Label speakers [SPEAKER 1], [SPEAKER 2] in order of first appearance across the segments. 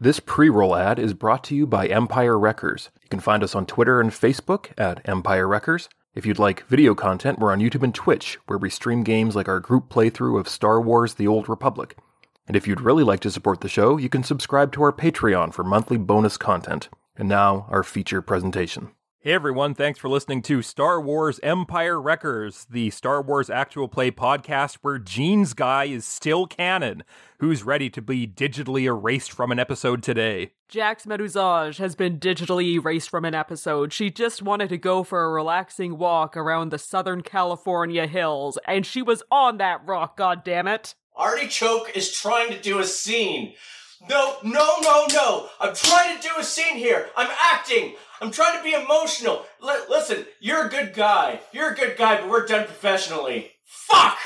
[SPEAKER 1] This pre roll ad is brought to you by Empire Wreckers. You can find us on Twitter and Facebook at Empire Wreckers. If you'd like video content, we're on YouTube and Twitch, where we stream games like our group playthrough of Star Wars The Old Republic. And if you'd really like to support the show, you can subscribe to our Patreon for monthly bonus content. And now, our feature presentation. Hey everyone, thanks for listening to Star Wars Empire Wreckers, the Star Wars actual play podcast where Gene's guy is still canon, who's ready to be digitally erased from an episode today.
[SPEAKER 2] Jax Medusage has been digitally erased from an episode. She just wanted to go for a relaxing walk around the Southern California hills, and she was on that rock, goddammit.
[SPEAKER 3] Artichoke is trying to do a scene. No, no, no, no. I'm trying to do a scene here. I'm acting. I'm trying to be emotional. Li- listen, you're a good guy. You're a good guy, but we're done professionally. Fuck!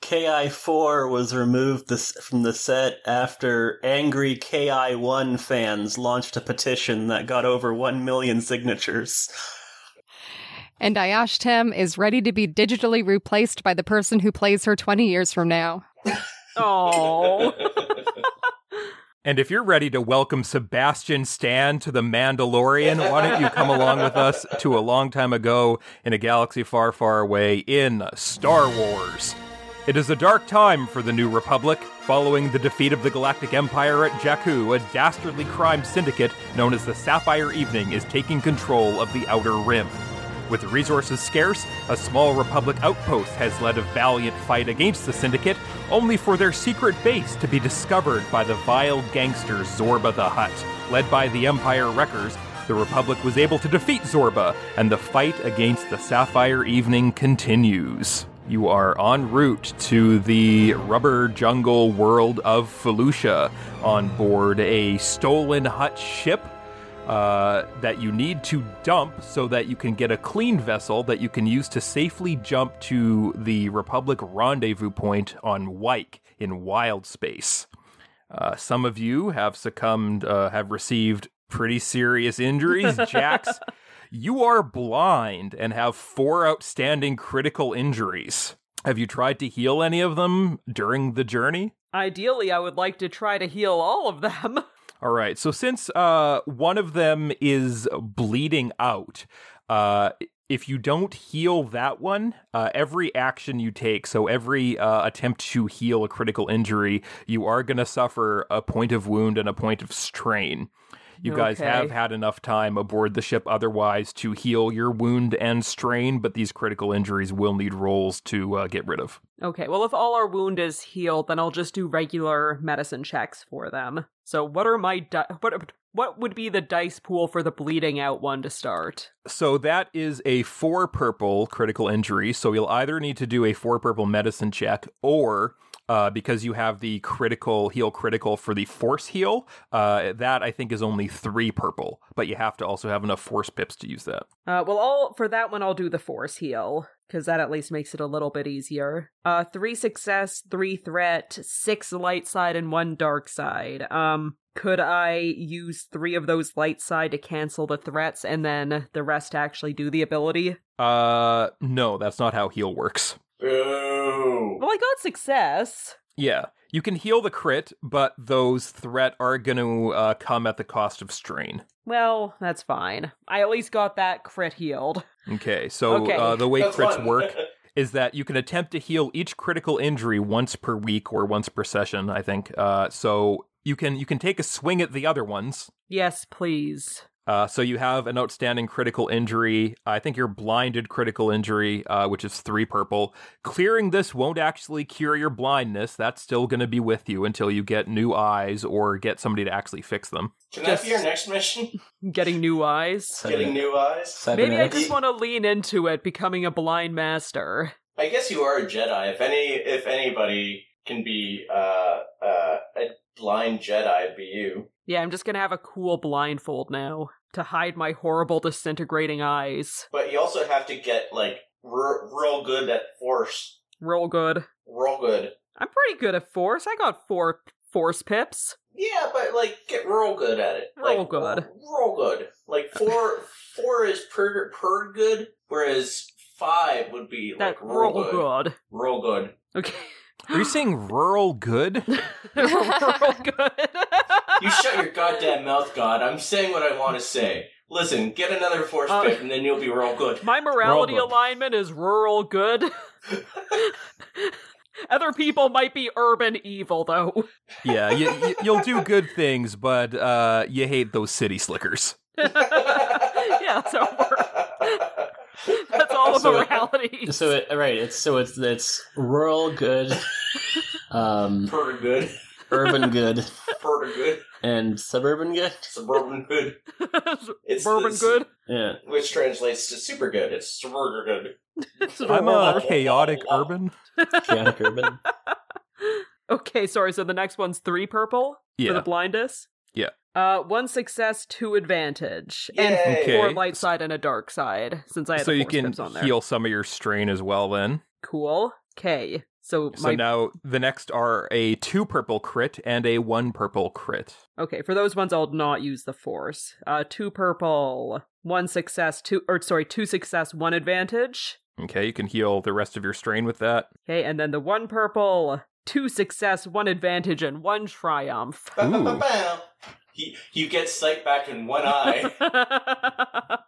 [SPEAKER 4] KI4 was removed this, from the set after angry KI1 fans launched a petition that got over 1 million signatures.
[SPEAKER 5] And Ayash Tem is ready to be digitally replaced by the person who plays her 20 years from now.
[SPEAKER 2] Oh.
[SPEAKER 1] And if you're ready to welcome Sebastian Stan to the Mandalorian, why don't you come along with us to a long time ago in a galaxy far, far away in Star Wars? It is a dark time for the New Republic, following the defeat of the Galactic Empire at Jakku, a dastardly crime syndicate known as the Sapphire Evening is taking control of the Outer Rim. With resources scarce, a small Republic outpost has led a valiant fight against the Syndicate, only for their secret base to be discovered by the vile gangster Zorba the Hutt. Led by the Empire Wreckers, the Republic was able to defeat Zorba, and the fight against the Sapphire Evening continues. You are en route to the rubber jungle world of Felucia on board a stolen Hutt ship uh, that you need to dump so that you can get a clean vessel that you can use to safely jump to the Republic rendezvous point on Wyke in Wild Space. Uh, some of you have succumbed, uh, have received pretty serious injuries. Jax, you are blind and have four outstanding critical injuries. Have you tried to heal any of them during the journey?
[SPEAKER 2] Ideally, I would like to try to heal all of them.
[SPEAKER 1] All right. So since uh, one of them is bleeding out, uh, if you don't heal that one, uh, every action you take, so every uh, attempt to heal a critical injury, you are going to suffer a point of wound and a point of strain. You guys
[SPEAKER 2] Okay.
[SPEAKER 1] have had enough time aboard the ship otherwise to heal your wound and strain, but these critical injuries will need rolls to uh, get rid of.
[SPEAKER 2] Okay, well, if all our wound is healed, then I'll just do regular medicine checks for them. So, what are my di- what what would be the dice pool for the bleeding out one to start?
[SPEAKER 1] So that is a four purple critical injury. So you'll either need to do a four purple medicine check or. Uh, because you have the critical heal critical for the force heal, uh, that I think is only three purple, but you have to also have enough force pips to use that.
[SPEAKER 2] Uh, well, I'll for that one I'll do the force heal because that at least makes it a little bit easier. Uh, three success, three threat, six light side, and one dark side. Um, could I use three of those light side to cancel the threats and then the rest to actually do the ability?
[SPEAKER 1] Uh, no, that's not how heal works.
[SPEAKER 3] Boo.
[SPEAKER 2] Well, I got success.
[SPEAKER 1] Yeah, you can heal the crit, but those threat are going to uh, come at the cost of strain.
[SPEAKER 2] Well, that's fine. I at least got that crit healed.
[SPEAKER 1] Okay, so
[SPEAKER 2] Okay.
[SPEAKER 1] Uh, the way
[SPEAKER 3] That's
[SPEAKER 1] crits
[SPEAKER 3] fun.
[SPEAKER 1] work is that you can attempt to heal each critical injury once per week or once per session, I think. Uh, so you can you can take a swing at the other ones.
[SPEAKER 2] Yes, please.
[SPEAKER 1] Uh, so you have an outstanding critical injury. I think you're blinded critical injury, uh, which is three purple. Clearing this won't actually cure your blindness. That's still going to be with you until you get new eyes or get somebody to actually fix them.
[SPEAKER 3] Can
[SPEAKER 2] Just-
[SPEAKER 3] that be your next mission?
[SPEAKER 2] Getting new eyes.
[SPEAKER 4] Seven-
[SPEAKER 3] Getting new eyes?
[SPEAKER 4] seven
[SPEAKER 2] Maybe I
[SPEAKER 4] minutes.
[SPEAKER 2] just want to lean into it, becoming a blind master.
[SPEAKER 3] I guess you are a Jedi. If any, if anybody can be uh, uh, a blind Jedi, it'd be you.
[SPEAKER 2] Yeah, I'm just gonna have a cool blindfold now to hide my horrible disintegrating eyes.
[SPEAKER 3] But you also have to get like r- real good at force.
[SPEAKER 2] Real good.
[SPEAKER 3] Real good.
[SPEAKER 2] I'm pretty good at force. I got four force pips.
[SPEAKER 3] Yeah, but like get real good at it. Like,
[SPEAKER 2] Real good.
[SPEAKER 3] Real good. Like four four is per per good, whereas five would be like
[SPEAKER 2] That
[SPEAKER 3] real
[SPEAKER 2] real
[SPEAKER 3] good.
[SPEAKER 2] good.
[SPEAKER 3] Real good.
[SPEAKER 2] Okay.
[SPEAKER 1] Are you saying rural good?
[SPEAKER 2] Real good.
[SPEAKER 3] You shut your goddamn mouth, God. I'm saying what I want to say. Listen, get another force
[SPEAKER 2] Uh,
[SPEAKER 3] pick, and then you'll be real good.
[SPEAKER 2] My morality
[SPEAKER 1] Rural good.
[SPEAKER 2] alignment is rural good. Other people might be urban evil, though.
[SPEAKER 1] yeah, you, you, you'll do good things, but uh, you hate those city slickers.
[SPEAKER 2] yeah, so we're, that's all of
[SPEAKER 4] So-
[SPEAKER 2] morality.
[SPEAKER 6] So it, right, it's so it's it's rural good, um,
[SPEAKER 3] Pretty good.
[SPEAKER 6] urban good,
[SPEAKER 3] Pretty good.
[SPEAKER 6] and suburban good.
[SPEAKER 3] Suburban good. It's
[SPEAKER 2] Bourbon
[SPEAKER 3] it's-
[SPEAKER 2] good.
[SPEAKER 6] Yeah,
[SPEAKER 3] Which translates to super good. It's super good.
[SPEAKER 1] I'm uh, a chaotic urban.
[SPEAKER 6] chaotic urban.
[SPEAKER 2] Okay, sorry. So the next one's three purple for
[SPEAKER 1] Yeah.
[SPEAKER 2] the blindness.
[SPEAKER 1] Yeah.
[SPEAKER 2] Uh, one success, two advantage,
[SPEAKER 3] Yay.
[SPEAKER 2] and four
[SPEAKER 1] Okay.
[SPEAKER 2] light side and a dark side. Since I had
[SPEAKER 1] So
[SPEAKER 2] the
[SPEAKER 1] you
[SPEAKER 2] force
[SPEAKER 1] can
[SPEAKER 2] pips on there.
[SPEAKER 1] heal some of your strain as well, then.
[SPEAKER 2] Cool. Okay. So,
[SPEAKER 1] So
[SPEAKER 2] my
[SPEAKER 1] now the next are a two purple crit and a one purple crit.
[SPEAKER 2] okay for those ones, I'll not use the force. Uh, two purple, one success, two or sorry, two success, one advantage.
[SPEAKER 1] Okay, you can heal the rest of your strain with that.
[SPEAKER 2] Okay, and then the one purple, two success, one advantage, and one triumph.
[SPEAKER 3] Ba- ba- ba- ba. He, you get sight back in one eye.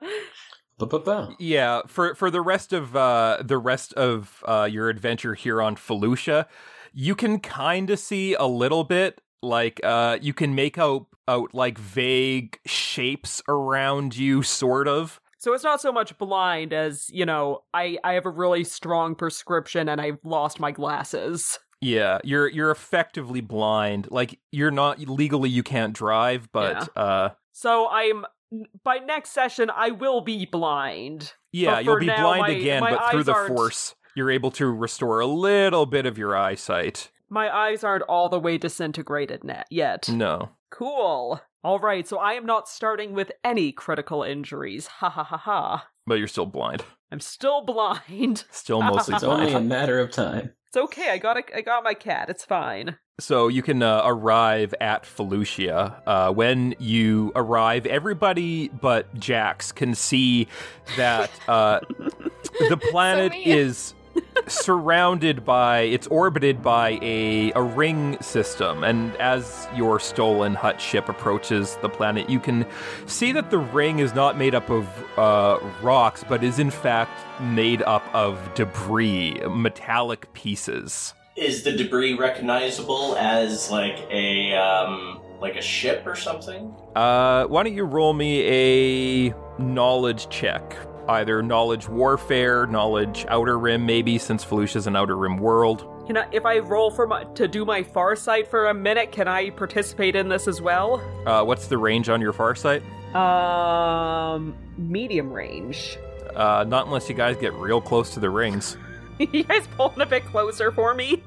[SPEAKER 6] Ba-ba-ba.
[SPEAKER 1] Yeah, for for the rest of uh, the rest of uh, your adventure here on Felucia, you can kind of see a little bit. Like uh, you can make out out like vague shapes around you, sort of.
[SPEAKER 2] So it's not so much blind as, you know, I, I have a really strong prescription and I've lost my glasses.
[SPEAKER 1] Yeah, you're you're effectively blind. Like you're not legally you can't drive, but uh,
[SPEAKER 2] So I'm by next session I will be blind.
[SPEAKER 1] yeah,
[SPEAKER 2] But
[SPEAKER 1] you'll
[SPEAKER 2] for
[SPEAKER 1] be
[SPEAKER 2] now,
[SPEAKER 1] blind
[SPEAKER 2] my-
[SPEAKER 1] again.
[SPEAKER 2] my
[SPEAKER 1] But through
[SPEAKER 2] eyes
[SPEAKER 1] the
[SPEAKER 2] aren't-
[SPEAKER 1] force, you're able to restore a little bit of your eyesight.
[SPEAKER 2] My eyes aren't all the way disintegrated net yet.
[SPEAKER 1] No,
[SPEAKER 2] Cool. All right, so I am not starting with any critical injuries. Ha ha ha ha.
[SPEAKER 1] but you're still blind.
[SPEAKER 2] I'm still blind.
[SPEAKER 1] Still mostly
[SPEAKER 6] It's
[SPEAKER 1] blind.
[SPEAKER 6] only a matter of time.
[SPEAKER 2] It's okay. I got a, I got my cat. It's fine.
[SPEAKER 1] So you can uh, arrive at Felucia. Uh, when you arrive, everybody but Jax can see that uh, the planet
[SPEAKER 5] So me.
[SPEAKER 1] is surrounded by, it's orbited by a, a ring system. And as your stolen hut ship approaches the planet, you can see that the ring is not made up of uh, rocks, but is in fact made up of debris, metallic pieces.
[SPEAKER 3] Is the debris recognizable as like a um like a ship or something?
[SPEAKER 1] Uh, why don't you roll me a knowledge check? Either knowledge warfare, knowledge outer rim, maybe, since Felucia's an outer rim world.
[SPEAKER 2] Can I, if I roll for my, to do my far sight for a minute, can I participate in this as well?
[SPEAKER 1] Uh, what's the range on your farsight?
[SPEAKER 2] Um, medium range.
[SPEAKER 1] Uh, not unless you guys get real close to the rings.
[SPEAKER 2] you guys pulling a bit closer for me?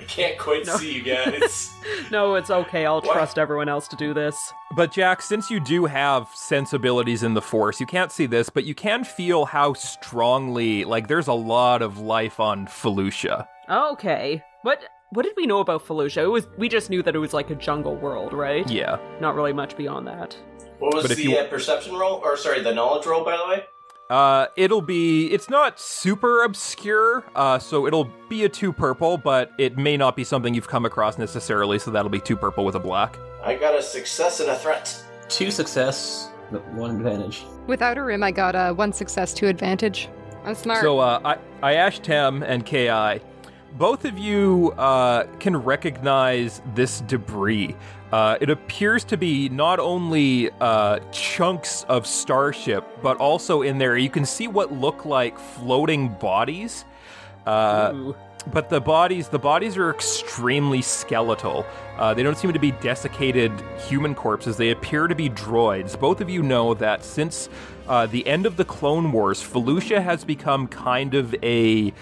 [SPEAKER 3] I can't quite
[SPEAKER 2] No.
[SPEAKER 3] see you guys.
[SPEAKER 2] No, it's okay. I'll
[SPEAKER 3] What?
[SPEAKER 2] trust everyone else to do this.
[SPEAKER 1] But Jack, since you do have sensibilities in the Force, you can't see this, but you can feel how strongly, like, there's a lot of life on Felucia.
[SPEAKER 2] Okay. What what did we know about Fallujah? It was we just knew that it was like a jungle world, right?
[SPEAKER 1] Yeah.
[SPEAKER 2] Not really much beyond that.
[SPEAKER 3] What was
[SPEAKER 1] But if
[SPEAKER 3] the
[SPEAKER 1] you-
[SPEAKER 3] uh, perception roll? Or sorry, the knowledge roll, by the way.
[SPEAKER 1] Uh, it'll be. It's not super obscure, uh, so it'll be a two purple, but it may not be something you've come across necessarily. So that'll be two purple with a black.
[SPEAKER 3] I got a success and a threat.
[SPEAKER 6] Two success, but one advantage.
[SPEAKER 5] Without a rim, I got a one success, two advantage. I'm smart.
[SPEAKER 1] So uh, I, I asked him and Ki. Both of you uh, can recognize this debris. Uh, it appears to be not only uh, chunks of starship, but also in there you can see what look like floating bodies. Uh,
[SPEAKER 2] Ooh.
[SPEAKER 1] But the bodies, the bodies are extremely skeletal. Uh, they don't seem to be desiccated human corpses. They appear to be droids. Both of you know that since uh, the end of the Clone Wars, Felucia has become kind of a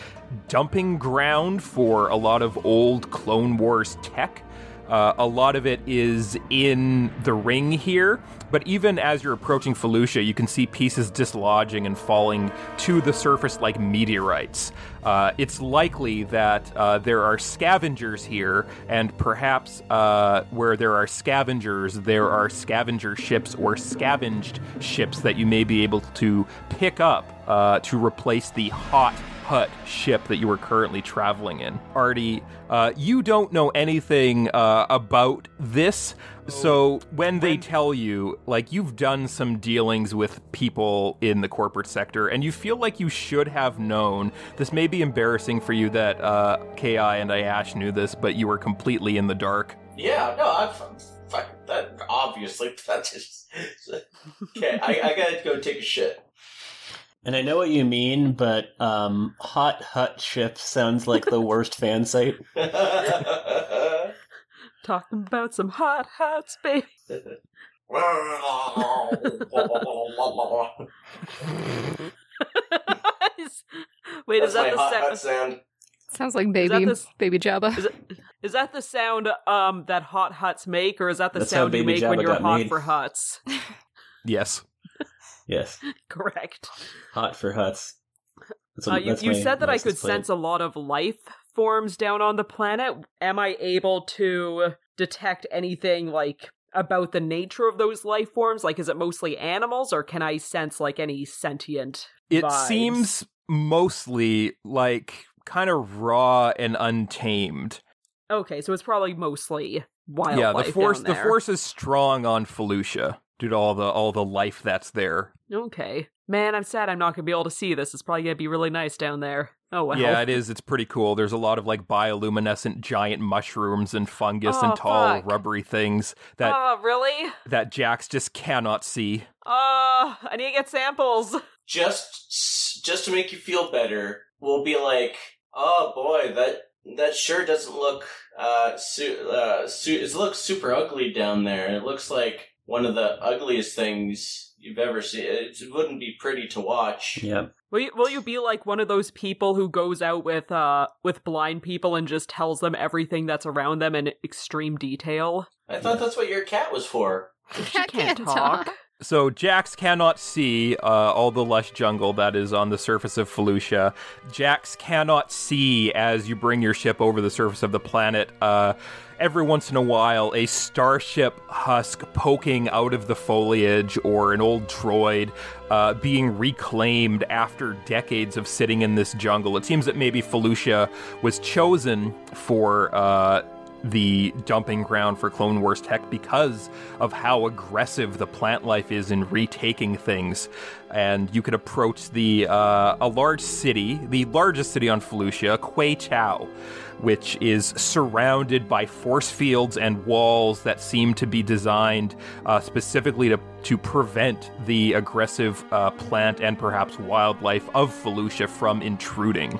[SPEAKER 1] dumping ground for a lot of old Clone Wars tech. Uh, a lot of it is in the ring here, but even as you're approaching Felucia, you can see pieces dislodging and falling to the surface like meteorites. Uh, it's likely that uh, there are scavengers here, and perhaps uh, where there are scavengers, there are scavenger ships or scavenged ships that you may be able to pick up uh, to replace the hot hut ship that you were currently traveling in. Artie, uh, you don't know anything uh, about this. So when they tell you, like, you've done some dealings with people in the corporate sector, and you feel like you should have known, this may be embarrassing for you that uh, Ki and Ayash knew this, but you were completely in the dark.
[SPEAKER 3] Yeah, no, I'm fucking that obviously. but That just okay. I, I gotta go take a shit.
[SPEAKER 4] And I know what you mean, but um, Hot Hut Ship sounds like the worst fan site.
[SPEAKER 2] Talking about some hot hots, baby.
[SPEAKER 3] Wait,
[SPEAKER 2] Wait, is that
[SPEAKER 3] hot,
[SPEAKER 2] the sound?
[SPEAKER 3] hot sound?
[SPEAKER 5] Sounds like
[SPEAKER 2] that
[SPEAKER 5] baby
[SPEAKER 2] this-
[SPEAKER 5] baby Jabba.
[SPEAKER 2] Is it- Is that the sound um that hot huts make, or is that the
[SPEAKER 4] That's how
[SPEAKER 2] sound you
[SPEAKER 4] Baby
[SPEAKER 2] make
[SPEAKER 4] Jabba
[SPEAKER 2] when you're
[SPEAKER 4] got
[SPEAKER 2] hot
[SPEAKER 4] made.
[SPEAKER 2] for huts?
[SPEAKER 1] Yes.
[SPEAKER 4] Yes,
[SPEAKER 2] Correct.
[SPEAKER 4] Hot for Huts. That's
[SPEAKER 2] Uh,
[SPEAKER 4] what-
[SPEAKER 2] you
[SPEAKER 4] that's
[SPEAKER 2] you
[SPEAKER 4] my
[SPEAKER 2] said that I could
[SPEAKER 4] license plate.
[SPEAKER 2] sense a lot of life forms down on the planet. Am I able to detect anything like about the nature of those life forms? Like, is it mostly animals, or can I sense like any sentient?
[SPEAKER 1] It
[SPEAKER 2] vibes?
[SPEAKER 1] seems mostly like kind of raw and untamed.
[SPEAKER 2] okay. So it's probably mostly wildlife.
[SPEAKER 1] yeah, the force
[SPEAKER 2] down
[SPEAKER 1] the
[SPEAKER 2] there.
[SPEAKER 1] force is strong on Felucia due to all the all the life that's there.
[SPEAKER 2] Okay, man, I'm sad I'm not gonna be able to see this. It's probably gonna be really nice down there. Oh well.
[SPEAKER 1] Yeah, it is. It's pretty cool. There's a lot of like bioluminescent giant mushrooms and fungus and
[SPEAKER 2] Oh,
[SPEAKER 1] tall
[SPEAKER 2] fuck.
[SPEAKER 1] rubbery things that
[SPEAKER 2] oh really?
[SPEAKER 1] that Jax just cannot see.
[SPEAKER 2] Oh, I need to get samples.
[SPEAKER 3] Just just to make you feel better, we'll be like, oh boy, that that sure doesn't look uh su- uh su- it looks super ugly down there. It looks like one of the ugliest things you've ever seen. It wouldn't be pretty to watch.
[SPEAKER 4] Yep.
[SPEAKER 2] Will you, will you be like one of those people who goes out with uh with blind people and just tells them everything that's around them in extreme detail?
[SPEAKER 3] I thought that's what your cat was for.
[SPEAKER 2] She can't, talk.
[SPEAKER 1] So Jax cannot see uh, all the lush jungle that is on the surface of Felucia. Jax cannot see as you bring your ship over the surface of the planet. Uh, every once in a while, a starship husk poking out of the foliage or an old droid uh, being reclaimed after decades of sitting in this jungle. It seems that maybe Felucia was chosen for. Uh, the dumping ground for Clone Wars tech because of how aggressive the plant life is in retaking things. And you could approach the uh, a large city, the largest city on Felucia, Kuei Chao, which is surrounded by force fields and walls that seem to be designed uh, specifically to, to prevent the aggressive uh, plant and perhaps wildlife of Felucia from intruding.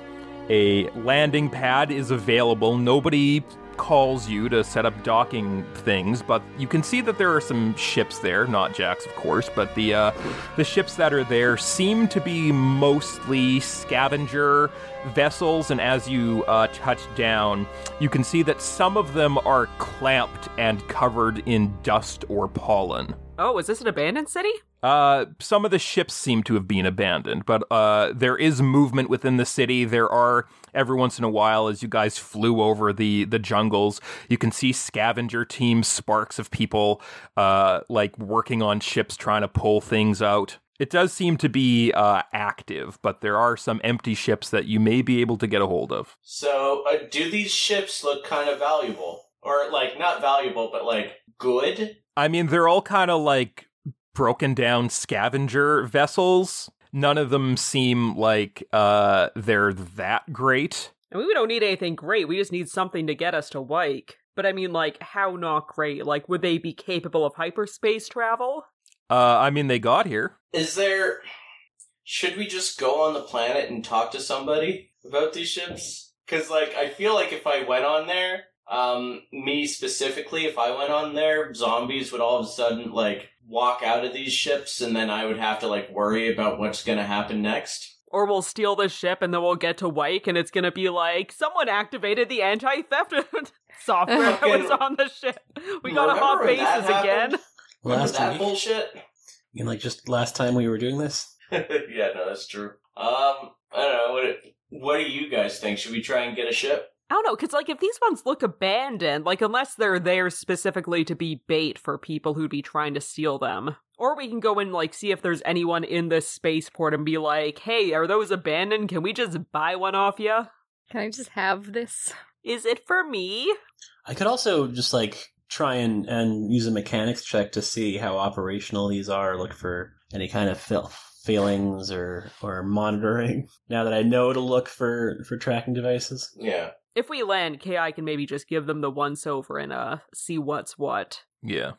[SPEAKER 1] A landing pad is available. Nobody calls you to set up docking things, but you can see that there are some ships there. Not Jack's, of course, but the uh, the ships that are there seem to be mostly scavenger vessels. And as you uh, touch down, you can see that some of them are clamped and covered in dust or pollen.
[SPEAKER 2] Oh, is this an abandoned city?
[SPEAKER 1] Uh, some of the ships seem to have been abandoned, but uh, there is movement within the city. There are every once in a while, as you guys flew over the the jungles, you can see scavenger teams, sparks of people, uh, like working on ships trying to pull things out. It does seem to be uh, active, but there are some empty ships that you may be able to get a hold of.
[SPEAKER 3] So, uh, do these ships look kind of valuable? Or, like, not valuable, but, like, good?
[SPEAKER 1] I mean, they're all kind of like broken down scavenger vessels. None of them seem like uh, they're that great.
[SPEAKER 2] I mean, we don't need anything great. We just need something to get us to Wyke. But I mean, like, how not great? Like, would they be capable of hyperspace travel?
[SPEAKER 1] Uh, I mean, they got here.
[SPEAKER 3] Is there. Should we just go on the planet and talk to somebody about these ships? Because, like, I feel like if I went on there, um, me specifically, if I went on there, zombies would all of a sudden, like, walk out of these ships, and then I would have to, like, worry about what's gonna happen next.
[SPEAKER 2] Or we'll steal the ship and then we'll get to Wyke and it's gonna be like someone activated the anti theft software that was on the ship. We gotta
[SPEAKER 3] Remember
[SPEAKER 2] hop
[SPEAKER 3] when that
[SPEAKER 2] bases again.
[SPEAKER 3] happened? Remember
[SPEAKER 4] Last
[SPEAKER 3] that
[SPEAKER 4] week,
[SPEAKER 3] bullshit?
[SPEAKER 4] you mean, like just last time we were doing this.
[SPEAKER 3] yeah, no, that's true. Um, I don't know. What what do you guys think? Should we try and get a ship?
[SPEAKER 2] I don't know, because like if these ones look abandoned, like unless they're there specifically to be bait for people who'd be trying to steal them. Or we can go and like see if there's anyone in this spaceport and be like, hey, are those abandoned? Can we just buy one off you?
[SPEAKER 5] Can I just have this?
[SPEAKER 2] Is it for me?
[SPEAKER 4] I could also just like try and and use a mechanics check to see how operational these are. Look for any kind of fail- failings or or monitoring. Now that I know to look for for tracking devices.
[SPEAKER 3] Yeah.
[SPEAKER 2] If we land, KI can maybe just give them the once over and uh see what's what.
[SPEAKER 1] Yeah.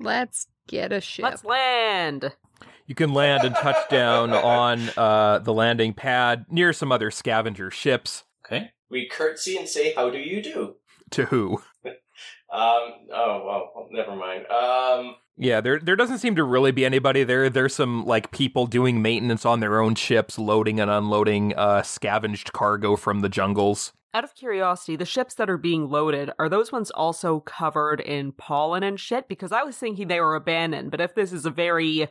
[SPEAKER 5] Let's get a ship.
[SPEAKER 2] Let's land.
[SPEAKER 1] You can land and touch down on uh, the landing pad near some other scavenger ships.
[SPEAKER 4] Okay.
[SPEAKER 3] We curtsy and say, "How do you do?"
[SPEAKER 1] To who?
[SPEAKER 3] Um. Oh well. well, Never mind. Um.
[SPEAKER 1] Yeah, there there doesn't seem to really be anybody there. There's some like people doing maintenance on their own ships, loading and unloading uh, scavenged cargo from the jungles.
[SPEAKER 2] Out of curiosity, the ships that are being loaded, are those ones also covered in pollen and shit? Because I was thinking they were abandoned, but if this is a very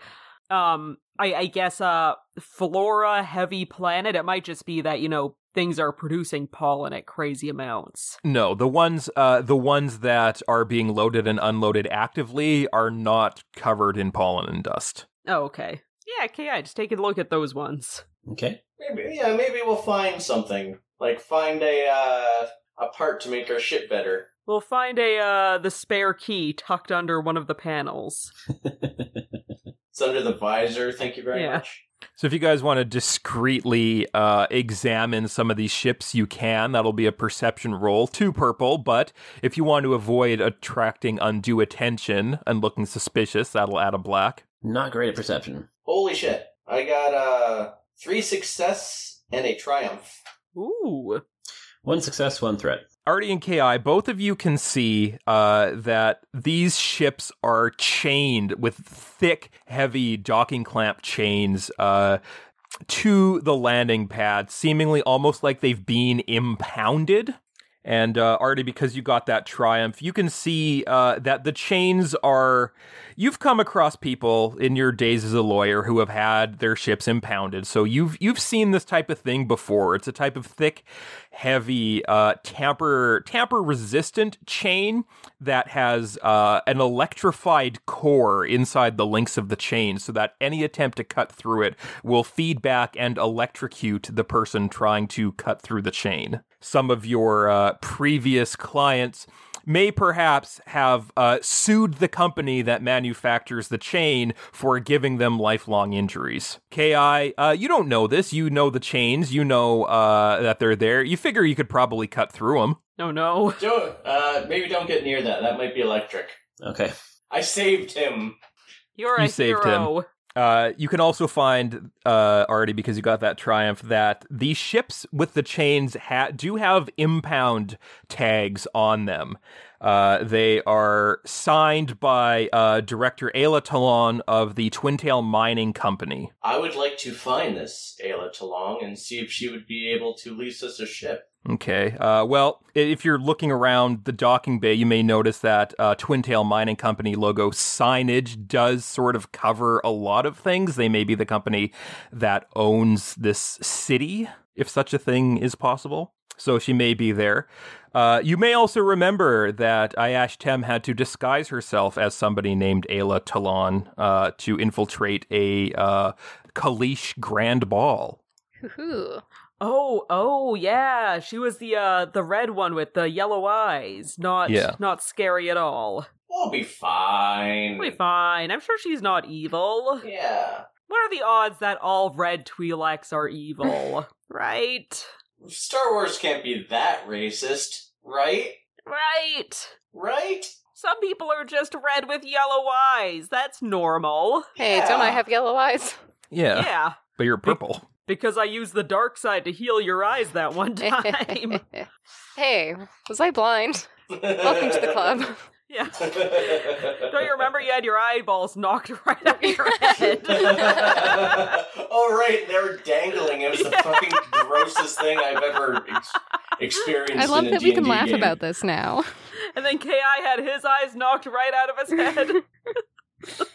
[SPEAKER 2] um I, I guess uh flora heavy planet, it might just be that, you know, things are producing pollen at crazy amounts.
[SPEAKER 1] No, the ones uh, the ones that are being loaded and unloaded actively are not covered in pollen and dust.
[SPEAKER 2] Oh, okay. Yeah, KI, just take a look at those ones.
[SPEAKER 4] Okay.
[SPEAKER 3] Maybe. Yeah. Maybe we'll find something. Like find a uh a part to make our ship better.
[SPEAKER 2] We'll find a uh the spare key tucked under one of the panels.
[SPEAKER 3] It's under the visor. Thank you very
[SPEAKER 2] Yeah.
[SPEAKER 3] much.
[SPEAKER 1] So if you guys want to discreetly uh, examine some of these ships, you can. That'll be a perception roll, two purple. But if you want to avoid attracting undue attention and looking suspicious, that'll add a black.
[SPEAKER 4] Not great at perception.
[SPEAKER 3] Holy shit! I got uh three success and a triumph.
[SPEAKER 2] Ooh.
[SPEAKER 4] One success, one threat.
[SPEAKER 1] Artie and Ki, both of you can see uh, that these ships are chained with thick, heavy docking clamp chains uh, to the landing pad, seemingly almost like they've been impounded. And uh, Artie, because you got that triumph, you can see uh, that the chains are. You've come across people in your days as a lawyer who have had their ships impounded, so you've you've seen this type of thing before. It's a type of thick, heavy, uh, tamper tamper resistant chain that has uh, an electrified core inside the links of the chain, so that any attempt to cut through it will feed back and electrocute the person trying to cut through the chain. Some of your uh, previous clients may perhaps have uh, sued the company that manufactures the chain for giving them lifelong injuries. Ki, uh, you don't know this. You know the chains. You know uh, that they're there. You figure you could probably cut through them.
[SPEAKER 2] Oh no.
[SPEAKER 3] Don't. Uh, maybe don't get near that. That might be electric.
[SPEAKER 4] Okay.
[SPEAKER 3] I saved him.
[SPEAKER 2] You're
[SPEAKER 1] You
[SPEAKER 2] a
[SPEAKER 1] saved him.
[SPEAKER 2] hero.
[SPEAKER 1] Uh, you can also find uh, already because you got that triumph that the ships with the chains ha- do have impound tags on them. Uh, they are signed by uh, director Ayla Talon of the Twin Tail Mining Company.
[SPEAKER 3] I would like to find this Ayla Talong and see if she would be able to lease us a ship.
[SPEAKER 1] Okay. Uh, well, i- if you're looking around the docking bay, you may notice that uh, Twin Tail Mining Company logo signage does sort of cover a lot of things. They may be the company that owns this city, if such a thing is possible. So she may be there. Uh, you may also remember that Ayash Tem had to disguise herself as somebody named Ayla Talon uh, to infiltrate a uh, Kalish Grand Ball.
[SPEAKER 5] Hoo-hoo.
[SPEAKER 2] Oh, oh yeah, she was the uh the red one with the yellow eyes. Not
[SPEAKER 1] Yeah.
[SPEAKER 2] not scary at all.
[SPEAKER 3] We'll be fine.
[SPEAKER 2] We'll be fine. I'm sure she's not evil.
[SPEAKER 3] Yeah.
[SPEAKER 2] What are the odds that all red Twi'leks are evil? right?
[SPEAKER 3] Star Wars can't be that racist, right?
[SPEAKER 2] Right.
[SPEAKER 3] Right?
[SPEAKER 2] Some people are just red with yellow eyes. That's normal.
[SPEAKER 5] Hey, don't I
[SPEAKER 3] Yeah.
[SPEAKER 5] have yellow eyes?
[SPEAKER 1] Yeah,
[SPEAKER 2] yeah.
[SPEAKER 1] but you're purple.
[SPEAKER 2] Because I used the dark side to heal your eyes that one time.
[SPEAKER 5] hey, was I blind? Welcome to the club.
[SPEAKER 2] yeah. Don't you remember you had your eyeballs knocked right out of your head?
[SPEAKER 3] oh right, they were dangling. It was the fucking grossest thing I've ever ex- experienced.
[SPEAKER 5] I love
[SPEAKER 3] in a
[SPEAKER 5] that we can
[SPEAKER 3] D&D
[SPEAKER 5] laugh
[SPEAKER 3] game.
[SPEAKER 5] about this now.
[SPEAKER 2] And then Ki had his eyes knocked right out of his head.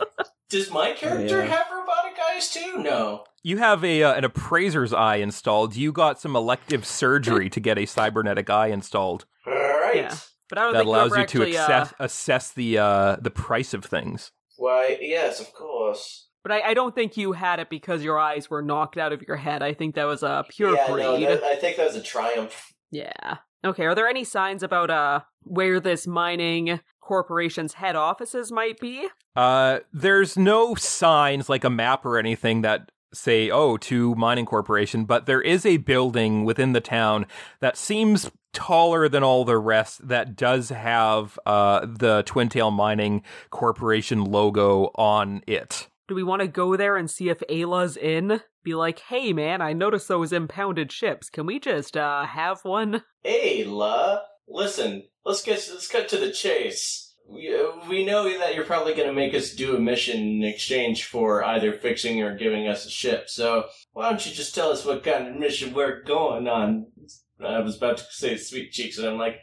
[SPEAKER 3] Does my character
[SPEAKER 4] Yeah.
[SPEAKER 3] have robotic eyes too? No.
[SPEAKER 1] You have a uh, an appraiser's eye installed. You got some elective surgery to get a cybernetic eye installed
[SPEAKER 3] All right.
[SPEAKER 2] Yeah. But I don't
[SPEAKER 1] that
[SPEAKER 2] think
[SPEAKER 1] allows
[SPEAKER 2] we're
[SPEAKER 1] you to
[SPEAKER 2] actually, uh,
[SPEAKER 1] access, assess the uh, the price of things.
[SPEAKER 3] Why? Yes, of course.
[SPEAKER 2] But I, I don't think you had it because your eyes were knocked out of your head. I think that was a pure
[SPEAKER 3] yeah,
[SPEAKER 2] greed.
[SPEAKER 3] no, that, I think that was a triumph.
[SPEAKER 2] Yeah. Okay, are there any signs about uh where this mining corporation's head offices might be?
[SPEAKER 1] Uh, there's no signs like a map or anything that say, "Oh, to mining corporation," but there is a building within the town that seems taller than all the rest that does have uh, the Twin Tail Mining Corporation logo on it.
[SPEAKER 2] Do we want to go there and see if Ayla's in? Be like, hey man, I noticed those impounded ships. Can we just uh have one?
[SPEAKER 3] Hey, La. Listen, let's get let's cut to the chase. We, uh, we know that you're probably going to make us do a mission in exchange for either fixing or giving us a ship. So why don't you just tell us what kind of mission we're going on? I was about to say sweet cheeks, and I'm like,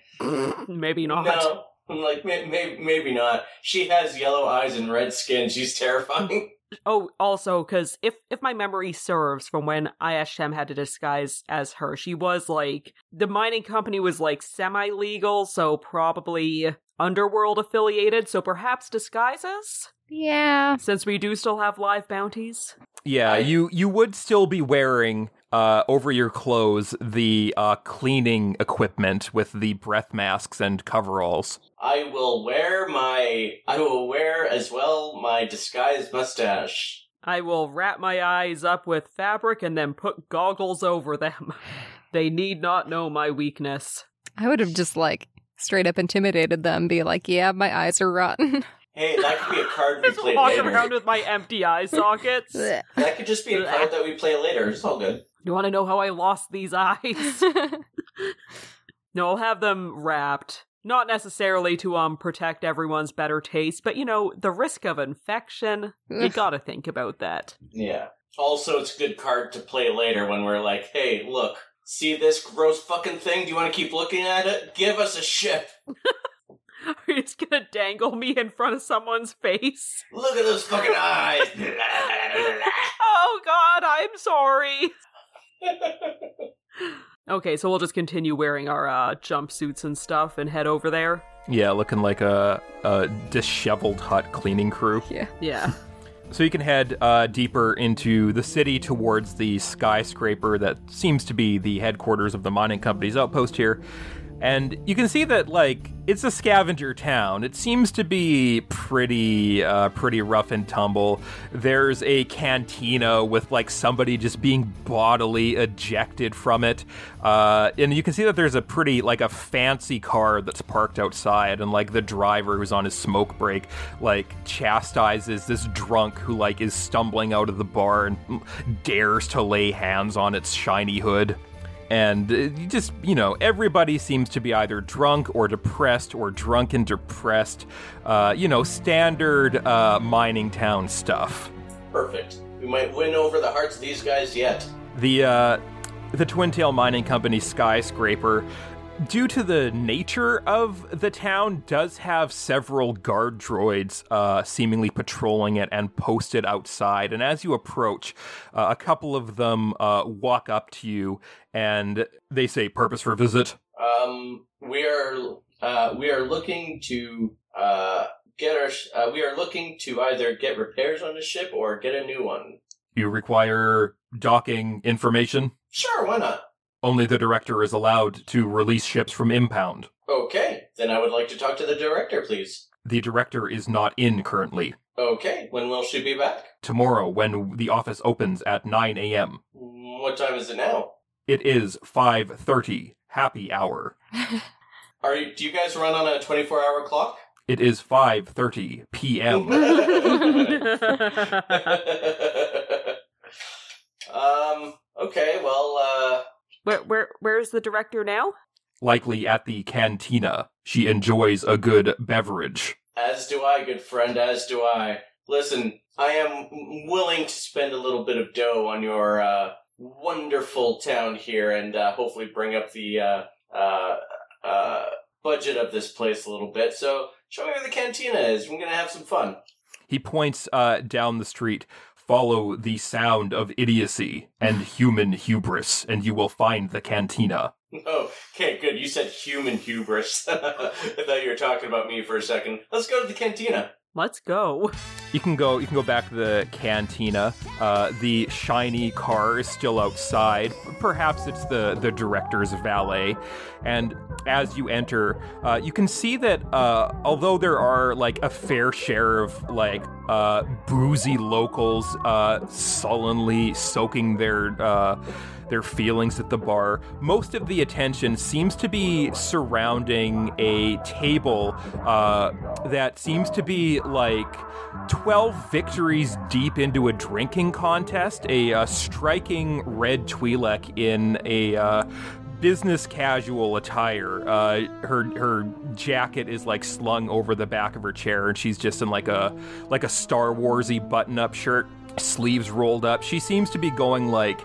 [SPEAKER 2] Maybe not.
[SPEAKER 3] no. I'm like, may, may, maybe not. She has yellow eyes and red skin. She's terrifying.
[SPEAKER 2] Oh, also, because if if my memory serves from when Ayashtem had to disguise as her, she was like the mining company was like semi legal, so probably underworld affiliated. So perhaps disguises,
[SPEAKER 5] Yeah.
[SPEAKER 2] since we do still have live bounties.
[SPEAKER 1] Yeah,
[SPEAKER 3] I-
[SPEAKER 1] you you would still be wearing uh, over your clothes the uh, cleaning equipment with the breath masks and coveralls.
[SPEAKER 3] I will wear my. I will wear as well my disguised mustache.
[SPEAKER 2] I will wrap my eyes up with fabric and then put goggles over them. They need not know my weakness.
[SPEAKER 5] I would have just like straight up intimidated them, be like, yeah, my eyes are rotten.
[SPEAKER 3] Hey, that could be a card we
[SPEAKER 2] Just
[SPEAKER 3] play
[SPEAKER 2] walking around
[SPEAKER 3] later.
[SPEAKER 2] with my empty eye sockets.
[SPEAKER 5] Blech.
[SPEAKER 3] That could just be a card that we play later. It's all good.
[SPEAKER 2] You want to know how I lost these eyes? No, I'll have them wrapped. Not necessarily to um protect everyone's better taste, but you know, the risk of infection. you
[SPEAKER 5] Ugh.
[SPEAKER 2] gotta think about that.
[SPEAKER 3] Yeah. Also, it's a good card to play later when we're like, hey, look, see this gross fucking thing? Do you want to keep looking at it? Give us a ship.
[SPEAKER 2] Are you just gonna dangle me in front of someone's face?
[SPEAKER 3] Look at those fucking eyes.
[SPEAKER 2] oh god, I'm sorry. Okay, so we'll just continue wearing our uh, jumpsuits and stuff and head over there.
[SPEAKER 1] Yeah, looking like a, a disheveled hut cleaning crew.
[SPEAKER 2] Yeah.
[SPEAKER 1] So you can head uh, deeper into the city towards the skyscraper that seems to be the headquarters of the mining company's outpost here. And you can see that like it's a scavenger town. It seems to be pretty uh, pretty rough and tumble. There's a cantina with like somebody just being bodily ejected from it. Uh, and you can see that there's a pretty like a fancy car that's parked outside and like the driver who's on his smoke break like chastises this drunk who like is stumbling out of the bar and dares to lay hands on its shiny hood and uh, you just you know everybody seems to be either drunk or depressed or drunk and depressed uh, you know standard uh, mining town stuff
[SPEAKER 3] Perfect. We might win over the hearts of these guys yet.
[SPEAKER 1] the uh, the Twin Tail Mining Company skyscraper, due to the nature of the town, does have several guard droids uh, seemingly patrolling it and posted outside. And as you approach, uh, a couple of them uh, walk up to you and they say, "Purpose for visit."
[SPEAKER 3] Um, we are uh, we are looking to uh, get our sh- uh, we are looking to either get repairs on the ship or get a new one.
[SPEAKER 1] You require docking information.
[SPEAKER 3] Sure, why not?
[SPEAKER 1] Only the director is allowed to release ships from impound.
[SPEAKER 3] Okay, then I would like to talk to the director, please.
[SPEAKER 1] The director is not in currently.
[SPEAKER 3] Okay, when will she be back?
[SPEAKER 1] tomorrow when the office opens at 9 a.m.
[SPEAKER 3] Mm, What time is it now?
[SPEAKER 1] It is 5:30, happy hour.
[SPEAKER 3] Are you, do you guys run on a twenty four hour clock?
[SPEAKER 1] It is 5:30 p.m.
[SPEAKER 2] Where
[SPEAKER 3] um. Okay. Well. Uh.
[SPEAKER 2] where where is the director now?
[SPEAKER 1] likely at the cantina. She enjoys a good beverage.
[SPEAKER 3] As do I, good friend, as do I. Listen, I am willing to spend a little bit of dough on your uh, wonderful town here and uh, hopefully bring up the uh, uh, uh, budget of this place a little bit. So show me where the cantina is. We're going to have some fun.
[SPEAKER 1] He points uh, down the street. Follow the sound of idiocy and human hubris, and you will find the cantina.
[SPEAKER 3] Oh, okay, good. You said human hubris. I thought you were talking about me for a second. Let's go to the cantina.
[SPEAKER 2] Let's go.
[SPEAKER 1] You can go. You can go back to the cantina. Uh, the shiny car is still outside. Perhaps it's the the director's valet. And as you enter, uh, you can see that uh, although there are like a fair share of like uh, boozy locals uh, sullenly soaking their. Uh, their feelings at the bar. Most of the attention seems to be surrounding a table uh, that seems to be like 12 victories deep into a drinking contest. A uh, striking red Twi'lek in a uh, business casual attire. Uh, her her jacket is like slung over the back of her chair, and she's just in like a like a Star Warsy button up shirt, sleeves rolled up. She seems to be going like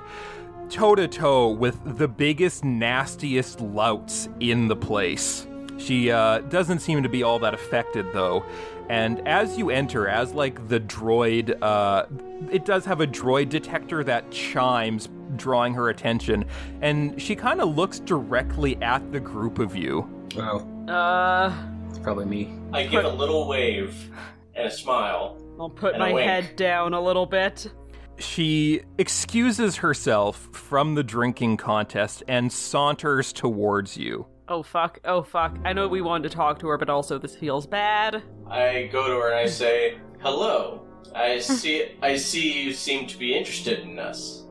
[SPEAKER 1] toe to toe with the biggest, nastiest louts in the place. She uh, doesn't seem to be all that affected though. And as you enter, as like the droid, uh, it does have a droid detector that chimes, drawing her attention. And she kind of looks directly at the group of you.
[SPEAKER 4] Oh,
[SPEAKER 2] Uh,
[SPEAKER 4] it's probably me.
[SPEAKER 3] I give a little wave and a smile.
[SPEAKER 2] I'll put
[SPEAKER 3] And
[SPEAKER 2] my
[SPEAKER 3] a wink.
[SPEAKER 2] head down a little bit.
[SPEAKER 1] She excuses herself from the drinking contest and saunters towards you.
[SPEAKER 2] Oh fuck, oh fuck. I know we wanted to talk to her, but also this feels bad.
[SPEAKER 3] I go to her and I say, "Hello. I see. I see you seem to be interested in us."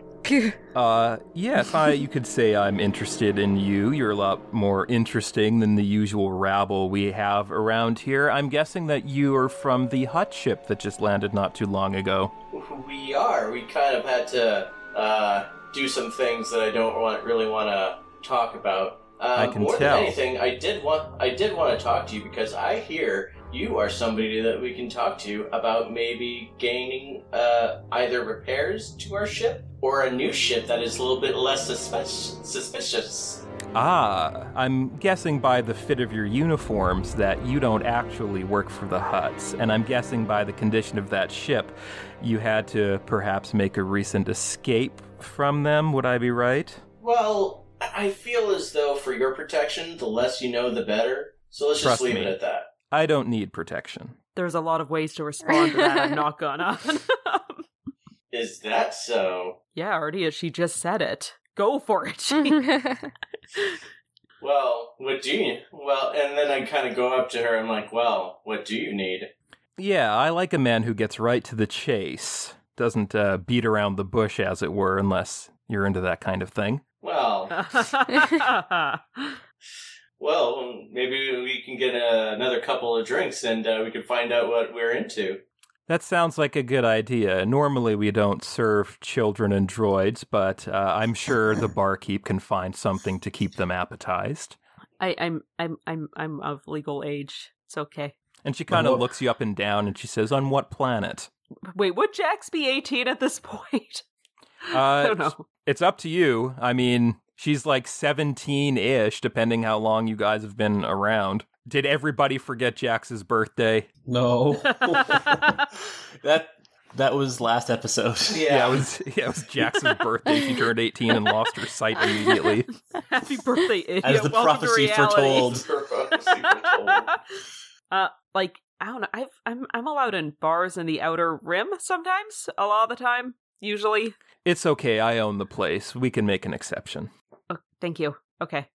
[SPEAKER 1] Uh, yes, I, you could say I'm interested in you. You're a lot more interesting than the usual rabble we have around here. I'm guessing that you are from the hut ship that just landed not too long ago.
[SPEAKER 3] We are. We kind of had to uh, do some things that I don't want really want to talk about. Um,
[SPEAKER 1] I can
[SPEAKER 3] more
[SPEAKER 1] tell.
[SPEAKER 3] than anything, I did want I did want to talk to you because I hear you are somebody that we can talk to about maybe gaining uh, either repairs to our ship or a new ship that is a little bit less suspicious. suspicious.
[SPEAKER 1] Ah, I'm guessing by the fit of your uniforms that you don't actually work for the huts, and I'm guessing by the condition of that ship, you had to perhaps make a recent escape from them. Would I be right?
[SPEAKER 3] Well, I I feel as though for your protection, the less you know, the better. So let's
[SPEAKER 1] Trust
[SPEAKER 3] just leave
[SPEAKER 1] me.
[SPEAKER 3] it at that.
[SPEAKER 1] I don't need protection.
[SPEAKER 2] There's a lot of ways to respond to that. I'm not gonna.
[SPEAKER 3] Is that so?
[SPEAKER 2] yeah, Ardia, she just said it. Go for it. she-
[SPEAKER 3] Mm-hmm.
[SPEAKER 5] That's
[SPEAKER 3] Well, what do you? Well, and then I kind of go up to her. I'm like, well, what do you need?
[SPEAKER 1] Yeah, I like a man who gets right to the chase, doesn't uh, beat around the bush, as it were, unless you're into that kind of thing.
[SPEAKER 3] Well,
[SPEAKER 2] Uh.
[SPEAKER 3] well, maybe we can get uh another couple of drinks and uh, we can find out what we're into.
[SPEAKER 1] That sounds like a good idea. Normally, we don't serve children and droids, but uh, I'm sure the barkeep can find something to keep them appetized.
[SPEAKER 2] I, I'm I'm I'm I'm of legal age. It's okay.
[SPEAKER 1] And she kind of
[SPEAKER 4] Well-
[SPEAKER 1] looks you up and down and she says, On what planet?
[SPEAKER 2] Wait, would Jax be 18 at this point?
[SPEAKER 1] Uh,
[SPEAKER 2] I don't know.
[SPEAKER 1] It's up to you. I mean, she's like 17 ish, depending how long you guys have been around. Did everybody forget Jax's birthday?
[SPEAKER 4] No, that that was last episode.
[SPEAKER 1] Yeah, it was yeah, it was Jackson's birthday. She turned 18 and lost her sight immediately.
[SPEAKER 2] Happy birthday, idiot.
[SPEAKER 4] As the
[SPEAKER 2] Welcome
[SPEAKER 4] prophecy
[SPEAKER 2] to reality.
[SPEAKER 4] foretold.
[SPEAKER 2] uh, like I don't know. I've, I'm I'm allowed in bars in the outer rim sometimes. A lot of the time, usually.
[SPEAKER 1] It's okay. I own the place. We can make an exception.
[SPEAKER 2] Oh, thank you. Okay.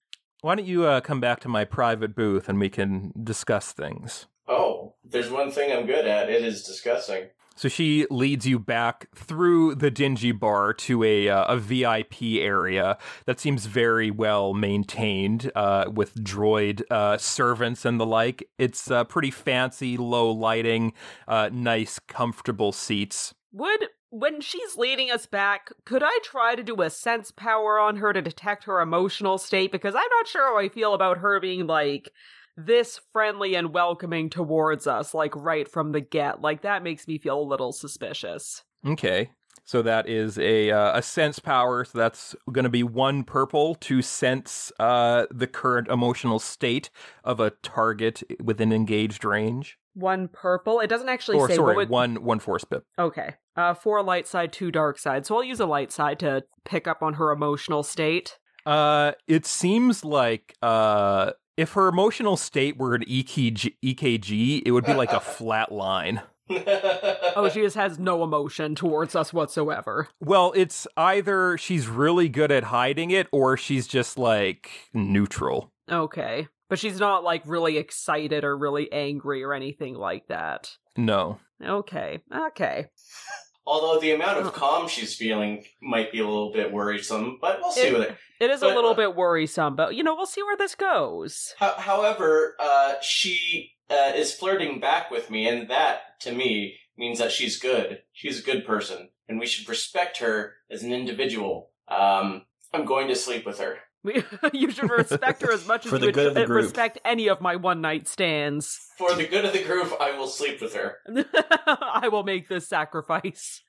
[SPEAKER 1] Why don't you uh, come back to my private booth and we can discuss things?
[SPEAKER 3] oh, there's one thing I'm good at. It is discussing.
[SPEAKER 1] So she leads you back through the dingy bar to a uh, a VIP area that seems very well maintained uh, with droid uh, servants and the like. It's uh, pretty fancy, low lighting, uh, nice, comfortable seats.
[SPEAKER 2] Would when she's leading us back, could I try to do a sense power on her to detect her emotional state? Because I'm not sure how I feel about her being like this friendly and welcoming towards us, like right from the get. Like that makes me feel a little suspicious.
[SPEAKER 1] Okay. So that is a uh, a sense power. So that's going to be one purple to sense uh, the current emotional state of a target within engaged range.
[SPEAKER 2] one purple. It doesn't actually
[SPEAKER 1] or
[SPEAKER 2] say
[SPEAKER 1] sorry,
[SPEAKER 2] what would-
[SPEAKER 1] one one force bit.
[SPEAKER 2] Okay. Uh, four light side, two dark side. So I'll use a light side to pick up on her emotional state.
[SPEAKER 1] Uh, it seems like uh, if her emotional state were an E EKG, EKG, it would be like a flat line.
[SPEAKER 2] Oh, she just has no emotion towards us whatsoever.
[SPEAKER 1] Well, it's either she's really good at hiding it, or she's just like neutral.
[SPEAKER 2] Okay. But she's not like really excited or really angry or anything like that.
[SPEAKER 1] No,
[SPEAKER 2] Okay. Okay.
[SPEAKER 3] Although the amount of calm she's feeling might be a little bit worrisome, but we'll see
[SPEAKER 2] It-
[SPEAKER 3] with it.
[SPEAKER 2] It is a
[SPEAKER 3] But-
[SPEAKER 2] little
[SPEAKER 4] uh,
[SPEAKER 2] bit worrisome, but you know, we'll see where this goes.
[SPEAKER 3] Ho- however, uh, she uh, is flirting back with me, and that to me means that she's good. She's a good person, and we should respect her as an individual. Um, I'm going to sleep with her.
[SPEAKER 2] We, you should respect her as much
[SPEAKER 4] For
[SPEAKER 2] as
[SPEAKER 4] the
[SPEAKER 2] you
[SPEAKER 4] good of the
[SPEAKER 2] would
[SPEAKER 4] group.
[SPEAKER 2] respect any of my one night stands.
[SPEAKER 3] For the good of the group, I will sleep with her.
[SPEAKER 2] I will make this sacrifice.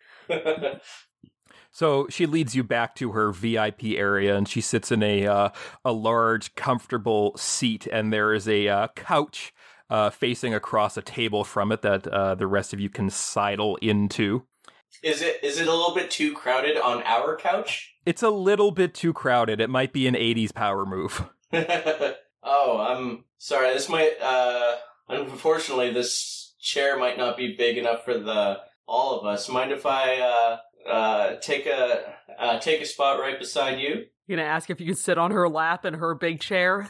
[SPEAKER 1] So she leads you back to her VIP area, and she sits in a uh, a large, comfortable seat, and there is a uh, couch uh, facing across a table from it that uh, the rest of you can sidle into.
[SPEAKER 3] is it is it a little bit too crowded on our couch?
[SPEAKER 1] It's a little bit too crowded. It might be an '80s power move.
[SPEAKER 3] oh, I'm sorry. This might uh, unfortunately this chair might not be big enough for the all of us. Mind if I uh, uh, take a uh, take a spot right beside you?
[SPEAKER 2] You gonna ask if you can sit on her lap in her big chair?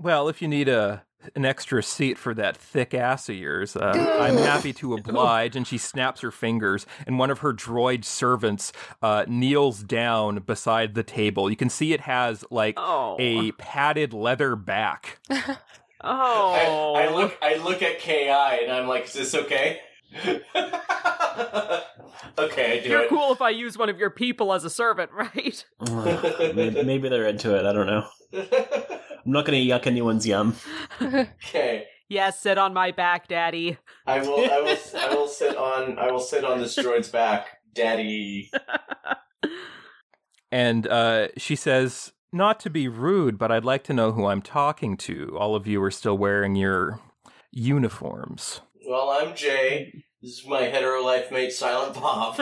[SPEAKER 1] Well, if you need a an extra seat for that thick ass of yours, uh, I'm happy to oblige. And she snaps her fingers, and one of her droid servants uh, kneels down beside the table. You can see it has like
[SPEAKER 2] Oh,
[SPEAKER 1] a padded leather back.
[SPEAKER 2] oh!
[SPEAKER 3] I, I look I look at Ki and I'm like, is this okay? okay, I do
[SPEAKER 2] You're
[SPEAKER 3] it.
[SPEAKER 2] cool if I use one of your people as a servant, right?
[SPEAKER 4] Ugh, may- maybe they're into it. I don't know. I'm not going to yuck anyone's yum.
[SPEAKER 3] okay.
[SPEAKER 2] Yes, sit on my back, Daddy.
[SPEAKER 3] I will I will I will sit on I will sit on this droid's back, daddy.
[SPEAKER 1] And uh, she says, Not to be rude, but I'd like to know who I'm talking to. All of you are still wearing your uniforms.
[SPEAKER 3] Well, I'm Jay. This is my hetero life mate, Silent Bob.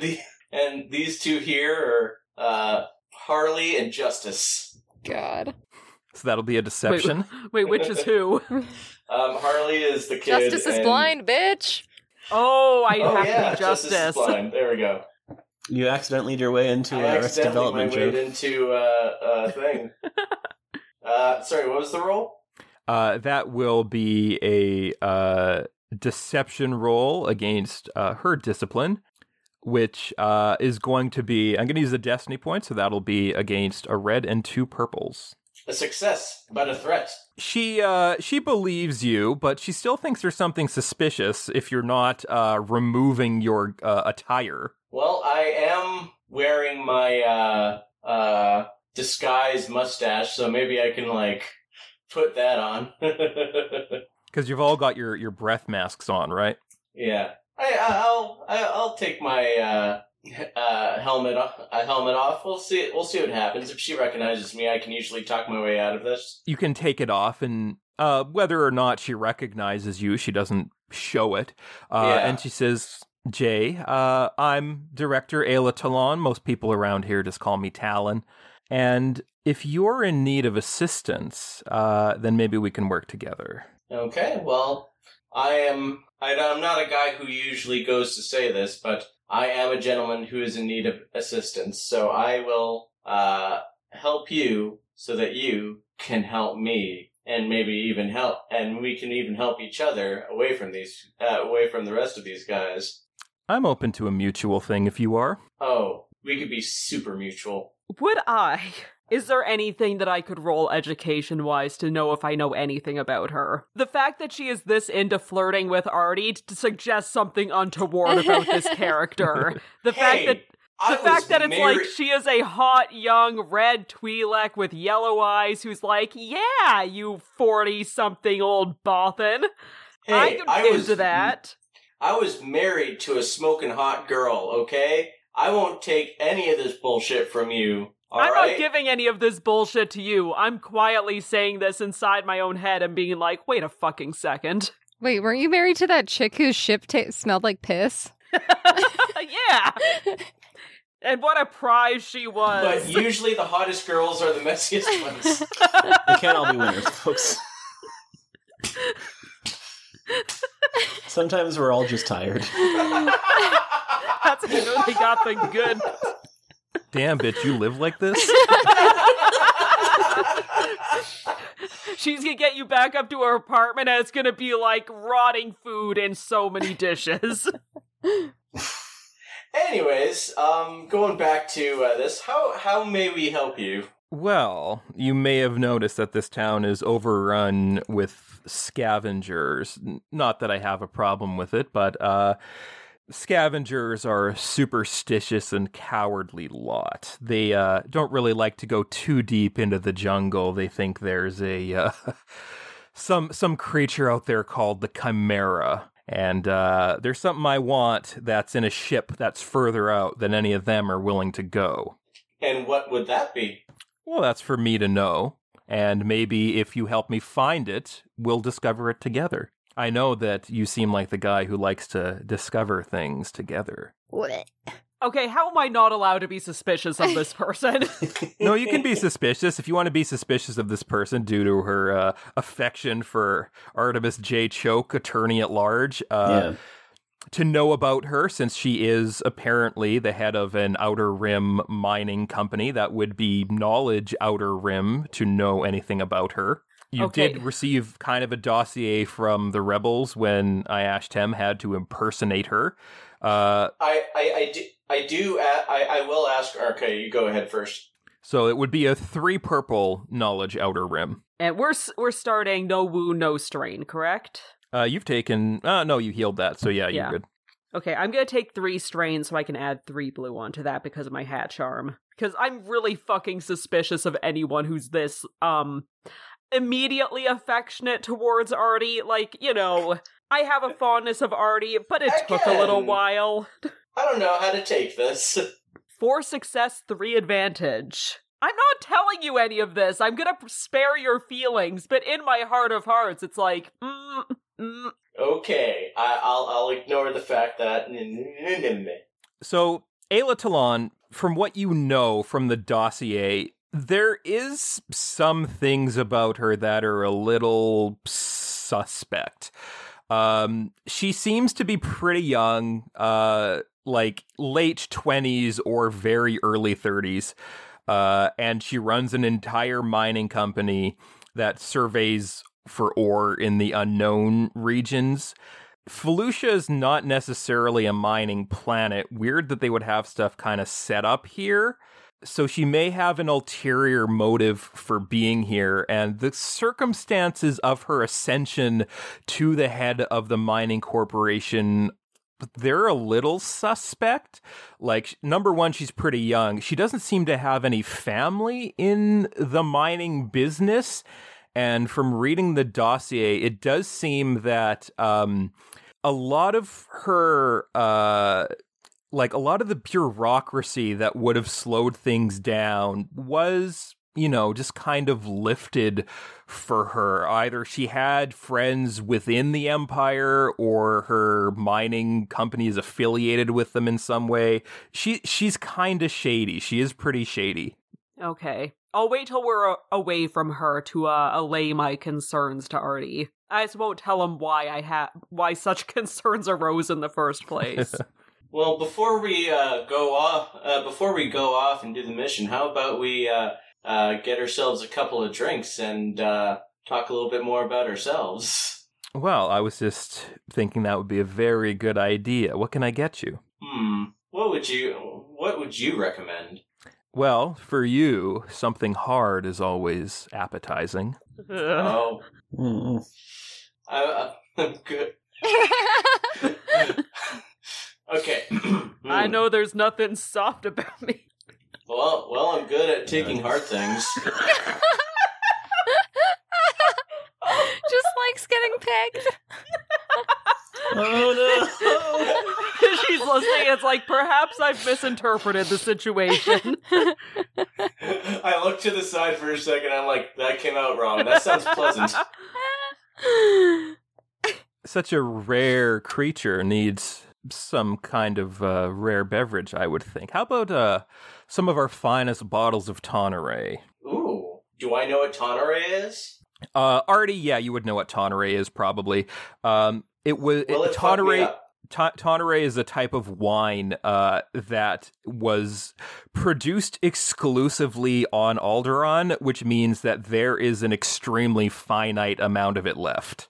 [SPEAKER 3] the, and these two here are uh, Harley and Justice.
[SPEAKER 5] God.
[SPEAKER 1] So that'll be a deception.
[SPEAKER 2] Wait, which is who?
[SPEAKER 3] Um, Harley is the kid.
[SPEAKER 5] Justice is
[SPEAKER 3] and-
[SPEAKER 5] blind, bitch.
[SPEAKER 2] Oh, I
[SPEAKER 3] Oh
[SPEAKER 2] have
[SPEAKER 3] yeah,
[SPEAKER 2] to be Justice.
[SPEAKER 3] is blind. There we go.
[SPEAKER 4] You accidentally your way into
[SPEAKER 3] I
[SPEAKER 4] a Arrested
[SPEAKER 3] accidentally
[SPEAKER 4] Development
[SPEAKER 3] migrated
[SPEAKER 4] joke.
[SPEAKER 3] into uh, uh, thing. uh, sorry, what was the role?
[SPEAKER 1] Uh, that will be a uh, deception roll against uh, her discipline, which uh, is going to be, I'm going to use the destiny point, so that'll be against a red and two purples.
[SPEAKER 3] A success, but a threat.
[SPEAKER 1] she uh she believes you but she still thinks there's something suspicious if you're not uh removing your uh, attire
[SPEAKER 3] Well, I am wearing my uh uh disguise mustache, so maybe I can like put that on.
[SPEAKER 1] because you've all got your your breath masks on right
[SPEAKER 3] yeah. I I'll I- I'll take my uh uh helmet off, uh, helmet off. We'll see we'll see what happens. If she recognizes me, I can usually talk my way out of this.
[SPEAKER 1] you can take it off and uh whether or not she recognizes you she doesn't show it uh
[SPEAKER 3] Yeah.
[SPEAKER 1] and she says jay uh i'm director ayla talon most people around here just call me talon and if you're in need of assistance uh then maybe we can work together
[SPEAKER 3] Okay. Well, I am I, I'm not a guy who usually goes to say this, but I am a gentleman who is in need of assistance. So I will uh help you so that you can help me and maybe even help and we can even help each other away from these uh, away from the rest of these guys.
[SPEAKER 1] i'm open to a mutual thing if you are
[SPEAKER 3] Oh, we could be super mutual.
[SPEAKER 2] Would I? Is there anything that I could roll education wise to know if I know anything about her? The fact that she is this into flirting with Artie t- suggests something untoward about this character. The fact
[SPEAKER 3] Hey,
[SPEAKER 2] that
[SPEAKER 3] I
[SPEAKER 2] the fact
[SPEAKER 3] was
[SPEAKER 2] that it's like
[SPEAKER 3] married-
[SPEAKER 2] she is a hot young red Twi'lek with yellow eyes who's like, yeah, you forty something old bothin. I
[SPEAKER 3] Hey,
[SPEAKER 2] could
[SPEAKER 3] I
[SPEAKER 2] into
[SPEAKER 3] was
[SPEAKER 2] that.
[SPEAKER 3] I was married to a smoking hot girl, okay? I won't take any of this bullshit from you, All
[SPEAKER 2] I'm
[SPEAKER 3] right?
[SPEAKER 2] not giving any of this bullshit to you. I'm quietly saying this inside my own head and being like, wait a fucking second.
[SPEAKER 5] Wait, weren't you married to that chick whose ship ta- smelled like piss?
[SPEAKER 2] yeah. And what a prize she was.
[SPEAKER 3] But usually the hottest girls are the messiest ones.
[SPEAKER 4] They can't all be winners, folks. Sometimes we're all just tired.
[SPEAKER 2] That's when you know they got the good.
[SPEAKER 1] Damn, bitch, you live like this?
[SPEAKER 2] She's gonna get you back up to her apartment and it's gonna be like rotting food and so many dishes.
[SPEAKER 3] Anyways, um, going back to uh, this, how how may we help you?
[SPEAKER 1] Well, you may have noticed that this town is overrun with scavengers. N- Not that I have a problem with it, but uh, scavengers are a superstitious and cowardly lot. They uh, don't really like to go too deep into the jungle. They think there's a uh, some some creature out there called the chimera. And uh, there's something I want that's in a ship that's further out than any of them are willing to go.
[SPEAKER 3] And what would that be?
[SPEAKER 1] Well, that's for me to know. And maybe if you help me find it, we'll discover it together. I know that you seem like the guy who likes to discover things together.
[SPEAKER 2] Okay, how am I not allowed to be suspicious of this person?
[SPEAKER 1] No, you can be suspicious. If you want to be suspicious of this person due to her uh, affection for Artemis J. Choke, attorney at large, uh,
[SPEAKER 4] yeah.
[SPEAKER 1] to know about her since she is apparently the head of an Outer Rim mining company. That would be knowledge Outer Rim to know anything about her. You
[SPEAKER 2] Okay.
[SPEAKER 1] did receive kind of a dossier from the rebels when Iashtem had to impersonate her. Uh,
[SPEAKER 3] I I, I do I do a- I I will ask. Okay, you go ahead first.
[SPEAKER 1] so it would be a three purple knowledge Outer Rim.
[SPEAKER 2] and we're s- we're starting no woo no strain, correct?
[SPEAKER 1] Uh, you've taken. Uh, no, you healed that. So yeah, you're
[SPEAKER 2] Yeah.
[SPEAKER 1] good.
[SPEAKER 2] Okay, I'm gonna take three strains so I can add three blue onto that because of my hat charm. Because I'm really fucking suspicious of anyone who's this um immediately affectionate towards Artie. Like, you know, I have a fondness of Artie, but it took a little
[SPEAKER 3] Again.
[SPEAKER 2] while.
[SPEAKER 3] I don't know how to take this.
[SPEAKER 2] Four success, three advantage. I'm not telling you any of this. I'm gonna spare your feelings, but in my heart of hearts, it's like, mm, mm,
[SPEAKER 3] Okay, I, I'll I'll ignore the fact that. Okay,
[SPEAKER 1] So, Ayla Talon, from what you know from the dossier, there is some things about her that are a little suspect. Um, she seems to be pretty young, uh, like late 20s or very early 30s. Uh, and she runs an entire mining company that surveys for ore in the unknown regions. Felucia is not necessarily a mining planet. Weird that they would have stuff kind of set up here. So she may have an ulterior motive for being here, and the circumstances of her ascension to the head of the mining corporation. They're a little suspect. Like, number one, she's pretty young. She doesn't seem to have any family in the mining business. And from reading the dossier, it does seem that um, a lot of her, uh, like a lot of the bureaucracy that would have slowed things down was, you know, just kind of lifted for her. Either she had friends within the empire or her mining company is affiliated with them in some way. She she's kind of shady. She is pretty shady.
[SPEAKER 2] Okay. I'll wait till we're a- away from her to uh, allay my concerns to Artie. I just won't tell him why I had why such concerns arose in the first place.
[SPEAKER 3] Well, before we uh, go off, uh, before we go off and do the mission, how about we uh, uh, get ourselves a couple of drinks and uh, talk a little bit more about ourselves?
[SPEAKER 1] Well, I was just thinking that would be a very good idea. What can I get you?
[SPEAKER 3] Hmm. What would you What would you recommend?
[SPEAKER 1] Well, for you, something hard is always appetizing.
[SPEAKER 2] Ugh.
[SPEAKER 3] Oh,
[SPEAKER 4] Mm-mm.
[SPEAKER 3] I, uh, I'm good. Okay. Hmm.
[SPEAKER 2] I know there's nothing soft about me.
[SPEAKER 3] Well, well, I'm good at taking
[SPEAKER 4] Yeah.
[SPEAKER 3] hard things.
[SPEAKER 5] Just likes getting pegged.
[SPEAKER 4] Oh no!
[SPEAKER 2] She's listening is like, perhaps I've misinterpreted the situation.
[SPEAKER 3] I look to the side for a second. I'm like, that came out wrong. That sounds pleasant.
[SPEAKER 1] Such a rare creature needs some kind of uh, rare beverage, I would think. How about uh, some of our finest bottles of Tonneray?
[SPEAKER 3] Ooh, do I know what Tonneray is?
[SPEAKER 1] Uh, Artie, yeah, you would know what Tonneray is probably. Um, it was
[SPEAKER 3] Will it fuck me
[SPEAKER 1] Tonneray.
[SPEAKER 3] up?
[SPEAKER 1] Ta- Tanneray is a type of wine uh, that was produced exclusively on Alderaan, which means that there is an extremely finite amount of it left.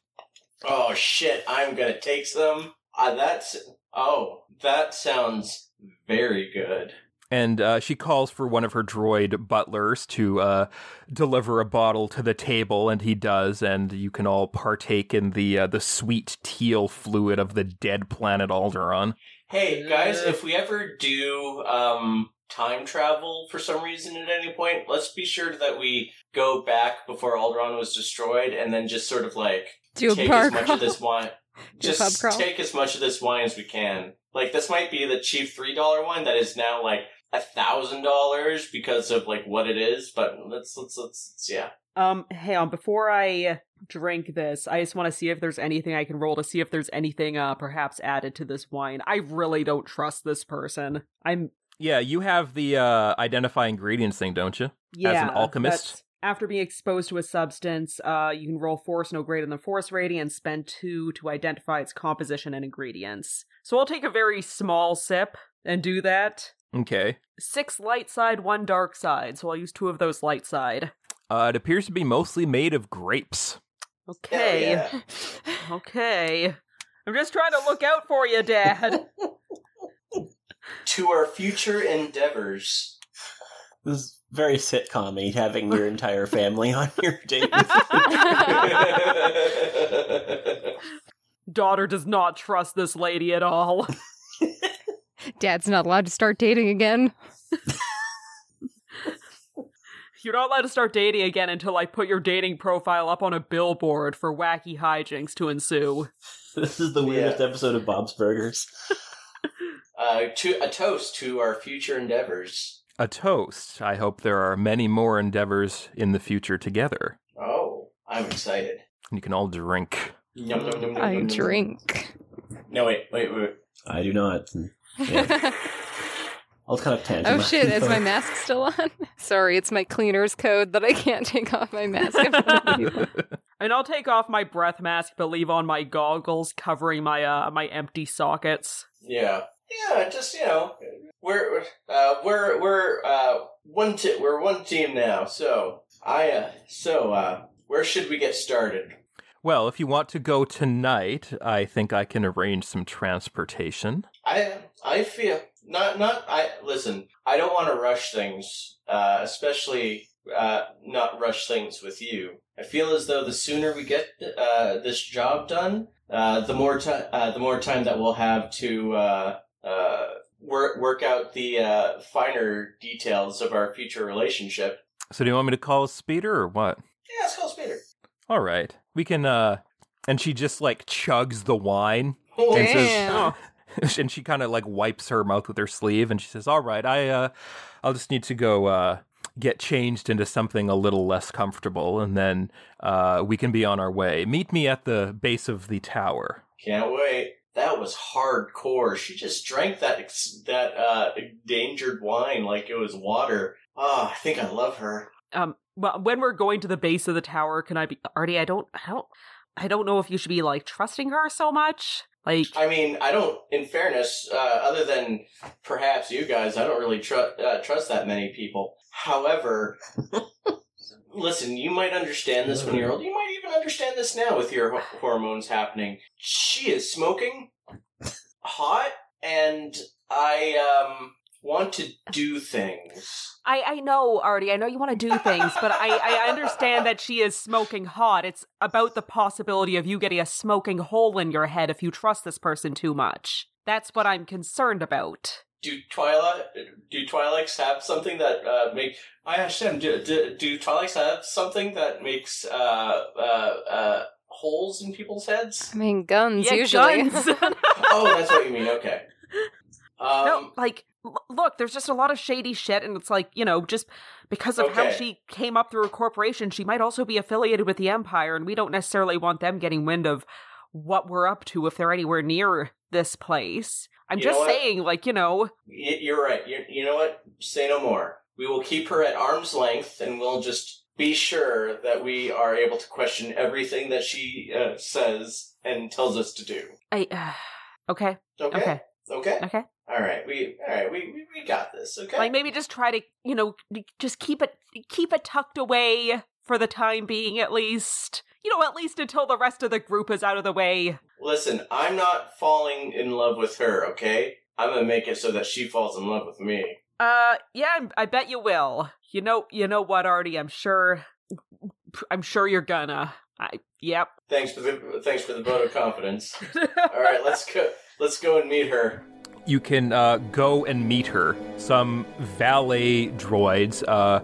[SPEAKER 3] Oh shit! I'm gonna take some. Uh, that's oh, that sounds very good.
[SPEAKER 1] And uh, she calls for one of her droid butlers to uh, deliver a bottle to the table, and he does. And you can all partake in the uh, the sweet teal fluid of the dead planet Alderaan.
[SPEAKER 3] Hey guys, if we ever do um time travel for some reason at any point, let's be sure that we go back before Alderaan was destroyed, and then just sort of like
[SPEAKER 5] Do a
[SPEAKER 3] take
[SPEAKER 5] bar
[SPEAKER 3] as much
[SPEAKER 5] crawl.
[SPEAKER 3] of this wine.
[SPEAKER 5] Do a pub
[SPEAKER 3] Just
[SPEAKER 5] crawl.
[SPEAKER 3] take as much of this wine as we can. Like this might be the cheap three dollar one that is now like a thousand dollars because of like what it is. But let's let's let's, let's yeah.
[SPEAKER 2] um, hang on. Before I drink this, I just want to see if there's anything I can roll to see if there's anything uh, perhaps added to this wine. I really don't trust this person. I'm
[SPEAKER 1] Yeah, you have the uh, identify ingredients thing, don't you?
[SPEAKER 2] yeah,
[SPEAKER 1] an alchemist?
[SPEAKER 2] that's- After being exposed to a substance, uh, you can roll force no greater than force rating and spend two to identify its composition and ingredients. So I'll take a very small sip and do that.
[SPEAKER 1] Okay.
[SPEAKER 2] Six light side, one dark side. So I'll use two of those light side.
[SPEAKER 1] Uh, it appears to be mostly made of grapes.
[SPEAKER 2] Okay,
[SPEAKER 3] Hell yeah.
[SPEAKER 2] okay. I'm just trying to look out for you, Dad.
[SPEAKER 3] To our future endeavors.
[SPEAKER 4] This is very sitcom having your entire family on your date. With
[SPEAKER 3] Uh,
[SPEAKER 2] Daughter does not trust this lady at all.
[SPEAKER 5] Dad's not allowed to start dating again.
[SPEAKER 2] You're not allowed to start dating again until I put your dating profile up on a billboard for wacky hijinks to ensue.
[SPEAKER 4] this is the weirdest episode of Bob's Burgers.
[SPEAKER 3] uh, to a toast to our future endeavors.
[SPEAKER 1] A toast. I hope there are many more endeavors in the future together.
[SPEAKER 3] Oh, I'm excited.
[SPEAKER 1] And you can all drink.
[SPEAKER 3] Yum, yum, yum, yum, yum,
[SPEAKER 5] I
[SPEAKER 3] yum.
[SPEAKER 5] drink.
[SPEAKER 3] No, wait, wait, wait.
[SPEAKER 4] I do not. I'll kind of tangent.
[SPEAKER 5] oh shit, is my mask still on? Sorry, it's my cleaner's code that I can't take off my mask. in front of you.
[SPEAKER 2] And I'll take off my breath mask, but leave on my goggles, covering my uh my empty sockets.
[SPEAKER 3] Yeah, yeah. Just you know, we're uh, we're we're uh, one t- we're one team now. So I uh, so uh, where should we get started?
[SPEAKER 1] Well, if you want to go tonight, I think I can arrange some transportation.
[SPEAKER 3] I I feel not not I listen. I don't want to rush things, uh, especially uh, not rush things with you. I feel as though the sooner we get uh, this job done, uh, the more time uh, the more time that we'll have to uh, uh, work work out the uh, finer details of our future relationship.
[SPEAKER 1] So do you want me to call a speeder or what?
[SPEAKER 3] Yeah, let's call Spader.
[SPEAKER 1] All right. We can uh and she just like chugs the wine
[SPEAKER 3] Holy
[SPEAKER 1] and
[SPEAKER 5] Damn.
[SPEAKER 1] says and she kind of like wipes her mouth with her sleeve and she says, "All right, I uh I'll just need to go uh get changed into something a little less comfortable and then uh we can be on our way. Meet me at the base of the tower."
[SPEAKER 3] Can't wait. That was hardcore. She just drank that ex- that uh, endangered wine like it was water. Ah, I think I love her.
[SPEAKER 2] Um, well, when we're going to the base of the tower, can I be Artie? I don't, I don't, I don't know if you should be like trusting her so much. Like,
[SPEAKER 3] I mean, I don't. In fairness, uh, other than perhaps you guys, I don't really tru- uh, trust that many people. However, listen, you might understand this when you're old. You might even understand this now with your ho- hormones happening. She is smoking hot, and I um want to do things.
[SPEAKER 2] I, I know Artie, I know you want to do things, but I, I understand that she is smoking hot. It's about the possibility of you getting a smoking hole in your head if you trust this person too much. That's what I'm concerned about.
[SPEAKER 3] do Twilight do Twilights have something that uh, make I understand do, do, do Twilights have something that makes uh, uh, uh, holes in people's heads?
[SPEAKER 5] I mean, guns
[SPEAKER 2] Yeah,
[SPEAKER 5] usually.
[SPEAKER 2] guns.
[SPEAKER 3] oh, that's what you mean. Okay. Um,
[SPEAKER 2] no, like, l- look, there's just a lot of shady shit, and it's like, you know, just because of how
[SPEAKER 3] Okay.
[SPEAKER 2] she came up through a corporation, she might also be affiliated with the Empire, and we don't necessarily want them getting wind of what we're up to if they're anywhere near this place. I'm
[SPEAKER 3] You know
[SPEAKER 2] just
[SPEAKER 3] what?
[SPEAKER 2] saying, like, you know,
[SPEAKER 3] Y- You're right. you you know what? Say no more. We will keep her at arm's length, and we'll just be sure that we are able to question everything that she uh, says and tells us to do.
[SPEAKER 2] I. okay,
[SPEAKER 3] Okay.
[SPEAKER 2] okay,
[SPEAKER 3] Okay.
[SPEAKER 2] okay.
[SPEAKER 3] All right. We. All right. We. We, we got this. Okay.
[SPEAKER 2] Like maybe just try to, you know, just keep it keep it tucked away for the time being at least. You know, at least until the rest of the group is out of the way.
[SPEAKER 3] Listen, I'm not falling in love with her. Okay. I'm gonna make it so that she falls in love with me.
[SPEAKER 2] Uh yeah, I'm- I bet you will. You know, you know what, Artie, I'm sure I'm sure you're gonna. I yep.
[SPEAKER 3] Thanks for the. Thanks for the vote of confidence. all right. Let's go. Let's go and meet her.
[SPEAKER 1] you can uh, go and meet her. Some valet droids uh,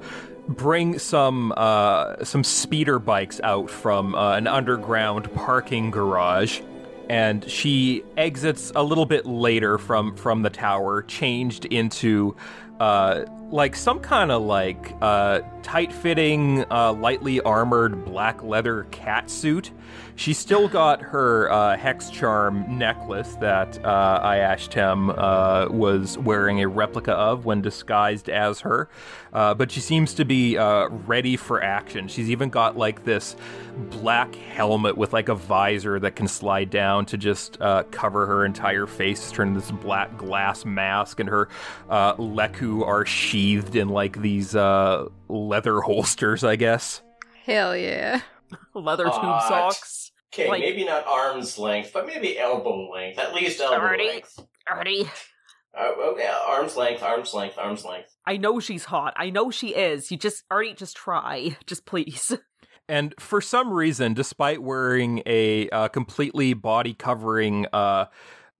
[SPEAKER 1] bring some uh, some speeder bikes out from uh, an underground parking garage, and she exits a little bit later from from the tower, changed into. Uh, like some kind of like uh, tight-fitting, uh, lightly armored black leather cat suit, She's still got her uh, hex charm necklace that uh, Iashtem uh, was wearing a replica of when disguised as her, uh, but she seems to be uh, ready for action. She's even got like this black helmet with like a visor that can slide down to just uh, cover her entire face, turn this black glass mask, and her uh, leku are sheathed in like these uh, leather holsters, I guess.
[SPEAKER 5] Hell yeah.
[SPEAKER 2] Leather tube
[SPEAKER 3] Hot.
[SPEAKER 2] socks.
[SPEAKER 3] Okay,
[SPEAKER 2] Like-
[SPEAKER 3] maybe not arm's length, but maybe elbow length. At least elbow
[SPEAKER 2] Already?
[SPEAKER 3] length.
[SPEAKER 2] Artie.
[SPEAKER 3] Uh, okay, arm's length, arm's length, arm's length.
[SPEAKER 2] I know she's hot. I know she is. You just Artie, just try. Just please.
[SPEAKER 1] And for some reason, despite wearing a uh, completely body covering uh,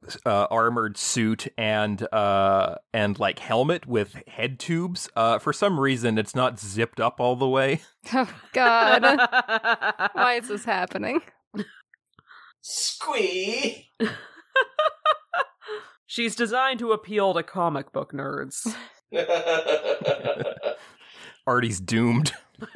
[SPEAKER 1] s- uh, armored suit and uh, and like helmet with head tubes, uh, for some reason it's not zipped up all the way.
[SPEAKER 5] Oh, God. Why is this happening?
[SPEAKER 3] Squee!
[SPEAKER 2] She's designed to appeal to comic book nerds.
[SPEAKER 1] Artie's doomed.
[SPEAKER 3] All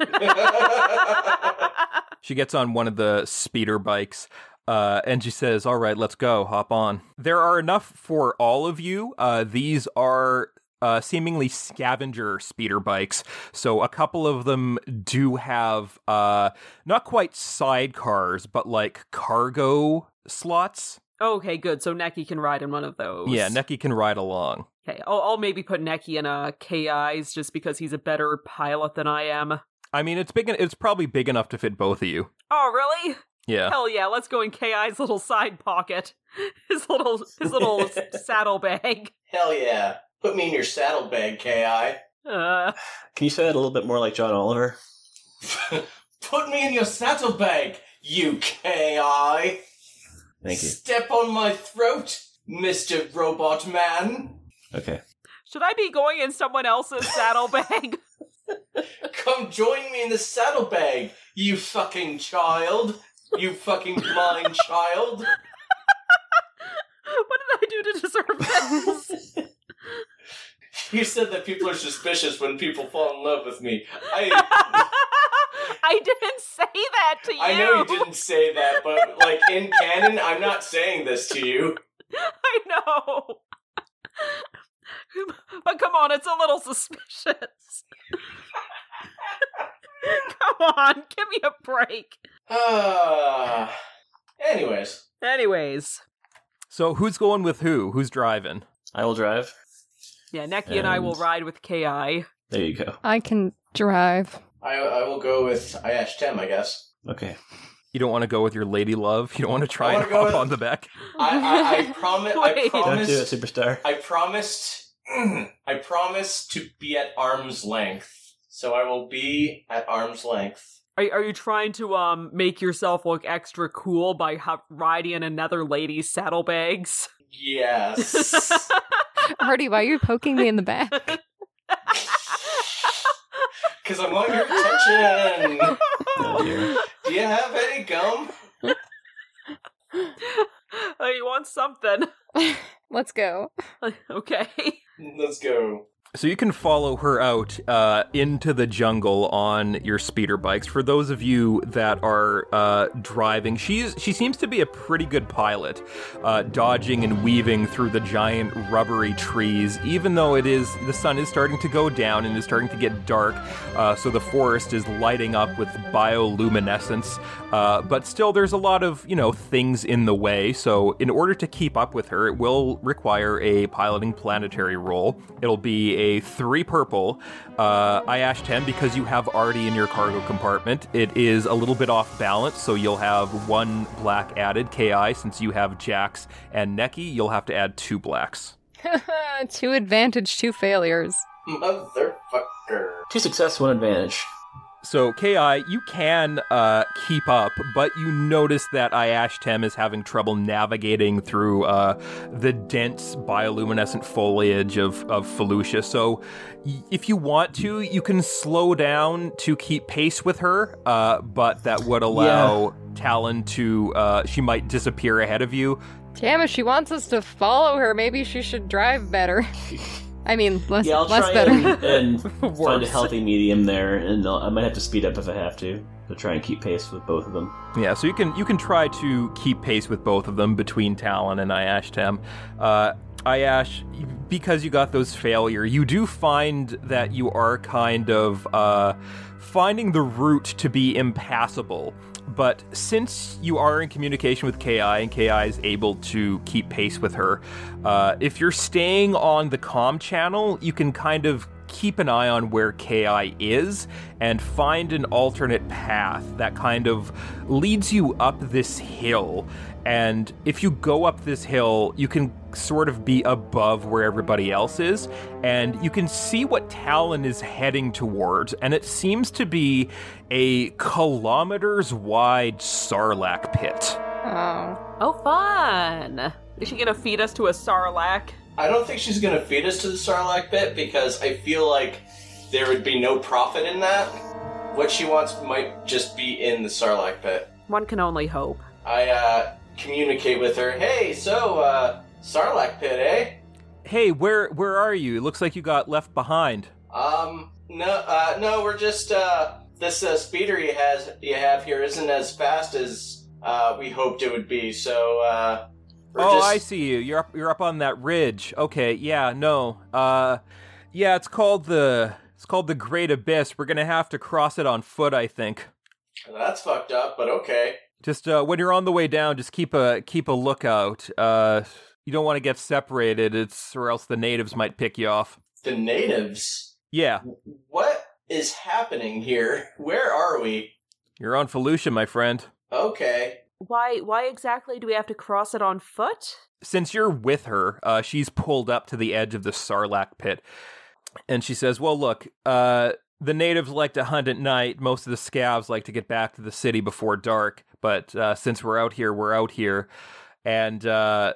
[SPEAKER 1] She gets on one of the speeder bikes. Uh, and she says, All right, let's go, hop on. There are enough for all of you. Uh, these are uh, seemingly scavenger speeder bikes. So a couple of them do have uh, not quite sidecars, but like cargo slots.
[SPEAKER 2] okay, good. So Neki can ride in one of those.
[SPEAKER 1] Yeah, Neki can ride along.
[SPEAKER 2] Okay, I'll, I'll maybe put Neki in uh, KI's just because he's a better pilot than I am.
[SPEAKER 1] I mean, it's big. en- It's probably big enough to fit both of you.
[SPEAKER 2] Oh, really?
[SPEAKER 1] Yeah.
[SPEAKER 2] Hell yeah! Let's go in KI's little side pocket, his little his little s- saddlebag.
[SPEAKER 3] Hell yeah. Put me in your saddlebag, K.I.
[SPEAKER 2] Uh,
[SPEAKER 4] Can you say that a little bit more like John Oliver?
[SPEAKER 3] Put me in your saddlebag, you K.I.
[SPEAKER 4] Thank you.
[SPEAKER 3] Step on my throat, Mr. Robot Man.
[SPEAKER 4] Okay.
[SPEAKER 2] should I be going in someone else's saddlebag?
[SPEAKER 3] Come join me in the saddlebag, you fucking child. You fucking blind child.
[SPEAKER 2] what did I do to deserve this?
[SPEAKER 3] You said that people are suspicious when people fall in love with me. I
[SPEAKER 2] I didn't say that to you.
[SPEAKER 3] I know you didn't say that, but like in canon, I'm not saying this to you.
[SPEAKER 2] I know. but come on, it's a little suspicious. come on, give me a break.
[SPEAKER 3] Uh, anyways,
[SPEAKER 2] Anyways,
[SPEAKER 1] So who's going with who? Who's driving?
[SPEAKER 4] I will drive.
[SPEAKER 2] yeah, Neki and, I will
[SPEAKER 4] And-
[SPEAKER 2] ride with Ki.
[SPEAKER 4] There you go.
[SPEAKER 5] I can drive.
[SPEAKER 3] I I will go with Ayash Tem, I guess.
[SPEAKER 4] Okay.
[SPEAKER 1] You don't want to go with your lady love. You don't want to try
[SPEAKER 3] I
[SPEAKER 1] and
[SPEAKER 3] wanna go
[SPEAKER 1] hop
[SPEAKER 3] with-
[SPEAKER 1] on the back.
[SPEAKER 3] I I, I promise. I
[SPEAKER 2] Wait.
[SPEAKER 4] Don't do it,
[SPEAKER 3] promised.
[SPEAKER 4] superstar.
[SPEAKER 3] I promised. I promised to be at arm's length, so I will be at arm's length.
[SPEAKER 2] Are, are you trying to um make yourself look extra cool by ho- riding in another lady's saddlebags?
[SPEAKER 3] Yes.
[SPEAKER 5] Artie, why are you poking me in the back?
[SPEAKER 3] Because I want your attention.
[SPEAKER 4] Oh, dear.
[SPEAKER 3] Do you have any gum?
[SPEAKER 2] Oh, you want something?
[SPEAKER 5] Let's go.
[SPEAKER 2] okay.
[SPEAKER 3] Let's go.
[SPEAKER 1] So you can follow her out uh, into the jungle on your speeder bikes. For those of you that are uh, driving, she's she seems to be a pretty good pilot, uh, dodging and weaving through the giant rubbery trees. Even though it is the sun is starting to go down and is starting to get dark, uh, so the forest is lighting up with bioluminescence. Uh, but still, there's a lot of you know things in the way. So in order to keep up with her, it will require a piloting planetary roll. It'll be a three purple. Uh, I asked him because you have Artie in your cargo compartment. It is a little bit off balance, so you'll have one black added. Ki since you have Jax and Neki, you'll have to add two blacks.
[SPEAKER 5] two advantage, two failures.
[SPEAKER 3] Motherfucker.
[SPEAKER 4] Two success, one advantage.
[SPEAKER 1] So Ki, you can uh, keep up, but you notice that Iashtem is having trouble navigating through uh, the dense bioluminescent foliage of of Felucia. So, y- if you want to, you can slow down to keep pace with her, uh, but that would allow Talon to. Uh, she might disappear ahead of you.
[SPEAKER 5] Damn, if she wants us to follow her, maybe she should drive better. I mean, less,
[SPEAKER 4] Yeah, I'll
[SPEAKER 5] less
[SPEAKER 4] try
[SPEAKER 5] better.
[SPEAKER 4] and, and find a
[SPEAKER 1] Worse.
[SPEAKER 4] healthy medium there, and I'll, I might have to speed up if I have to to try and keep pace with both of them.
[SPEAKER 1] Yeah, so you can you can try to keep pace with both of them between Talon and Iashtem. Uh, Iash, because you got those failure, you do find that you are kind of uh, finding the route to be impassable. But since you are in communication with Ki and Ki is able to keep pace with her, uh, if you're staying on the comm channel, you can kind of keep an eye on where Ki is and find an alternate path that kind of leads you up this hill. And if you go up this hill, you can sort of be above where everybody else is, and you can see what Talon is heading towards. And it seems to be a kilometers wide sarlacc pit.
[SPEAKER 5] Oh.
[SPEAKER 2] Oh, fun. Is she gonna feed us to a sarlacc?
[SPEAKER 3] I don't think she's gonna feed us to the Sarlacc pit because I feel like there would be no profit in that. What she wants might just be in the Sarlacc pit.
[SPEAKER 2] One can only hope.
[SPEAKER 3] I uh, communicate with her. Hey, so uh, Sarlacc pit, eh?
[SPEAKER 1] Hey, where where are you? It looks like you got left behind.
[SPEAKER 3] Um, no, uh, no, we're just uh, this uh, speeder you has you have here isn't as fast as uh, we hoped it would be. So uh, we're
[SPEAKER 1] oh,
[SPEAKER 3] just,
[SPEAKER 1] I see you. You're up. You're up on that ridge. Okay. Yeah. No. Uh, yeah. It's called the. It's called the Great Abyss. We're gonna have to cross it on foot, I think.
[SPEAKER 3] That's fucked up, but okay.
[SPEAKER 1] Just uh, when you're on the way down, just keep a keep a lookout. Uh, you don't want to get separated. It's or else the natives might pick you off.
[SPEAKER 3] The natives.
[SPEAKER 1] Yeah.
[SPEAKER 3] W- What is happening here? Where are we?
[SPEAKER 1] You're on Felucia, my friend.
[SPEAKER 3] Okay.
[SPEAKER 2] Why? Why exactly do we have to cross it on foot?
[SPEAKER 1] since you're with her, uh, she's pulled up to the edge of the sarlacc pit, and she says, "Well, look, uh, the natives like to hunt at night. Most of the scavs like to get back to the city before dark. But uh, since we're out here, we're out here, and uh,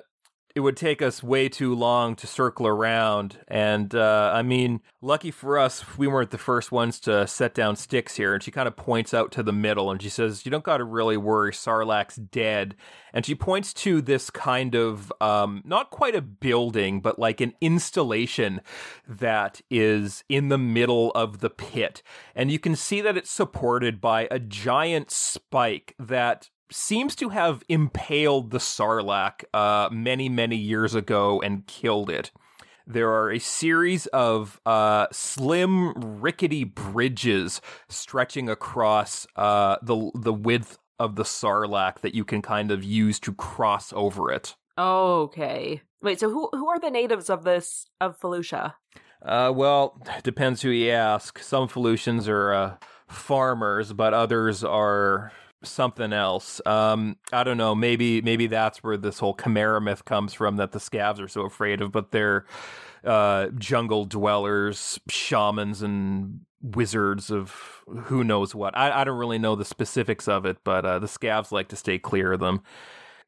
[SPEAKER 1] it would take us way too long to circle around. And uh, I mean, lucky for us, we weren't the first ones to set down sticks here." And she kind of points out to the middle, and she says, "You don't got to really worry. Sarlacc's dead." and she points to this kind of um, not quite a building but like an installation that is in the middle of the pit and you can see that it's supported by a giant spike that seems to have impaled the sarlacc uh, many many years ago and killed it there are a series of uh, slim, rickety bridges stretching across uh, the the width of the sarlacc that you can kind of use to cross over it.
[SPEAKER 2] Okay. Wait. So who who are the natives of this of Felucia?
[SPEAKER 1] Uh, well, depends who you ask. Some Felucians are uh, farmers, but others are something else. Um, I don't know. Maybe maybe that's where this whole Chimera myth comes from that the Scavs are so afraid of, but they're uh, jungle dwellers, shamans, and wizards of who knows what. I, I don't really know the specifics of it, but uh, the Scavs like to stay clear of them.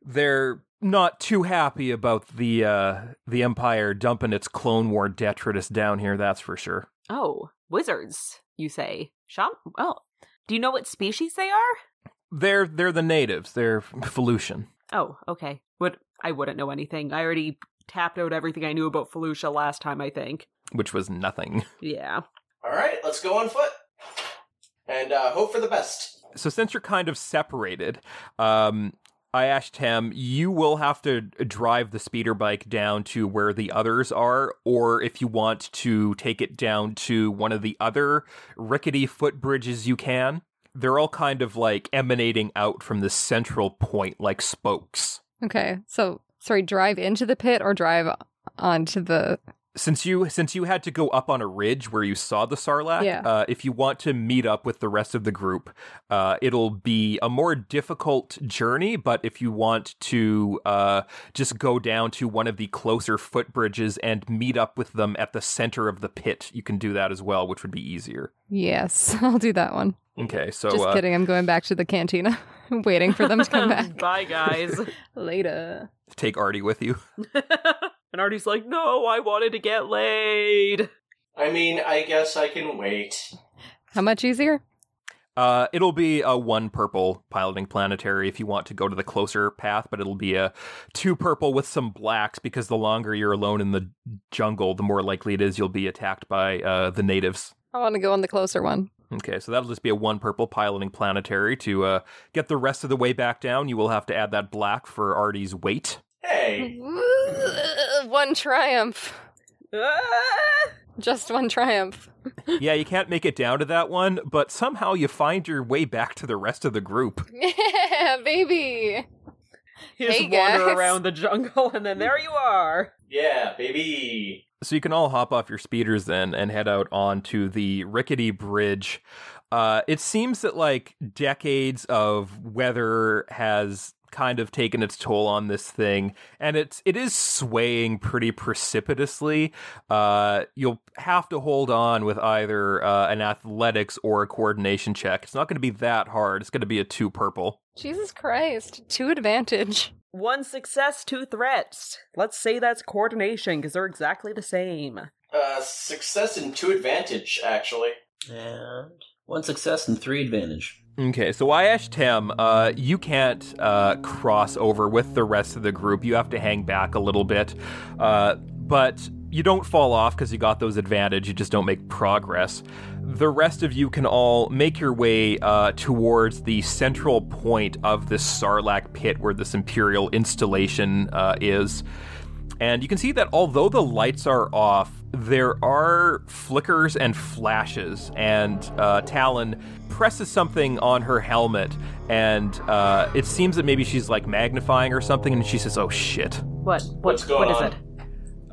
[SPEAKER 1] They're not too happy about the uh, the Empire dumping its Clone War detritus down here. That's for sure.
[SPEAKER 2] Oh, wizards. You say Sham? Oh, do you know what species they are?
[SPEAKER 1] They're they're the natives. They're Felucian.
[SPEAKER 2] Oh, okay. Would I wouldn't know anything. I already tap out everything I knew about Felucia last time, I think.
[SPEAKER 1] which was nothing.
[SPEAKER 2] Yeah.
[SPEAKER 3] All right, let's go on foot and uh, hope for the best.
[SPEAKER 1] So since you're kind of separated, um, I asked him, you will have to drive the speeder bike down to where the others are, or if you want to take it down to one of the other rickety footbridges, you can. They're all kind of like emanating out from the central point like spokes.
[SPEAKER 5] Okay. So, sorry, drive into the pit or drive onto the.
[SPEAKER 1] Since you since you had to go up on a ridge where you saw the sarlacc,
[SPEAKER 5] Yeah.
[SPEAKER 1] uh, if you want to meet up with the rest of the group, uh, it'll be a more difficult journey. But if you want to uh, just go down to one of the closer footbridges and meet up with them at the center of the pit, you can do that as well, which would be easier.
[SPEAKER 5] Yes, I'll do that one.
[SPEAKER 1] Okay, so
[SPEAKER 5] Just
[SPEAKER 1] uh,
[SPEAKER 5] kidding. I'm going back to the cantina, waiting for them to come back
[SPEAKER 2] Bye, guys.
[SPEAKER 5] later.
[SPEAKER 1] take Artie with you.
[SPEAKER 2] and Artie's like, no, I wanted to get laid.
[SPEAKER 3] I mean, I guess I can wait.
[SPEAKER 5] How much easier?
[SPEAKER 1] Uh, it'll be a one purple piloting planetary if you want to go to the closer path, but it'll be a two purple with some blacks because the longer you're alone in the jungle, the more likely it is you'll be attacked by uh, the natives.
[SPEAKER 5] I want to go on the closer one.
[SPEAKER 1] Okay, so that'll just be a one purple piloting planetary to uh, get the rest of the way back down. You will have to add that black for Artie's weight.
[SPEAKER 3] Hey,
[SPEAKER 5] one triumph.
[SPEAKER 2] Ah!
[SPEAKER 5] Just one triumph.
[SPEAKER 1] yeah, you can't make it down to that one, but somehow you find your way back to the rest of the group.
[SPEAKER 5] Yeah, baby.
[SPEAKER 2] You just
[SPEAKER 5] Hey,
[SPEAKER 2] wander
[SPEAKER 5] guys.
[SPEAKER 2] around the jungle, and then there you are.
[SPEAKER 3] yeah, baby.
[SPEAKER 1] So you can all hop off your speeders then and head out onto the rickety bridge. Uh, it seems that like decades of weather has kind of taken its toll on this thing, and it's it is swaying pretty precipitously. Uh, you'll have to hold on with either uh, an athletics or a coordination check. It's not going to be that hard. It's going to be a two purple.
[SPEAKER 5] Jesus Christ. Two advantage.
[SPEAKER 2] One success, two threats. Let's say that's coordination, because they're exactly the same.
[SPEAKER 3] Uh, success and two advantage, actually.
[SPEAKER 4] And one success and three advantage.
[SPEAKER 1] Okay, so Ayash Tem, uh, you can't uh, cross over with the rest of the group. You have to hang back a little bit, uh, but you don't fall off because you got those advantage. You just don't make progress. The rest of you can all make your way uh, towards the central point of this Sarlacc pit where this Imperial installation uh, is. And you can see that although the lights are off, there are flickers and flashes. And uh, Talon presses something on her helmet, and uh, it seems that maybe she's like magnifying or something, and she says, "Oh shit."
[SPEAKER 2] What? What,
[SPEAKER 3] What's going
[SPEAKER 2] what is
[SPEAKER 3] on?
[SPEAKER 2] it?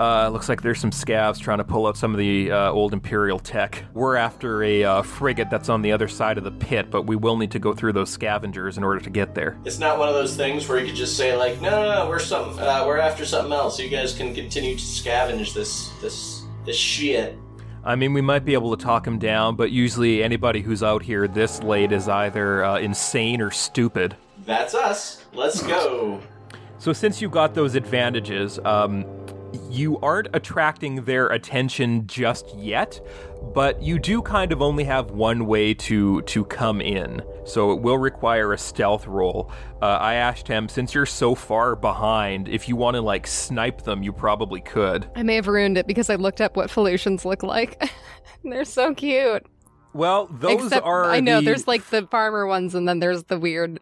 [SPEAKER 1] Uh, looks like there's some scavs trying to pull out some of the uh, old Imperial tech. We're after a uh, frigate that's on the other side of the pit, but we will need to go through those scavengers in order to get there.
[SPEAKER 3] It's not one of those things where you could just say like, no, no, no we're something, uh, we're after something else. You guys can continue to scavenge this, this, this shit.
[SPEAKER 1] I mean, we might be able to talk him down, but usually anybody who's out here this late is either uh, insane or stupid.
[SPEAKER 3] That's us. Let's go.
[SPEAKER 1] So, since you got those advantages, um, you aren't attracting their attention just yet, but you do kind of only have one way to to come in. So it will require a stealth roll. Uh, I asked him, since you're so far behind, if you want to like snipe them, you probably could.
[SPEAKER 5] I may have ruined it because I looked up what Felucians look like. They're so cute.
[SPEAKER 1] Well, those
[SPEAKER 5] Except,
[SPEAKER 1] are
[SPEAKER 5] I know
[SPEAKER 1] the-
[SPEAKER 5] there's like the farmer ones, and then there's the weird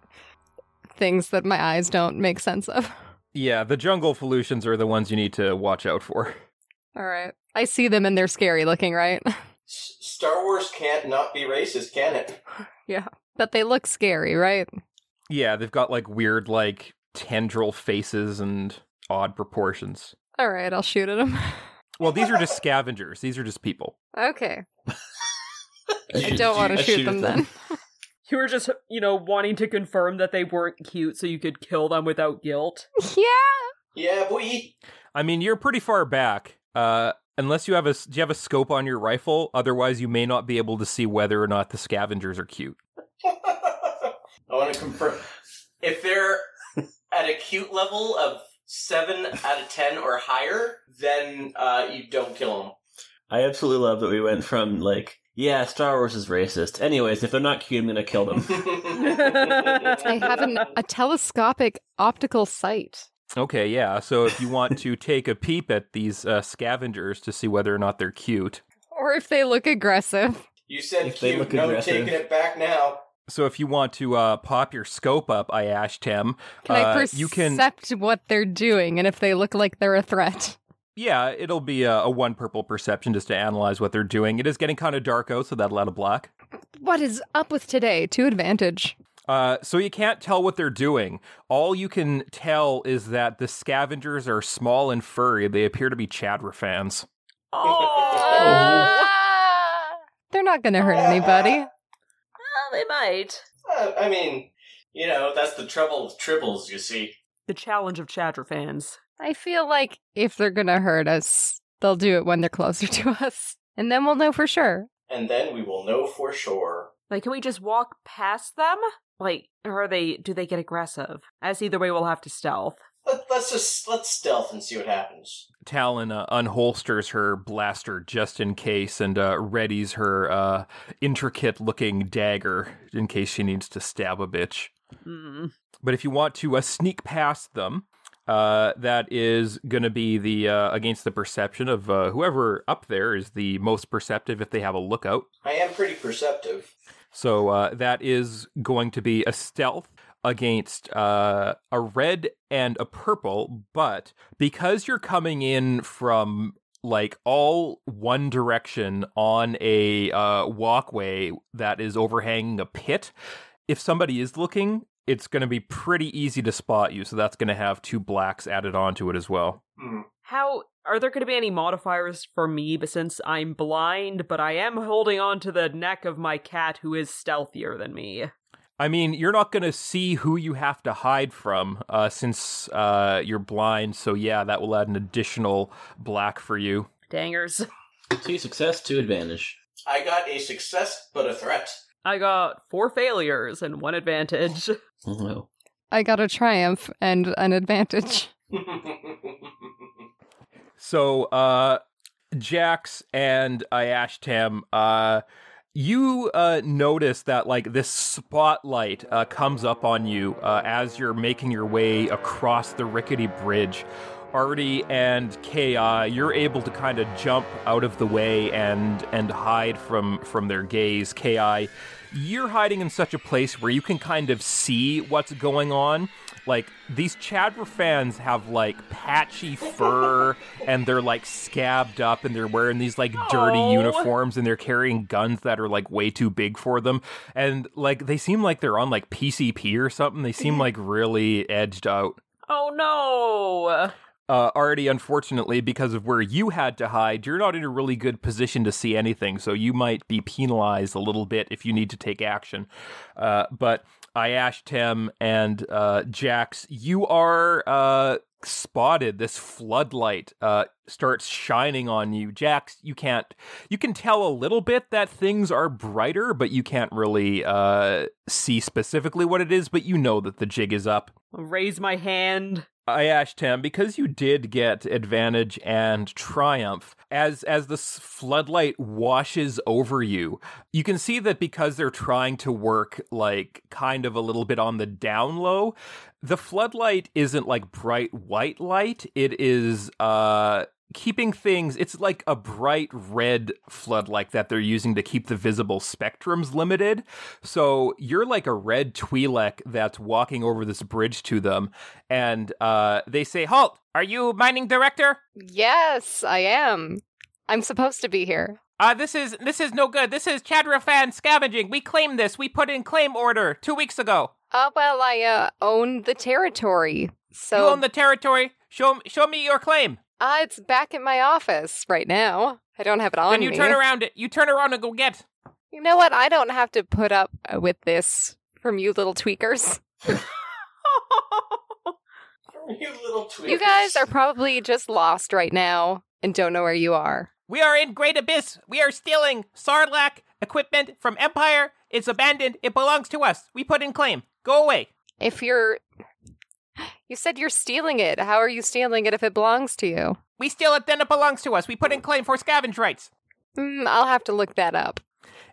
[SPEAKER 5] things that my eyes don't make sense of.
[SPEAKER 1] yeah, the jungle Felucians are the ones you need to watch out for.
[SPEAKER 5] All right, I see them, and they're scary looking, right?
[SPEAKER 3] S- Star Wars can't not be racist, can it?
[SPEAKER 5] but they look scary, right?
[SPEAKER 1] Yeah, they've got like weird like tendril faces and odd proportions.
[SPEAKER 5] All right, I'll shoot at them.
[SPEAKER 1] Well, these are just scavengers. These are just people.
[SPEAKER 5] Okay,
[SPEAKER 4] I
[SPEAKER 5] I don't want to shoot, them, then.
[SPEAKER 2] You were just, you know, wanting to confirm that they weren't cute so you could kill them without guilt.
[SPEAKER 5] yeah.
[SPEAKER 3] Yeah, boy.
[SPEAKER 1] I mean, you're pretty far back. Uh, unless you have a s- do you have a scope on your rifle? Otherwise, you may not be able to see whether or not the scavengers are cute.
[SPEAKER 3] I want to confirm if they're at a cute level of seven out of ten or higher, then uh, you don't kill them.
[SPEAKER 4] I absolutely love that we went from like, yeah, Star Wars is racist. Anyways, if they're not cute, I'm gonna kill them.
[SPEAKER 5] I have an, a telescopic optical sight.
[SPEAKER 1] Okay, yeah. So if you want to take a peep at these uh, scavengers to see whether or not they're cute.
[SPEAKER 5] Or if they look aggressive.
[SPEAKER 3] You said
[SPEAKER 4] If they
[SPEAKER 3] cute.
[SPEAKER 4] look
[SPEAKER 3] No
[SPEAKER 4] aggressive.
[SPEAKER 3] taking it back now.
[SPEAKER 1] So if you want to uh, pop your scope up, I asked him.
[SPEAKER 5] Can I
[SPEAKER 1] uh,
[SPEAKER 5] percept
[SPEAKER 1] you can
[SPEAKER 5] what they're doing and if they look like they're a threat?
[SPEAKER 1] Yeah, it'll be a, a one purple perception just to analyze what they're doing. It is getting kind of dark out, so that'll add a block.
[SPEAKER 5] What is up with today? To advantage.
[SPEAKER 1] Uh, so you can't tell what they're doing. All you can tell is that the scavengers are small and furry. They appear to be Chadra fans.
[SPEAKER 2] Oh,
[SPEAKER 5] They're not going to hurt anybody.
[SPEAKER 2] well, they might.
[SPEAKER 3] Uh, I mean, you know, that's the trouble with tribbles, you see.
[SPEAKER 2] The challenge of Chadra fans.
[SPEAKER 5] I feel like if they're going to hurt us, they'll do it when they're closer to us. And then we'll know for sure.
[SPEAKER 3] And then we will know for sure.
[SPEAKER 2] Like, can we just walk past them? Like, or are they? Do they get aggressive? As either way, we'll have to stealth.
[SPEAKER 3] Let, let's just let's stealth and see what happens.
[SPEAKER 1] Talon uh, unholsters her blaster just in case and uh, readies her uh, intricate looking dagger in case she needs to stab a bitch.
[SPEAKER 2] Mm.
[SPEAKER 1] But if you want to uh, sneak past them, uh, that is going to be the uh, against the perception of uh, whoever up there is the most perceptive if they have a lookout.
[SPEAKER 3] I am pretty perceptive.
[SPEAKER 1] So uh, that is going to be a stealth against uh, a red and a purple. But because you're coming in from like all one direction on a uh, walkway that is overhanging a pit, if somebody is looking, it's going to be pretty easy to spot you. So that's going to have two blacks added onto it as well.
[SPEAKER 3] Hmm.
[SPEAKER 2] How are there going to be any modifiers for me? But since I'm blind, but I am holding on to the neck of my cat, who is stealthier than me.
[SPEAKER 1] I mean, you're not going to see who you have to hide from uh, since uh, you're blind. So, yeah, that will add an additional black for you.
[SPEAKER 2] Dangers.
[SPEAKER 6] Two success, two advantage.
[SPEAKER 3] I got a success, but a threat.
[SPEAKER 2] I got four failures and one advantage.
[SPEAKER 4] Oh,
[SPEAKER 6] No.
[SPEAKER 5] I got a triumph and an advantage.
[SPEAKER 1] So, uh, Jax and Iashtam, uh, you uh, notice that like this spotlight uh, comes up on you uh, as you're making your way across the rickety bridge. Artie and Ki, you're able to kind of jump out of the way and and hide from from their gaze. Ki, you're hiding in such a place where you can kind of see what's going on. Like these Chadra fans have like patchy fur and they're like scabbed up and they're wearing these like dirty
[SPEAKER 2] Oh.
[SPEAKER 1] uniforms and they're carrying guns that are like way too big for them. And like they seem like they're on like PCP or something. They seem like really edged out
[SPEAKER 2] oh no!
[SPEAKER 1] uh, already unfortunately because of where you had to hide you're not in a really good position to see anything so you might be penalized a little bit if you need to take action uh, but i asked him and uh, jax you are uh, spotted this floodlight uh, starts shining on you jax you can't you can tell a little bit that things are brighter but you can't really uh, see specifically what it is but you know that the jig is up
[SPEAKER 2] Raise my hand.
[SPEAKER 1] I asked him because you did get advantage and triumph as as this floodlight washes over you. You can see that because they're trying to work like kind of a little bit on the down low. The floodlight isn't like bright white light. It is uh keeping things it's like a bright red floodlight that they're using to keep the visible spectrums limited. So you're like a red Twi'lek that's walking over this bridge to them and uh, they say, "Halt! Are you mining director?
[SPEAKER 5] Yes, I am. I'm supposed to be here.
[SPEAKER 1] Uh, this is this is no good. This is Chadrafan scavenging. We claim this. We put in claim order two weeks ago.
[SPEAKER 5] Oh, well, I uh, own the territory. So
[SPEAKER 1] you own the territory. Show show me your claim.
[SPEAKER 5] uh, it's back at my office right now. I don't have it on
[SPEAKER 1] Then you
[SPEAKER 5] me.
[SPEAKER 1] turn around. You turn around and go get.
[SPEAKER 5] You know what? I don't have to put up uh, with this from you little tweakers.
[SPEAKER 3] you little tweet.
[SPEAKER 5] You guys are probably just lost right now and don't know where you are.
[SPEAKER 1] We are in Great Abyss. We are stealing Sarlacc equipment from Empire. It's abandoned. It belongs to us. We put in claim. Go away.
[SPEAKER 5] If you're. You said you're stealing it. How are you stealing it if it belongs to you?
[SPEAKER 1] We steal it, then it belongs to us. We put in claim for scavenge rights.
[SPEAKER 5] Hmm, I'll have to look that up.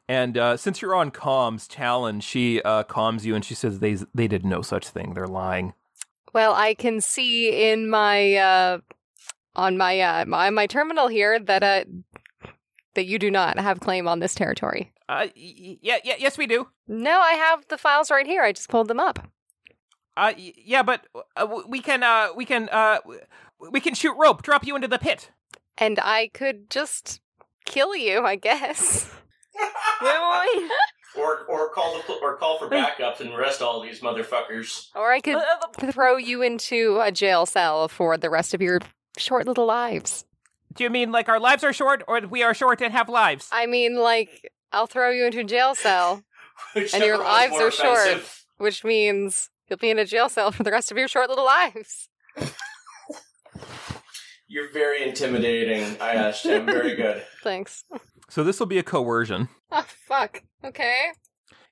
[SPEAKER 1] And uh, since you're on comms, Talon, she uh, comms you and she says they they did no such thing. They're lying.
[SPEAKER 5] Well, I can see in my uh on my uh my, my terminal here that uh that you do not have claim on this territory.
[SPEAKER 1] Uh, y- yeah, yeah, yes, we do.
[SPEAKER 5] No, I have the files right here. I just pulled them up.
[SPEAKER 1] Uh, y- yeah, but uh, w- we can, uh, we can, uh, w- we can shoot rope, drop you into the pit.
[SPEAKER 5] And I could just kill you, I guess.
[SPEAKER 2] Really?
[SPEAKER 3] or or call the pl- or call for backups and arrest all these motherfuckers.
[SPEAKER 5] Or I could throw you into a jail cell for the rest of your short little lives.
[SPEAKER 1] Do you mean like our lives are short, or we are short and have lives?
[SPEAKER 5] I mean, like, I'll throw you into a jail cell,
[SPEAKER 3] Whichever
[SPEAKER 5] your
[SPEAKER 3] one's
[SPEAKER 5] lives
[SPEAKER 3] more
[SPEAKER 5] are short.
[SPEAKER 3] offensive.
[SPEAKER 5] which means you'll be in a jail cell for the rest of your short little lives.
[SPEAKER 3] You're very intimidating. I asked him. Very good.
[SPEAKER 5] Thanks.
[SPEAKER 1] So this will be a coercion.
[SPEAKER 5] Oh, fuck. Okay.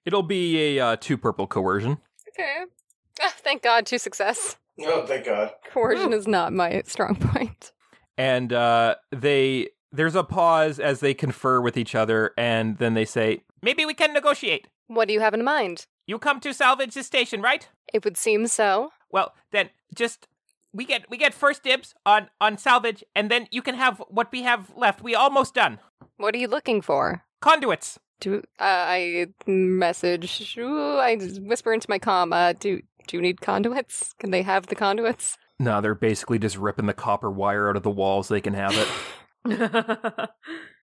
[SPEAKER 1] It'll be a uh, two purple coercion.
[SPEAKER 5] Okay. Ah, thank God, to success.
[SPEAKER 3] Oh, thank God.
[SPEAKER 5] Coercion is not my strong point.
[SPEAKER 1] and uh, they there's a pause as they confer with each other, and then they say, "Maybe we can negotiate.
[SPEAKER 5] What do you have in mind?
[SPEAKER 1] You come to salvage the station, right?
[SPEAKER 5] It would seem so.
[SPEAKER 1] Well, then just we get we get first dibs on on salvage, and then you can have what we have left. We almost done
[SPEAKER 5] What are you looking for?
[SPEAKER 1] conduits.
[SPEAKER 5] Do uh, I message? Ooh, I whisper into my comm. Uh, do do you need conduits? Can they have the conduits?
[SPEAKER 1] No, they're basically just ripping the copper wire out of the walls. They can have it.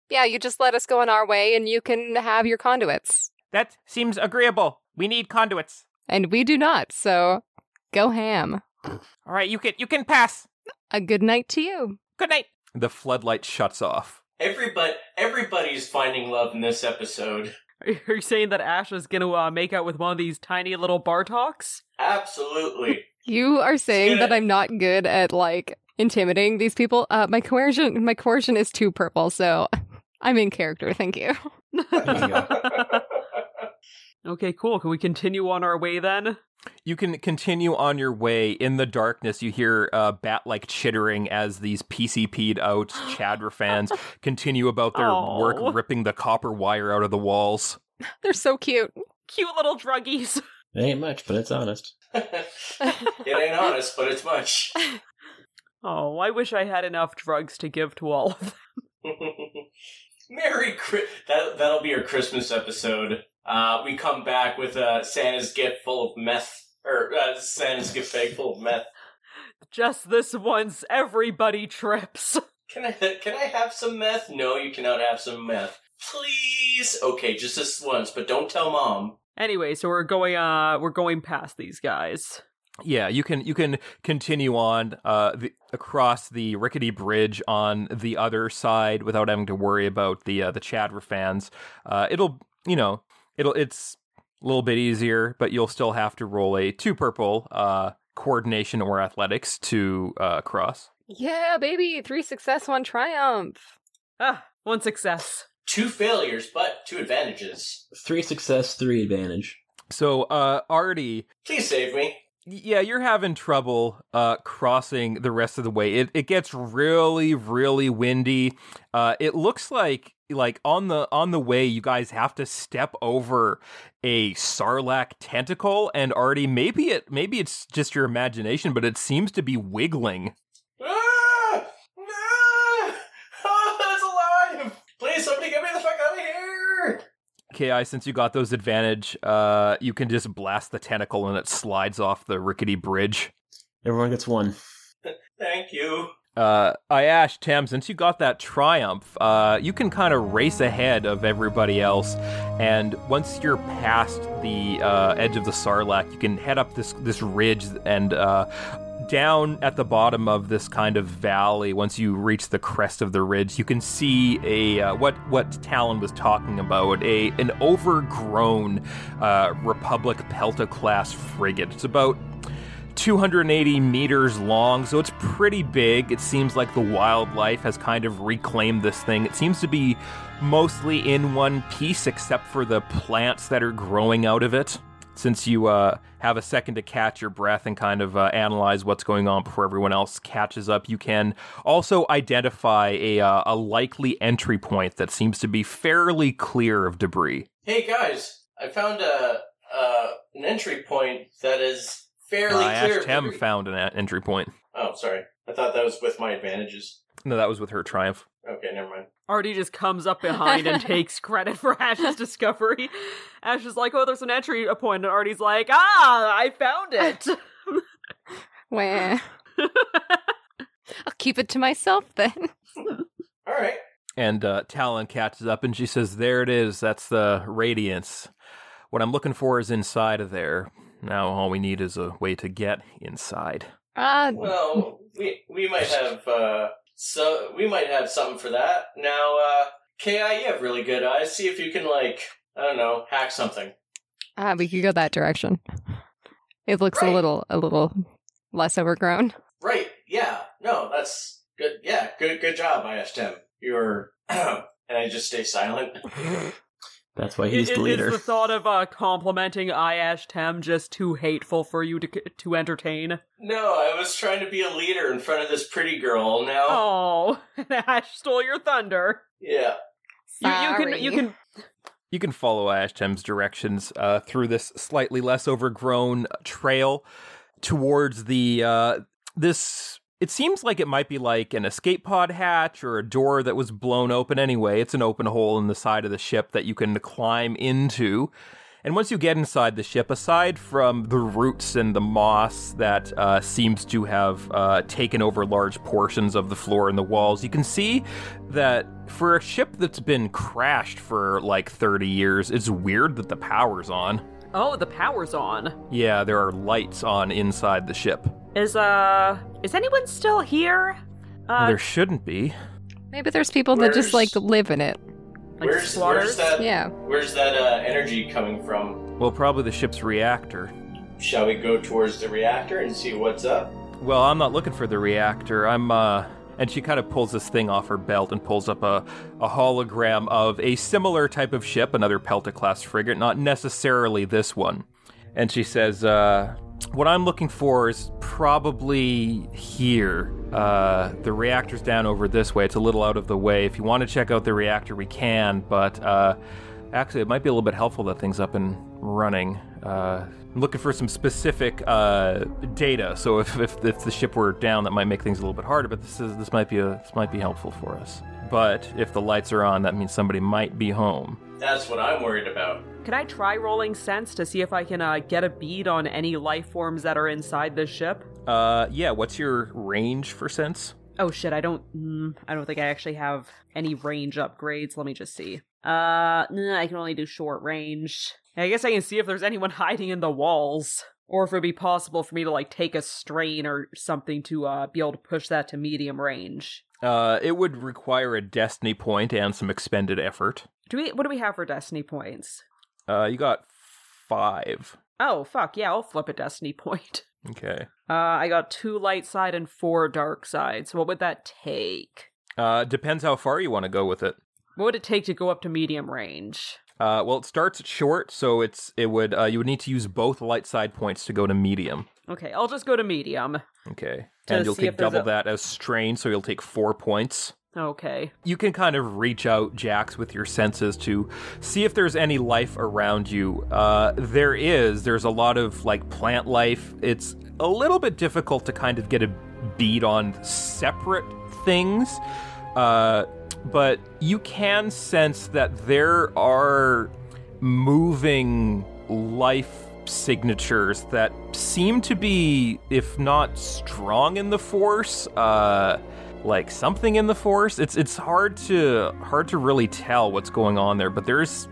[SPEAKER 5] Yeah, you just let us go on our way, and you can have your conduits.
[SPEAKER 1] that seems agreeable. We need conduits.
[SPEAKER 5] And we do not. So, go ham.
[SPEAKER 1] All right, you can you can pass.
[SPEAKER 5] A good night to you.
[SPEAKER 1] Good night." The floodlight shuts off.
[SPEAKER 3] Everybody, everybody's finding love in this episode.
[SPEAKER 2] Are you saying that Ash is going to uh, make out with one of these tiny little Bartoks?
[SPEAKER 3] Absolutely.
[SPEAKER 5] You are saying that
[SPEAKER 3] Good.
[SPEAKER 5] I'm not good at like intimidating these people. Uh, my coercion, my coercion is too purple. So, I'm in character. Thank you.
[SPEAKER 2] Okay, cool. Can we continue on our way then?
[SPEAKER 1] You can continue on your way. In the darkness, you hear uh, bat like chittering as these PCP'd out Chadra fans continue about their
[SPEAKER 2] Aw.
[SPEAKER 1] work ripping the copper wire out of the walls.
[SPEAKER 5] They're so cute.
[SPEAKER 2] Cute little druggies.
[SPEAKER 4] It ain't much, but it's honest.
[SPEAKER 3] it ain't honest, but it's much.
[SPEAKER 2] Oh, I wish I had enough drugs to give to all of them.
[SPEAKER 3] Merry Christmas. That, that'll be our Christmas episode. Uh, we come back with uh, Santa's gift full of meth, or uh, Santa's gift bag full of meth.
[SPEAKER 2] Just this once, everybody trips.
[SPEAKER 3] Can I can I have some meth? No, you cannot have some meth. Please. Okay, just this once, but don't tell mom.
[SPEAKER 2] Anyway, so we're going uh we're going past these guys.
[SPEAKER 1] Yeah, you can you can continue on uh, the, across the rickety bridge on the other side without having to worry about the uh, the Chadra fans. Uh, it'll you know it'll it's a little bit easier, but you'll still have to roll a two purple uh, coordination or athletics to uh, cross.
[SPEAKER 5] Yeah, baby. Three success, one triumph.
[SPEAKER 2] Ah, one success.
[SPEAKER 3] Two failures, but two advantages.
[SPEAKER 4] Three success, three advantage.
[SPEAKER 1] So, uh, Artie,
[SPEAKER 3] Please save me.
[SPEAKER 1] yeah, you're having trouble uh, crossing the rest of the way. It it gets really, really windy. Uh, it looks like like on the on the way, you guys have to step over a sarlacc tentacle. And Artie, maybe it maybe it's just your imagination, but it seems to be wiggling.
[SPEAKER 3] Ah! Ah! Oh, that's alive! Please, somebody get me the fuck out of here!
[SPEAKER 1] Ki, since you got those advantage, uh, you can just blast the tentacle and it slides off the rickety bridge.
[SPEAKER 4] Everyone gets one.
[SPEAKER 3] Thank you.
[SPEAKER 1] uh, Ayash, Tam, since you got that triumph, uh, you can kind of race ahead of everybody else. And once you're past the uh, edge of the Sarlacc, you can head up this this ridge and uh, down at the bottom of this kind of valley. Once you reach the crest of the ridge, you can see a uh, what what Talon was talking about a an overgrown uh, Republic Pelta class frigate. It's about 280 meters long, so it's pretty big. It seems like the wildlife has kind of reclaimed this thing. It seems to be mostly in one piece, except for the plants that are growing out of it. Since you uh, have a second to catch your breath and kind of uh, analyze what's going on before everyone else catches up, you can also identify a, uh, a likely entry point that seems to be fairly clear of debris.
[SPEAKER 3] Hey guys, I found a uh, an entry point that is fairly
[SPEAKER 1] uh,
[SPEAKER 3] clear.
[SPEAKER 1] Ash Tem
[SPEAKER 3] Three.
[SPEAKER 1] found an a- entry point.
[SPEAKER 3] oh, sorry. I thought that was with my advantages.
[SPEAKER 1] No, that was with her triumph.
[SPEAKER 3] Okay, never mind.
[SPEAKER 2] Artie just comes up behind and takes credit for Ash's discovery. Ash is like, oh, there's an entry point, and Artie's like, ah, I found it.
[SPEAKER 5] Wah. I'll keep it to myself then.
[SPEAKER 3] All right.
[SPEAKER 1] And uh, Talon catches up and she says, There it is. That's the radiance. What I'm looking for is inside of there. Now all we need is a way to get inside.
[SPEAKER 5] Ah,
[SPEAKER 3] Well, we we might have uh so we might have something for that. Now, uh Ki, you have really good eyes. See if you can like I don't know, hack something.
[SPEAKER 5] ah, we could go that direction. It looks
[SPEAKER 3] Right.
[SPEAKER 5] a little, a little less overgrown.
[SPEAKER 3] Right? Yeah. No, that's good. Yeah, good. Good job, I asked him. You're and I just stay silent.
[SPEAKER 4] That's why he's
[SPEAKER 2] It-
[SPEAKER 4] the
[SPEAKER 2] it-
[SPEAKER 4] leader.
[SPEAKER 2] It's the thought of uh, complimenting Iash Tem just too hateful for you to to entertain.
[SPEAKER 3] No, I was trying to be a leader in front of this pretty girl. Now,
[SPEAKER 2] Oh, Ash stole your thunder.
[SPEAKER 3] yeah.
[SPEAKER 2] You, you can you
[SPEAKER 5] Sorry.
[SPEAKER 2] can
[SPEAKER 1] You can follow Ashtem's directions uh, through this slightly less overgrown trail towards the uh, this. It seems like it might be like an escape pod hatch or a door that was blown open anyway. It's an open hole in the side of the ship that you can climb into. And once you get inside the ship, aside from the roots and the moss that uh, seems to have uh, taken over large portions of the floor and the walls, you can see that for a ship that's been crashed for like 30 years, it's weird that the power's on.
[SPEAKER 2] Oh, the power's on.
[SPEAKER 1] Yeah, there are lights on inside the ship.
[SPEAKER 2] Is uh is anyone still here? Uh
[SPEAKER 1] there shouldn't be.
[SPEAKER 5] Maybe there's people that just like
[SPEAKER 3] Where's-
[SPEAKER 5] live in it.
[SPEAKER 2] like
[SPEAKER 3] where's
[SPEAKER 2] squatters?
[SPEAKER 3] where's that?
[SPEAKER 5] Yeah.
[SPEAKER 3] Where's that uh, energy coming from?
[SPEAKER 1] Well, probably the ship's reactor.
[SPEAKER 3] Shall we go towards the reactor and see what's up?
[SPEAKER 1] Well, I'm not looking for the reactor. I'm, uh. And she kind of pulls this thing off her belt and pulls up a, a hologram of a similar type of ship, another Pelta class frigate, not necessarily this one. And she says, uh, What I'm looking for is probably here. Uh, the reactor's down over this way. It's a little out of the way. If you want to check out the reactor, we can, but uh, actually, it might be a little bit helpful that thing's up and running. Uh, I'm looking for some specific uh, data, so if, if, if the ship were down, that might make things a little bit harder. But this is this might be a, this might be helpful for us. But if the lights are on, that means somebody might be home.
[SPEAKER 3] That's what I'm worried about.
[SPEAKER 2] Can I try rolling sense to see if I can uh, get a bead on any life forms that are inside this ship?
[SPEAKER 1] Uh, yeah. What's your range for sense?
[SPEAKER 2] Oh shit, I don't mm, I don't think I actually have any range upgrades. Let me just see. Uh nah, I can only do short range. I guess I can see if there's anyone hiding in the walls or if it would be possible for me to like take a strain or something to uh be able to push that to medium range.
[SPEAKER 1] Uh, it would require a destiny point and some expended effort.
[SPEAKER 2] Do we what do we have for destiny points?
[SPEAKER 1] Uh, you got five.
[SPEAKER 2] Oh fuck, yeah, I'll flip a destiny point.
[SPEAKER 1] Okay.
[SPEAKER 2] Uh I got two light side and four dark side. So what would that take?
[SPEAKER 1] Uh, depends how far you want to go with it.
[SPEAKER 2] What would it take to go up to medium range?
[SPEAKER 1] Uh, well, it starts short, so it's it would uh, you would need to use both light side points to go to medium.
[SPEAKER 2] Okay, I'll just go to medium.
[SPEAKER 1] Okay,
[SPEAKER 2] To
[SPEAKER 1] and you'll
[SPEAKER 2] see
[SPEAKER 1] take
[SPEAKER 2] if there's
[SPEAKER 1] double
[SPEAKER 2] a-
[SPEAKER 1] that as strain, so you'll take four points.
[SPEAKER 2] Okay.
[SPEAKER 1] You can kind of reach out, Jax, with your senses to see if there's any life around you. Uh, there is. There's a lot of like plant life. It's a little bit difficult to kind of get a bead on separate things. Uh, but you can sense that there are moving life signatures that seem to be, if not strong in the force, uh, like something in the force. It's it's hard to hard to really tell what's going on there, but there's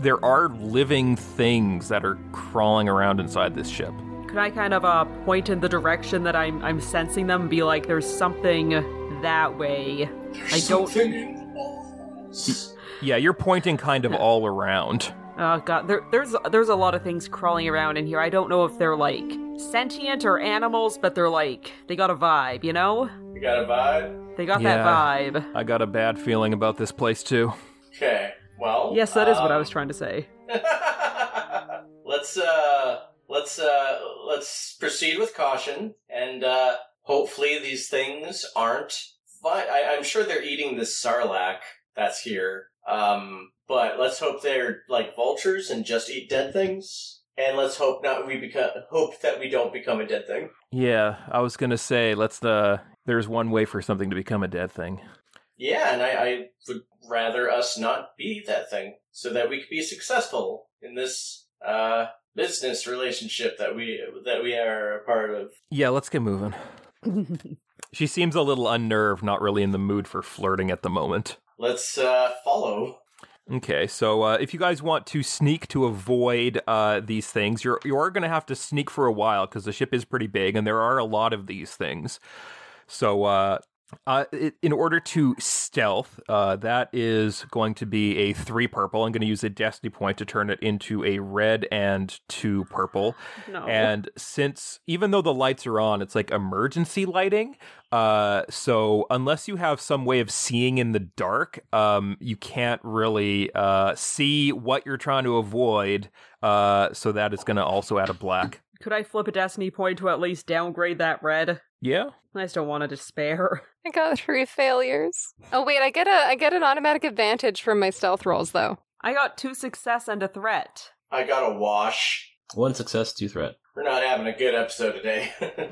[SPEAKER 1] there are living things that are crawling around inside this ship.
[SPEAKER 2] Could I kind of uh, point in the direction that I'm I'm sensing them? And be like, there's something that way. I don't.
[SPEAKER 3] in the walls.
[SPEAKER 1] Yeah, you're pointing kind of all around.
[SPEAKER 2] Oh god, there, there's there's a lot of things crawling around in here. I don't know if they're like sentient or animals, but they're like they got a vibe, you know?
[SPEAKER 3] You got a vibe?
[SPEAKER 2] They got
[SPEAKER 1] Yeah.
[SPEAKER 2] that vibe.
[SPEAKER 1] I got a bad feeling about this place too.
[SPEAKER 3] Okay. Well.
[SPEAKER 2] Yes, that is what I was trying to say.
[SPEAKER 3] trying. let's uh, let's uh, let's proceed with caution, and uh, hopefully these things aren't. But I, I'm sure they're eating this sarlacc that's here. Um, but let's hope they're like vultures and just eat dead things. and let's hope not we become hope that we don't become a dead thing.
[SPEAKER 1] Yeah, I was gonna say let's. Uh, there's one way for something to become a dead thing.
[SPEAKER 3] Yeah, and I, I would rather us not be that thing so that we could be successful in this uh, business relationship that we that we are a part of.
[SPEAKER 1] Yeah, let's get moving. she seems a little unnerved, not really in the mood for flirting at the moment.
[SPEAKER 3] Let's uh, follow.
[SPEAKER 1] Okay, so uh, if you guys want to sneak to avoid uh, these things, you're you are going to have to sneak for a while because the ship is pretty big and there are a lot of these things. So, uh, uh, i- in order to stealth, uh, that is going to be a three purple. I'm going to use a destiny point to turn it into a red and two purple.
[SPEAKER 2] No.
[SPEAKER 1] And since even though the lights are on, it's like emergency lighting. Uh, so unless you have some way of seeing in the dark, um, you can't really uh, see what you're trying to avoid. Uh, so that is going to also add a black.
[SPEAKER 2] Could I flip a destiny point to at least downgrade that red?
[SPEAKER 1] Yeah.
[SPEAKER 2] I just don't want to despair.
[SPEAKER 5] I got three failures. Oh wait, I get a I get an automatic advantage from my stealth rolls though.
[SPEAKER 2] I got two success and a threat.
[SPEAKER 3] I got a wash.
[SPEAKER 4] One success, two threat.
[SPEAKER 3] We're not having a good episode today.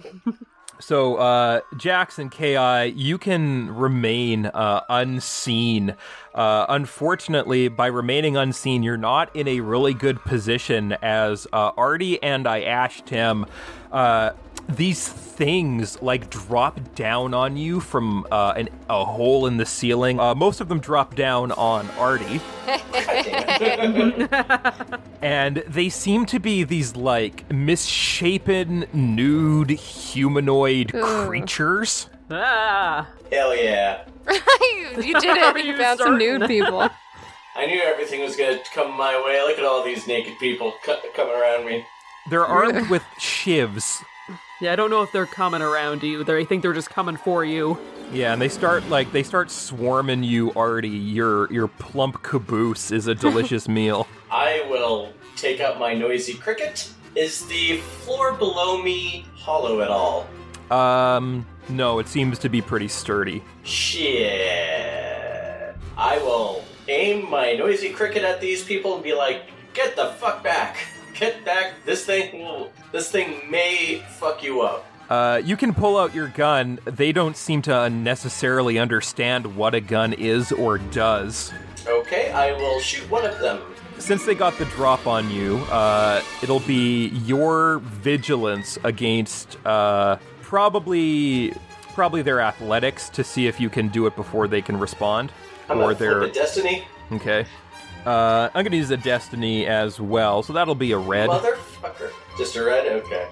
[SPEAKER 1] So, uh, Jax and Ki, you can remain uh, unseen. Uh, unfortunately, by remaining unseen, you're not in a really good position. As uh, Artie and I asked him, uh, these things like drop down on you from uh, an, a hole in the ceiling. Uh, most of them drop down on Artie and they seem to be these like misshapen nude humanoid
[SPEAKER 5] Ugh.
[SPEAKER 1] creatures
[SPEAKER 2] Ah!
[SPEAKER 3] Hell yeah!
[SPEAKER 5] you, you did
[SPEAKER 2] Are
[SPEAKER 5] it. You
[SPEAKER 2] you
[SPEAKER 5] found some
[SPEAKER 2] certain?
[SPEAKER 5] nude people.
[SPEAKER 3] I knew everything was gonna come my way. Look at all these naked people co- coming around me.
[SPEAKER 1] they're armed with shivs
[SPEAKER 2] Yeah, I don't know if they're coming around you. They think they're just coming for you.
[SPEAKER 1] yeah and they start like they start swarming you already your your plump caboose is a delicious meal
[SPEAKER 3] I will take out my noisy cricket. Is the floor below me hollow at all?
[SPEAKER 1] um no it seems to be pretty sturdy
[SPEAKER 3] Shit. I will aim my noisy cricket at these people and be like, "Get the fuck back! Get back! This thing will. This thing may fuck you up."
[SPEAKER 1] uh, you can pull out your gun they don't seem to necessarily understand what a gun is or does
[SPEAKER 3] Okay, I will shoot one of them.
[SPEAKER 1] since they got the drop on you, uh, it'll be your vigilance against uh, probably probably their athletics to see if you can do it before they can respond,
[SPEAKER 3] I'm
[SPEAKER 1] or
[SPEAKER 3] gonna flip
[SPEAKER 1] their
[SPEAKER 3] it, destiny.
[SPEAKER 1] okay. Uh, I'm gonna use a destiny as well, so that'll be a red.
[SPEAKER 3] Motherfucker. Just a red. Okay.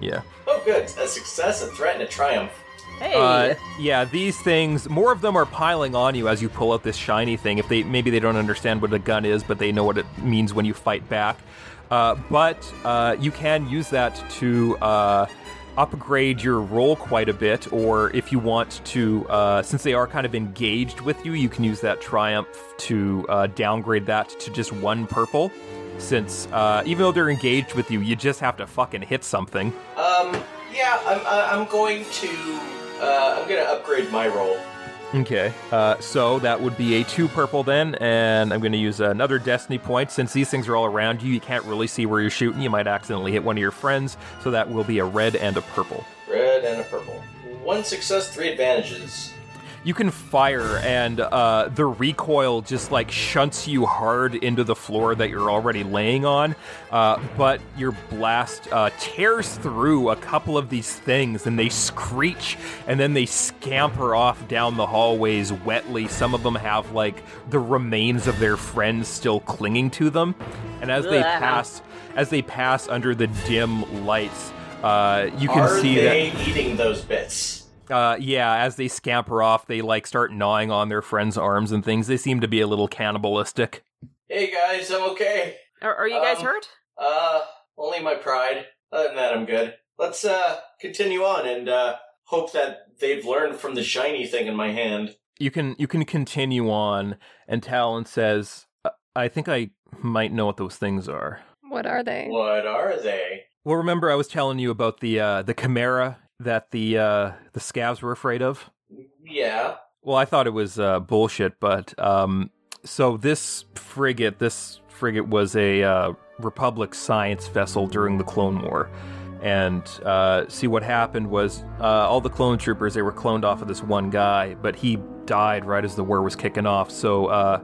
[SPEAKER 1] Yeah.
[SPEAKER 3] Oh, good. A success, a threat, and a triumph.
[SPEAKER 2] Hey!
[SPEAKER 1] Uh, yeah, these things, more of them are piling on you as you pull out this shiny thing. If they maybe they don't understand what a gun is, but they know what it means when you fight back. Uh, but uh, you can use that to uh, upgrade your roll quite a bit, or if you want to, uh, since they are kind of engaged with you, you can use that triumph to uh, downgrade that to just one purple. Since uh, even though they're engaged with you, you just have to fucking hit something.
[SPEAKER 3] Um, yeah, I'm, I- I'm going to, uh, I'm gonna upgrade my roll.
[SPEAKER 1] Okay, uh, so that would be a two purple then, and I'm going to use another destiny point. Since these things are all around you, you can't really see where you're shooting. You might accidentally hit one of your friends, so that will be a red and a purple.
[SPEAKER 3] Red and a purple. One success, three advantages.
[SPEAKER 1] You can fire, and uh, the recoil just like shunts you hard into the floor that you're already laying on. Uh, but your blast uh, tears through a couple of these things, and they screech, and then they scamper off down the hallways wetly. Some of them have like the remains of their friends still clinging to them, and as they
[SPEAKER 2] Ugh.
[SPEAKER 1] pass, as they pass under the dim lights, uh, you can
[SPEAKER 3] Are
[SPEAKER 1] see that.
[SPEAKER 3] they eating those bits?
[SPEAKER 1] Uh, yeah, as they scamper off, they like start gnawing on their friends' arms and things. They seem to be a little cannibalistic.
[SPEAKER 3] Hey guys, I'm okay.
[SPEAKER 2] are, are you guys
[SPEAKER 3] um,
[SPEAKER 2] hurt?
[SPEAKER 3] Uh, only my pride. Other than that, I'm good. Let's, uh, continue on and, uh, hope that they've learned from the shiny thing in my hand.
[SPEAKER 1] You can you can continue on, and Talon says, "I- "I think I might know what those things are."
[SPEAKER 5] What are they?
[SPEAKER 3] What are they?
[SPEAKER 1] Well, remember I was telling you about the uh, the chimera that the uh, the scavs were afraid of.
[SPEAKER 3] Yeah.
[SPEAKER 1] Well, I thought it was uh, bullshit, but um, so this frigate, this frigate was a uh, Republic science vessel during the Clone War. And uh, see what happened was uh, all the clone troopers they were cloned off of this one guy, but he died right as the war was kicking off. So uh,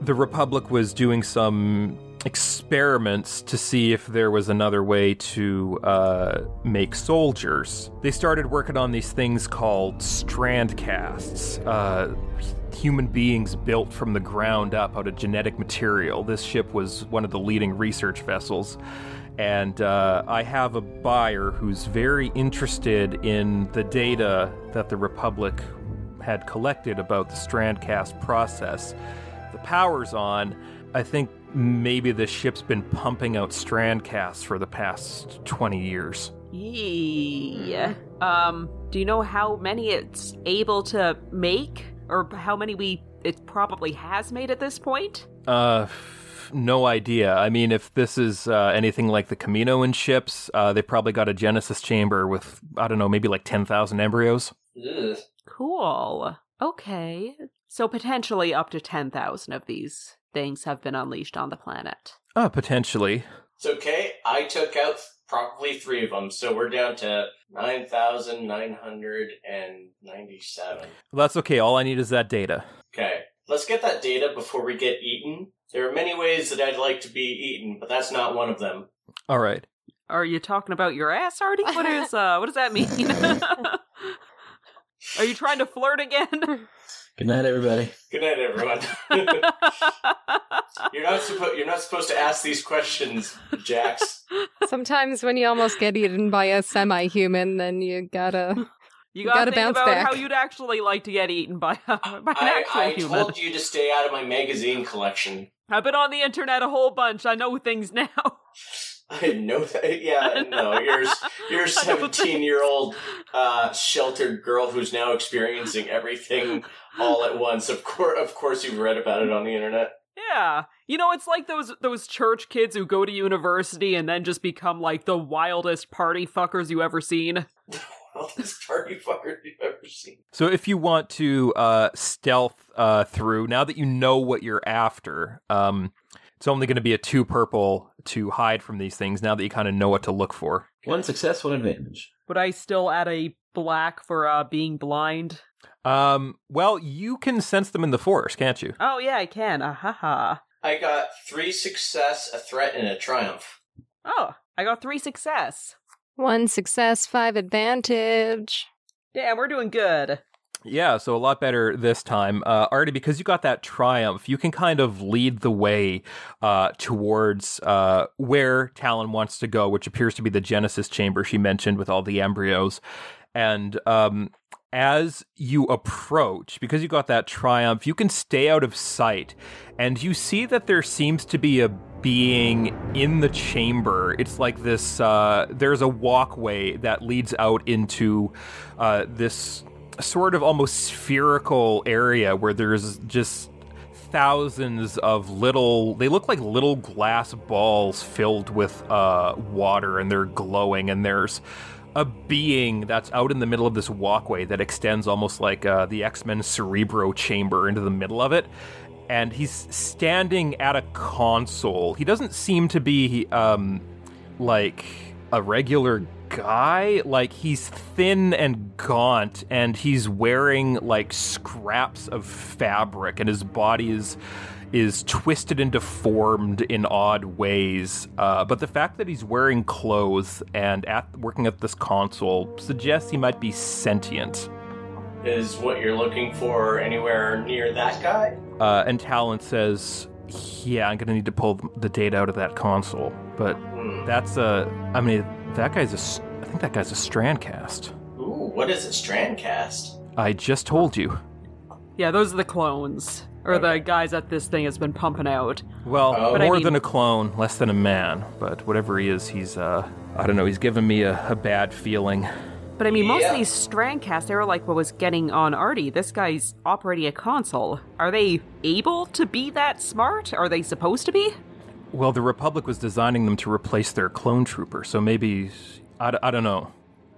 [SPEAKER 1] the Republic was doing some experiments to see if there was another way to uh, make soldiers. They started working on these things called strand casts. Uh, human beings built from the ground up out of genetic material. This ship was one of the leading research vessels. And uh, I have a buyer who's very interested in the data that the Republic had collected about the strand cast process. The power's on. I think maybe the ship's been pumping out strand casts for the past 20 years.
[SPEAKER 2] Yeah. Um, do you know how many it's able to make? Or how many we it probably has made at this point?
[SPEAKER 1] Uh, f- no idea. I mean, if this is uh, anything like the Caminoan ships, uh, they probably got a Genesis chamber with, I don't know, maybe like 10,000 embryos.
[SPEAKER 3] Ugh.
[SPEAKER 2] Cool. Okay. So potentially up to 10,000 of these things have been unleashed on the planet.
[SPEAKER 1] Uh, potentially.
[SPEAKER 3] It's okay. I took out probably three of them, so we're down to 9,997.
[SPEAKER 1] Well, that's okay. All I need is that data.
[SPEAKER 3] Okay, let's get that data before we get eaten. There are many ways that I'd like to be eaten, but that's not one of them.
[SPEAKER 1] All right.
[SPEAKER 2] Are you talking about your ass, Artie? What is uh what does that mean? Are you trying to flirt again?
[SPEAKER 4] Good night, everybody.
[SPEAKER 3] Good night, everyone. you're not supposed you're not supposed to ask these questions, Jax.
[SPEAKER 5] Sometimes when you almost get eaten by a semi-human, then you gotta.
[SPEAKER 2] You gotta,
[SPEAKER 5] gotta
[SPEAKER 2] think
[SPEAKER 5] bounce
[SPEAKER 2] about
[SPEAKER 5] back.
[SPEAKER 2] how you'd actually like to get eaten by, a, by an
[SPEAKER 3] I,
[SPEAKER 2] actual
[SPEAKER 3] I
[SPEAKER 2] human.
[SPEAKER 3] told you to stay out of my magazine collection.
[SPEAKER 2] I've been on the internet a whole bunch. I know things now.
[SPEAKER 3] I know that. Yeah, no, you're you're a
[SPEAKER 2] I don't think-
[SPEAKER 3] 17 year old uh, sheltered girl who's now experiencing everything all at once. Of course, of course, you've read about it on the internet.
[SPEAKER 2] Yeah. You know, it's like those those church kids who go to university and then just become like the wildest party fuckers you ever seen.
[SPEAKER 3] All this party fucker you've ever seen.
[SPEAKER 1] So if you want to uh, stealth uh, through, now that you know what you're after, um, it's only going to be a two purple to hide from these things. Now that you kind of know what to look for,
[SPEAKER 4] One success, one advantage.
[SPEAKER 2] Would I still add a black for uh being blind?
[SPEAKER 1] um, well, you can sense them in the forest, can't you?
[SPEAKER 2] Oh yeah, I can. Ahaha.
[SPEAKER 3] I got three success, a threat, and a triumph.
[SPEAKER 2] Oh, I got three success.
[SPEAKER 5] One success, five advantage.
[SPEAKER 2] Damn, we're doing good.
[SPEAKER 1] Yeah, so a lot better this time, uh, Artie. Because you got that triumph, you can kind of lead the way uh, towards uh, where Talon wants to go, which appears to be the Genesis chamber she mentioned with all the embryos. And um, as you approach, because you got that triumph, you can stay out of sight. And you see that there seems to be a being in the chamber. It's like this uh, there's a walkway that leads out into uh, this sort of almost spherical area where there's just thousands of little they look like little glass balls filled with uh, water and they're glowing and there's a being that's out in the middle of this walkway that extends almost like uh, the x-men cerebro chamber into the middle of it and he's standing at a console he doesn't seem to be um, like a regular guy. Like he's thin and gaunt, and he's wearing like scraps of fabric, and his body is is twisted and deformed in odd ways. Uh, but the fact that he's wearing clothes and at working at this console suggests he might be sentient.
[SPEAKER 3] Is what you're looking for anywhere near that guy?
[SPEAKER 1] Uh, and Talon says. Yeah, I'm gonna need to pull the data out of that console, but
[SPEAKER 3] Hmm.
[SPEAKER 1] that's a. I mean, that guy's a. s- I think that guy's a strand cast.
[SPEAKER 3] Ooh, what is a strand cast?
[SPEAKER 1] I just told you.
[SPEAKER 2] Yeah, those are the clones. Or the
[SPEAKER 3] Okay.
[SPEAKER 2] guys that this thing has been pumping out.
[SPEAKER 1] Well,
[SPEAKER 3] Oh.
[SPEAKER 2] But I
[SPEAKER 1] Uh, more
[SPEAKER 2] mean-
[SPEAKER 1] than a clone, less than a man. But whatever he is, he's uh, I don't know. He's giving me a, a bad feeling.
[SPEAKER 2] But I mean, most of
[SPEAKER 3] Yeah.
[SPEAKER 2] these Strandcasts, they were like what was getting on Artie. This guy's operating a console. Are they able to be that smart? Are they supposed to be?
[SPEAKER 1] Well, the Republic was designing them to replace their clone trooper, so maybe I, d- I don't know.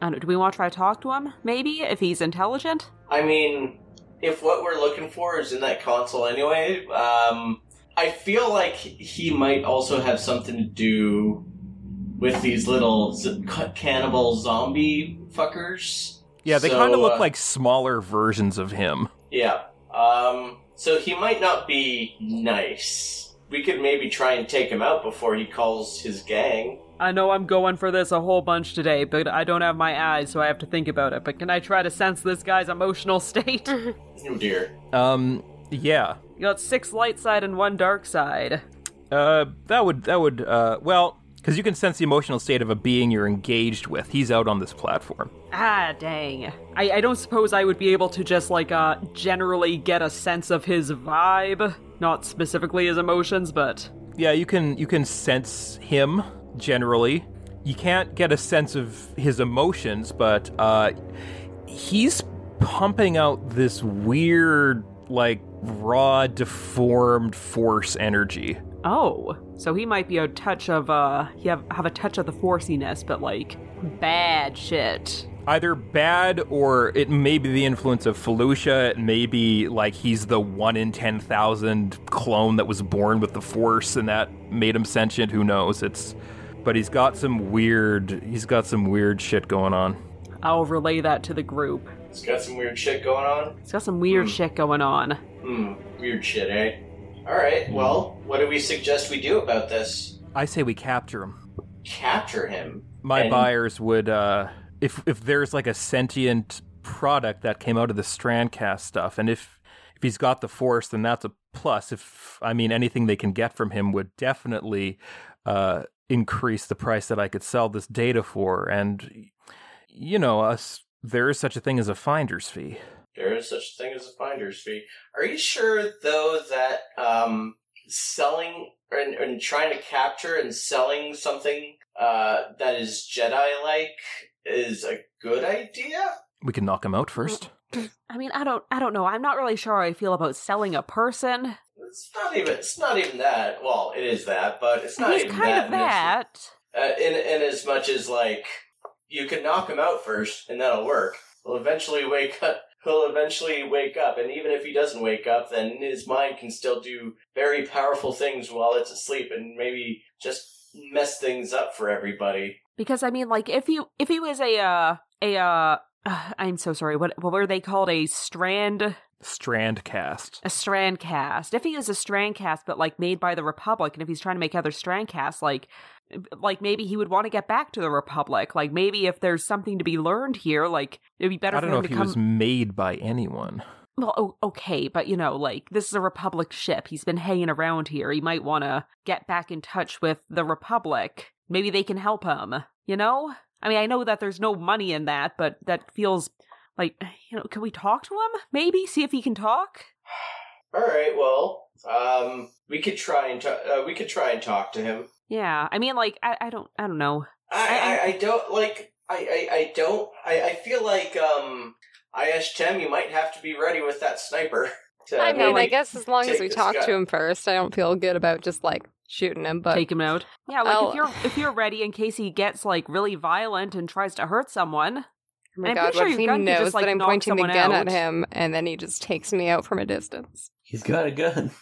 [SPEAKER 2] I don't, do we want to try to talk to him? Maybe if he's intelligent.
[SPEAKER 3] I mean, if what we're looking for is in that console anyway, um, I feel like he might also have something to do with these little z- cannibal zombie fuckers.
[SPEAKER 1] Yeah, they
[SPEAKER 3] So,
[SPEAKER 1] kind of look
[SPEAKER 3] uh,
[SPEAKER 1] like smaller versions of him.
[SPEAKER 3] Yeah. Um, so he might not be nice. We could maybe try and take him out before he calls his gang.
[SPEAKER 2] I know I'm going for this a whole bunch today, but I don't have my eyes, so I have to think about it. But can I try to sense this guy's emotional state? you
[SPEAKER 3] Oh dear.
[SPEAKER 1] Um, yeah,
[SPEAKER 2] got six light side and one dark side.
[SPEAKER 1] uh, that would that would uh, well, because you can sense the emotional state of a being you're engaged with. He's out on this platform.
[SPEAKER 2] Ah, dang. I, I don't suppose I would be able to just, like, uh, generally get a sense of his vibe. Not specifically his emotions, but.
[SPEAKER 1] Yeah, you can you can sense him generally. You can't get a sense of his emotions, but uh, he's pumping out this weird, like raw, deformed force energy.
[SPEAKER 2] Oh, so he might be a touch of, uh, he have, have a touch of the forciness, but, like, bad shit.
[SPEAKER 1] either bad or it may be the influence of Felucia. It may be like he's the one in 10,000 clone that was born with the Force and that made him sentient. Who knows? It's. But he's got some weird. He's got some weird shit going on.
[SPEAKER 2] I'll relay that to the group.
[SPEAKER 3] He's got some weird shit going on.
[SPEAKER 2] He's got some weird shit going on.
[SPEAKER 3] Hmm, weird shit, eh? Alright, well, what do we suggest we do about this?
[SPEAKER 1] I say we capture him.
[SPEAKER 3] Capture him.
[SPEAKER 1] My
[SPEAKER 3] And-
[SPEAKER 1] buyers would. uh If if there's like a sentient product that came out of the Strandcast stuff, and if if he's got the Force, then that's a plus. If I mean anything they can get from him would definitely uh, increase the price that I could sell this data for, and you know, us there is such a thing as a finder's fee.
[SPEAKER 3] There is such a thing as a finder's fee. Are you sure, though, that um, selling and, and trying to capture and selling something uh, that is Jedi like is a good idea?
[SPEAKER 1] We can knock him out first.
[SPEAKER 2] I mean, I don't, I don't know. I'm not really sure how I feel about selling a person.
[SPEAKER 3] It's not even. It's not even that. Well, it is that, but it's not
[SPEAKER 2] He's
[SPEAKER 3] even
[SPEAKER 2] kind
[SPEAKER 3] that.
[SPEAKER 2] of
[SPEAKER 3] and it's-
[SPEAKER 2] that.
[SPEAKER 3] Uh, in in as much as like you can knock him out first, and that'll work. He'll eventually wake up. He'll eventually wake up, and even if he doesn't wake up, then his mind can still do very powerful things while it's asleep, and maybe just mess things up for everybody.
[SPEAKER 2] Because I mean, like, if you, if he was a, uh, a, uh, uh, I'm so sorry. What, what were they called? A strand,
[SPEAKER 1] Strandcast.
[SPEAKER 2] a strand cast. If he is a strand cast, but like made by the Republic, and if he's trying to make other strand casts, like, like maybe he would want to get back to the Republic. Like maybe if there's something to be learned here, like it'd be better
[SPEAKER 1] I don't
[SPEAKER 2] for
[SPEAKER 1] know
[SPEAKER 2] him
[SPEAKER 1] if
[SPEAKER 2] to
[SPEAKER 1] he
[SPEAKER 2] come.
[SPEAKER 1] was made by anyone.
[SPEAKER 2] Well, o- okay, but you know, like this is a Republic ship. He's been hanging around here. He might want to get back in touch with the Republic. Maybe they can help him. You know, I mean, I know that there's no money in that, but that feels like you know. Can we talk to him? Maybe see if he can talk.
[SPEAKER 3] All right. Well, um, we could try and ta- uh, we could try and talk to him.
[SPEAKER 2] Yeah, I mean, like I, I don't, I don't know.
[SPEAKER 3] I, I, I don't like I, I, I don't I, I feel like um Ayash Tem you might have to be ready with that sniper. to
[SPEAKER 5] I mean, I
[SPEAKER 3] really
[SPEAKER 5] guess as long as
[SPEAKER 3] take
[SPEAKER 5] we
[SPEAKER 3] this
[SPEAKER 5] talk
[SPEAKER 3] guy.
[SPEAKER 5] to him first, I don't feel good about just like shooting him. But
[SPEAKER 2] Take him out. Yeah, like
[SPEAKER 5] I'll-
[SPEAKER 2] if you're if you're ready in case he gets like really violent and tries to hurt someone.
[SPEAKER 5] oh my
[SPEAKER 2] I'm
[SPEAKER 5] god,
[SPEAKER 2] pretty sure
[SPEAKER 5] what if
[SPEAKER 2] your
[SPEAKER 5] he
[SPEAKER 2] gun can
[SPEAKER 5] knows
[SPEAKER 2] just, like,
[SPEAKER 5] that I'm
[SPEAKER 2] knock
[SPEAKER 5] pointing the
[SPEAKER 2] someone
[SPEAKER 5] gun
[SPEAKER 2] out?
[SPEAKER 5] at him and then he just takes me out from a distance?
[SPEAKER 4] He's got a gun.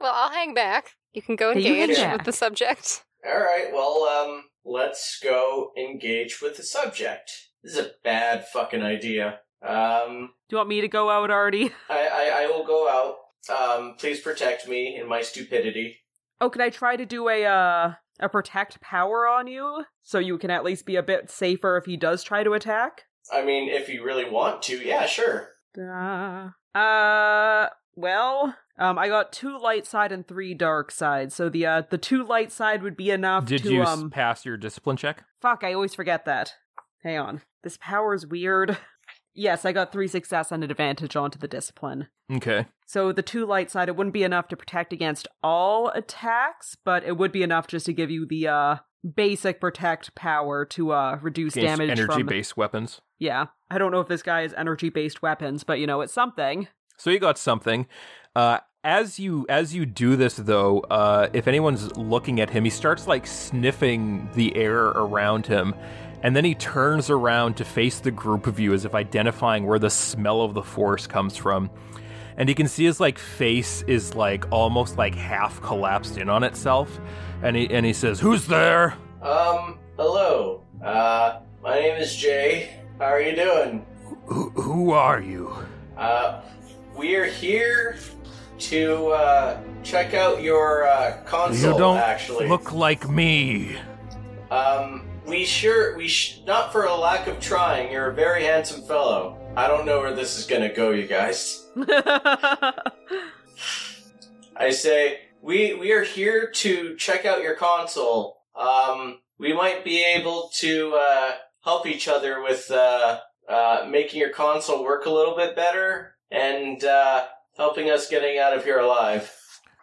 [SPEAKER 5] Well, I'll hang back. You can go
[SPEAKER 2] Yeah, you hang
[SPEAKER 5] engage
[SPEAKER 2] back.
[SPEAKER 5] with the subject.
[SPEAKER 3] All right, well, um, let's go engage with the subject. This is a bad fucking idea. Um,
[SPEAKER 2] Do you want me to go out, Artie?
[SPEAKER 3] I, I, I will go out. Um, please protect me in my stupidity.
[SPEAKER 2] Oh, can I try to do a uh a protect power on you so you can at least be a bit safer if he does try to attack?
[SPEAKER 3] I mean, if you really want to, yeah, sure.
[SPEAKER 2] Uh, uh well, um I got two light side and three dark side. So the uh the two light side would be enough
[SPEAKER 1] Did
[SPEAKER 2] to
[SPEAKER 1] you s-
[SPEAKER 2] um
[SPEAKER 1] pass your discipline check?
[SPEAKER 2] fuck, I always forget that. Hang on. This power's weird. Yes, I got three success and an advantage onto the discipline.
[SPEAKER 1] Okay.
[SPEAKER 2] So the two light side, it wouldn't be enough to protect against all attacks, but it would be enough just to give you the uh basic protect power to uh reduce
[SPEAKER 1] Against
[SPEAKER 2] damage from
[SPEAKER 1] energy-based weapons.
[SPEAKER 2] Yeah. I don't know if this guy is energy based weapons, but you know, it's something.
[SPEAKER 1] So you got something. Uh, as you as you do this though, uh, if anyone's looking at him, he starts like sniffing the air around him, and then he turns around to face the group of you as if identifying where the smell of the force comes from. and you can see his like face is like almost like half collapsed in on itself, and he and he says, "Who's there?"
[SPEAKER 3] Um, hello. Uh, my name is Jay. How are you doing?
[SPEAKER 1] Who, who are you?
[SPEAKER 3] Uh, we're here to uh, check out your uh, console.
[SPEAKER 1] you don't
[SPEAKER 3] actually,
[SPEAKER 1] look like me.
[SPEAKER 3] Um, we sure we sh- not for a lack of trying. You're a very handsome fellow. I don't know where this is gonna go, you guys. I say we we are here to check out your console. Um, we might be able to uh, help each other with uh, uh, making your console work a little bit better and uh, helping us getting out of here alive.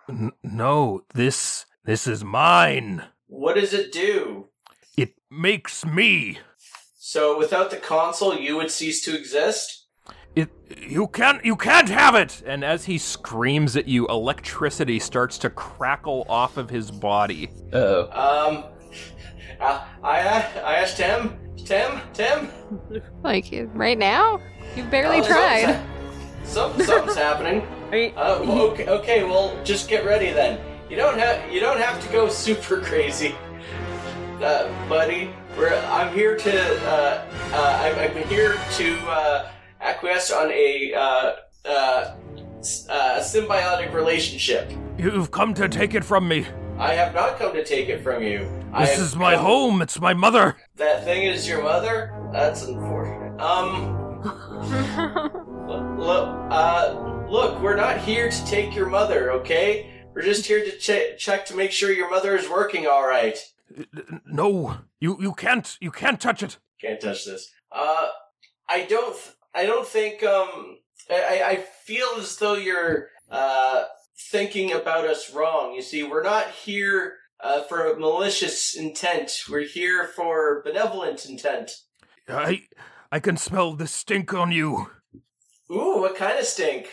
[SPEAKER 1] N- no, this this is mine.
[SPEAKER 3] What does it do?
[SPEAKER 1] It makes me.
[SPEAKER 3] So without the console, you would cease to exist.
[SPEAKER 1] It, you can't you can't have it and as he screams at you electricity starts to crackle off of his body
[SPEAKER 4] Oh,
[SPEAKER 3] Um, I I, I asked Tim, Tim, Tim.
[SPEAKER 5] Like right now, you barely
[SPEAKER 3] Oh,
[SPEAKER 5] tried.
[SPEAKER 3] Some, something's happening.
[SPEAKER 2] Are you-
[SPEAKER 3] Uh, well, okay, okay, well, just get ready then. You don't have you don't have to go super crazy, uh, buddy. We're, I'm here to uh, uh, I'm, I'm here to uh, acquiesce on a uh, uh, s- uh, symbiotic relationship.
[SPEAKER 1] you've come to take it from me
[SPEAKER 3] I have not come to take it from you. I
[SPEAKER 1] this
[SPEAKER 3] have
[SPEAKER 1] is my
[SPEAKER 3] come-
[SPEAKER 1] home it's my mother
[SPEAKER 3] That thing is your mother. That's unfortunate. Um. Look, uh, look, we're not here to take your mother, okay? We're just here to che- check to make sure your mother is working all right.
[SPEAKER 1] no you you can't you can't touch it
[SPEAKER 3] Can't touch this. Uh, I don't, th- I don't think, um, I, I- I feel as though you're, uh, thinking about us wrong. You see, we're not here, uh, for malicious intent. We're here for benevolent intent.
[SPEAKER 1] i i can smell the stink on you
[SPEAKER 3] Ooh, what kind of stink?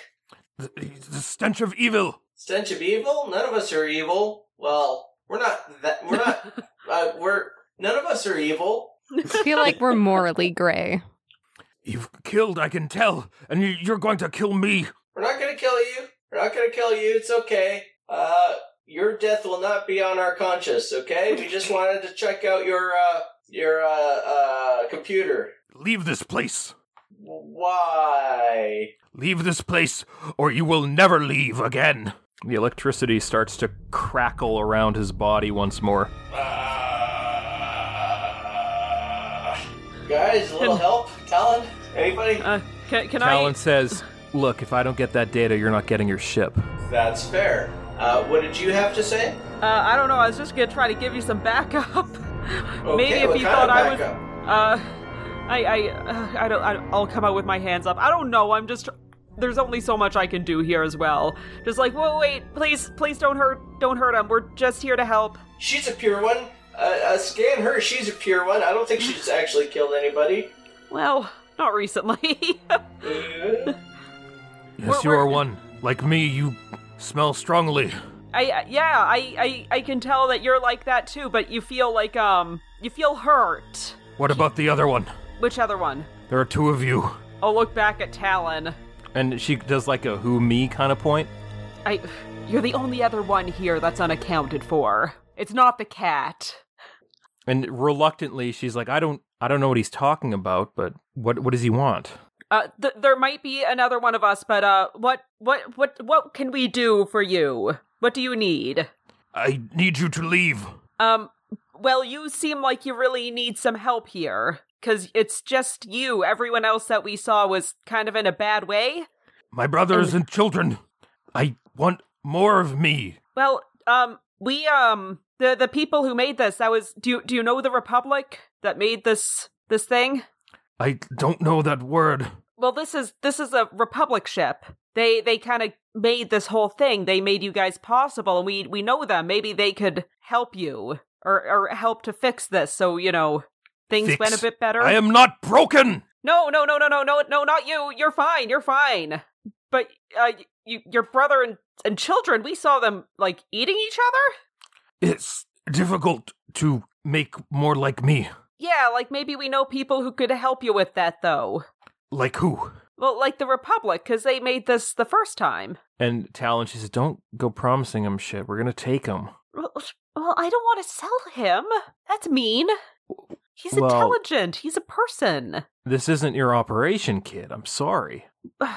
[SPEAKER 1] the, the stench of evil
[SPEAKER 3] Stench of evil? None of us are evil. Well, we're not that, we're not Uh, we're none of us are evil.
[SPEAKER 5] I feel like we're morally gray.
[SPEAKER 1] you've killed i can tell and you, you're going to kill me
[SPEAKER 3] We're not gonna kill you. We're not gonna kill you. It's okay. Uh, your death will not be on our conscience. Okay. We just wanted to check out your uh your uh uh computer.
[SPEAKER 1] leave this place
[SPEAKER 3] Why?
[SPEAKER 1] Leave this place, or you will never leave again. The electricity starts to crackle around his body once more.
[SPEAKER 3] Uh, guys, a little help. Talon, anybody?
[SPEAKER 2] uh, can, can
[SPEAKER 1] Talon
[SPEAKER 2] I?
[SPEAKER 1] says, Look, if I don't get that data, you're not getting your ship.
[SPEAKER 3] That's fair. Uh, what did you have to say?
[SPEAKER 2] Uh, I don't know. I was just gonna try to give you some backup.
[SPEAKER 3] Okay,
[SPEAKER 2] Maybe if
[SPEAKER 3] what
[SPEAKER 2] you thought
[SPEAKER 3] kind of
[SPEAKER 2] I was.
[SPEAKER 3] backup?
[SPEAKER 2] Uh, I, I, uh, I don't. I, I'll come out with my hands up. I don't know. I'm just. tr- There's only so much I can do here as well. Just like, whoa, wait, please, please don't hurt, don't hurt him. We're just here to help.
[SPEAKER 3] She's a pure one. Uh, uh, scan her. She's a pure one. I don't think she's actually killed anybody.
[SPEAKER 2] Well, not recently.
[SPEAKER 3] Uh,
[SPEAKER 1] Yes,
[SPEAKER 2] We're-
[SPEAKER 1] you are
[SPEAKER 2] we're-
[SPEAKER 1] one. Like me, you smell strongly.
[SPEAKER 2] I uh, yeah, I, I I can tell that you're like that too, but you feel like um you feel hurt.
[SPEAKER 1] What about the other one?
[SPEAKER 2] Which other one?
[SPEAKER 1] There are two of you.
[SPEAKER 2] I'll look back at Talon.
[SPEAKER 1] And she does like a who me kind of point.
[SPEAKER 2] I you're the only other one here that's unaccounted for. It's not the cat.
[SPEAKER 1] And reluctantly, she's like, I don't, I don't know what he's talking about, but what, what does he want?
[SPEAKER 2] Uh, th- there might be another one of us, but uh, what, what, what, what can we do for you? What do you need?
[SPEAKER 1] I need you to leave.
[SPEAKER 2] Um, well, you seem like you really need some help here, cause it's just you. Everyone else that we saw was kind of in a bad way.
[SPEAKER 1] My brothers and children. I want more of me.
[SPEAKER 2] Well, um, we, um, the the people who made this, that was. Do you do you know the Republic that made this this thing?
[SPEAKER 1] I don't know that word.
[SPEAKER 2] well this is this is a republic ship they they kind of made this whole thing they made you guys possible and we we know them maybe they could help you or or help to fix this so you know things
[SPEAKER 1] Fix.
[SPEAKER 2] went a bit better
[SPEAKER 1] I am not broken.
[SPEAKER 2] no no no no no no no not you you're fine you're fine but uh you, your brother and and children we saw them like eating each other
[SPEAKER 1] It's difficult to make more like me.
[SPEAKER 2] yeah like maybe we know people who could help you with that though
[SPEAKER 1] Like who?
[SPEAKER 2] Well, like the Republic, because they made this the first time.
[SPEAKER 1] And Talon, she says, "Don't go promising him shit. We're gonna take him."
[SPEAKER 2] Well, well I don't want to sell him. That's mean. He's
[SPEAKER 1] Well-
[SPEAKER 2] intelligent. He's a person.
[SPEAKER 1] This isn't your operation, kid. I'm sorry.
[SPEAKER 2] Ugh.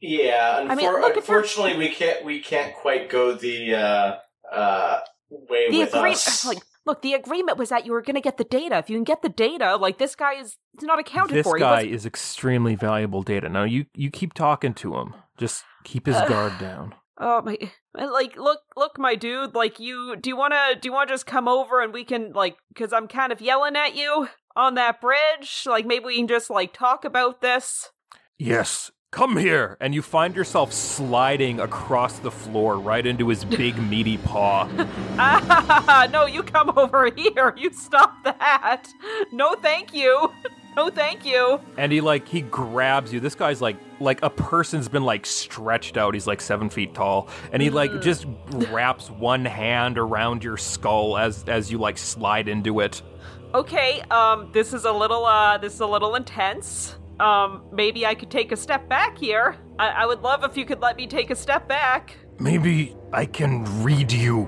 [SPEAKER 3] Yeah,
[SPEAKER 2] I mean,
[SPEAKER 3] unfor-
[SPEAKER 2] look, if you're-
[SPEAKER 3] unfortunately, we can't we can't quite go the uh, uh, way
[SPEAKER 2] the
[SPEAKER 3] with
[SPEAKER 2] agreement
[SPEAKER 3] us.
[SPEAKER 2] like look the agreement was that you were going to get the data if you can get the data like this guy is it's not accounted
[SPEAKER 1] this
[SPEAKER 2] for He
[SPEAKER 1] guy
[SPEAKER 2] wasn't-
[SPEAKER 1] is extremely valuable data. Now you you keep talking to him. Just keep his
[SPEAKER 2] Ugh.
[SPEAKER 1] guard down.
[SPEAKER 2] oh my and, like look look my dude like you do you want to do you want to just come over and we can like because i'm kind of yelling at you on that bridge like maybe we can just like talk about this
[SPEAKER 1] Yes, come here. And you find yourself sliding across the floor right into his big meaty paw.
[SPEAKER 2] ah no you come over here you stop that no thank you no thank you
[SPEAKER 1] And he like he grabs you. This guy's like like a person's been like stretched out. He's like seven feet tall, and he like just wraps one hand around your skull as as you like slide into it.
[SPEAKER 2] okay um this is a little uh this is a little intense um maybe i could take a step back here i, I would love if you could let me take a step back
[SPEAKER 1] Maybe I can read you.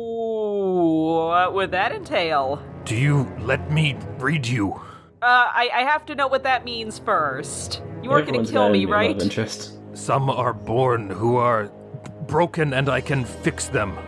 [SPEAKER 2] Ooh, what would that entail
[SPEAKER 1] Do you let me read you?
[SPEAKER 2] uh i i have to know what that means first you aren't gonna
[SPEAKER 4] Everyone's
[SPEAKER 2] kill
[SPEAKER 4] got
[SPEAKER 2] me
[SPEAKER 4] any love
[SPEAKER 2] right
[SPEAKER 4] Interest.
[SPEAKER 1] Some are born who are b- broken, and I can fix them.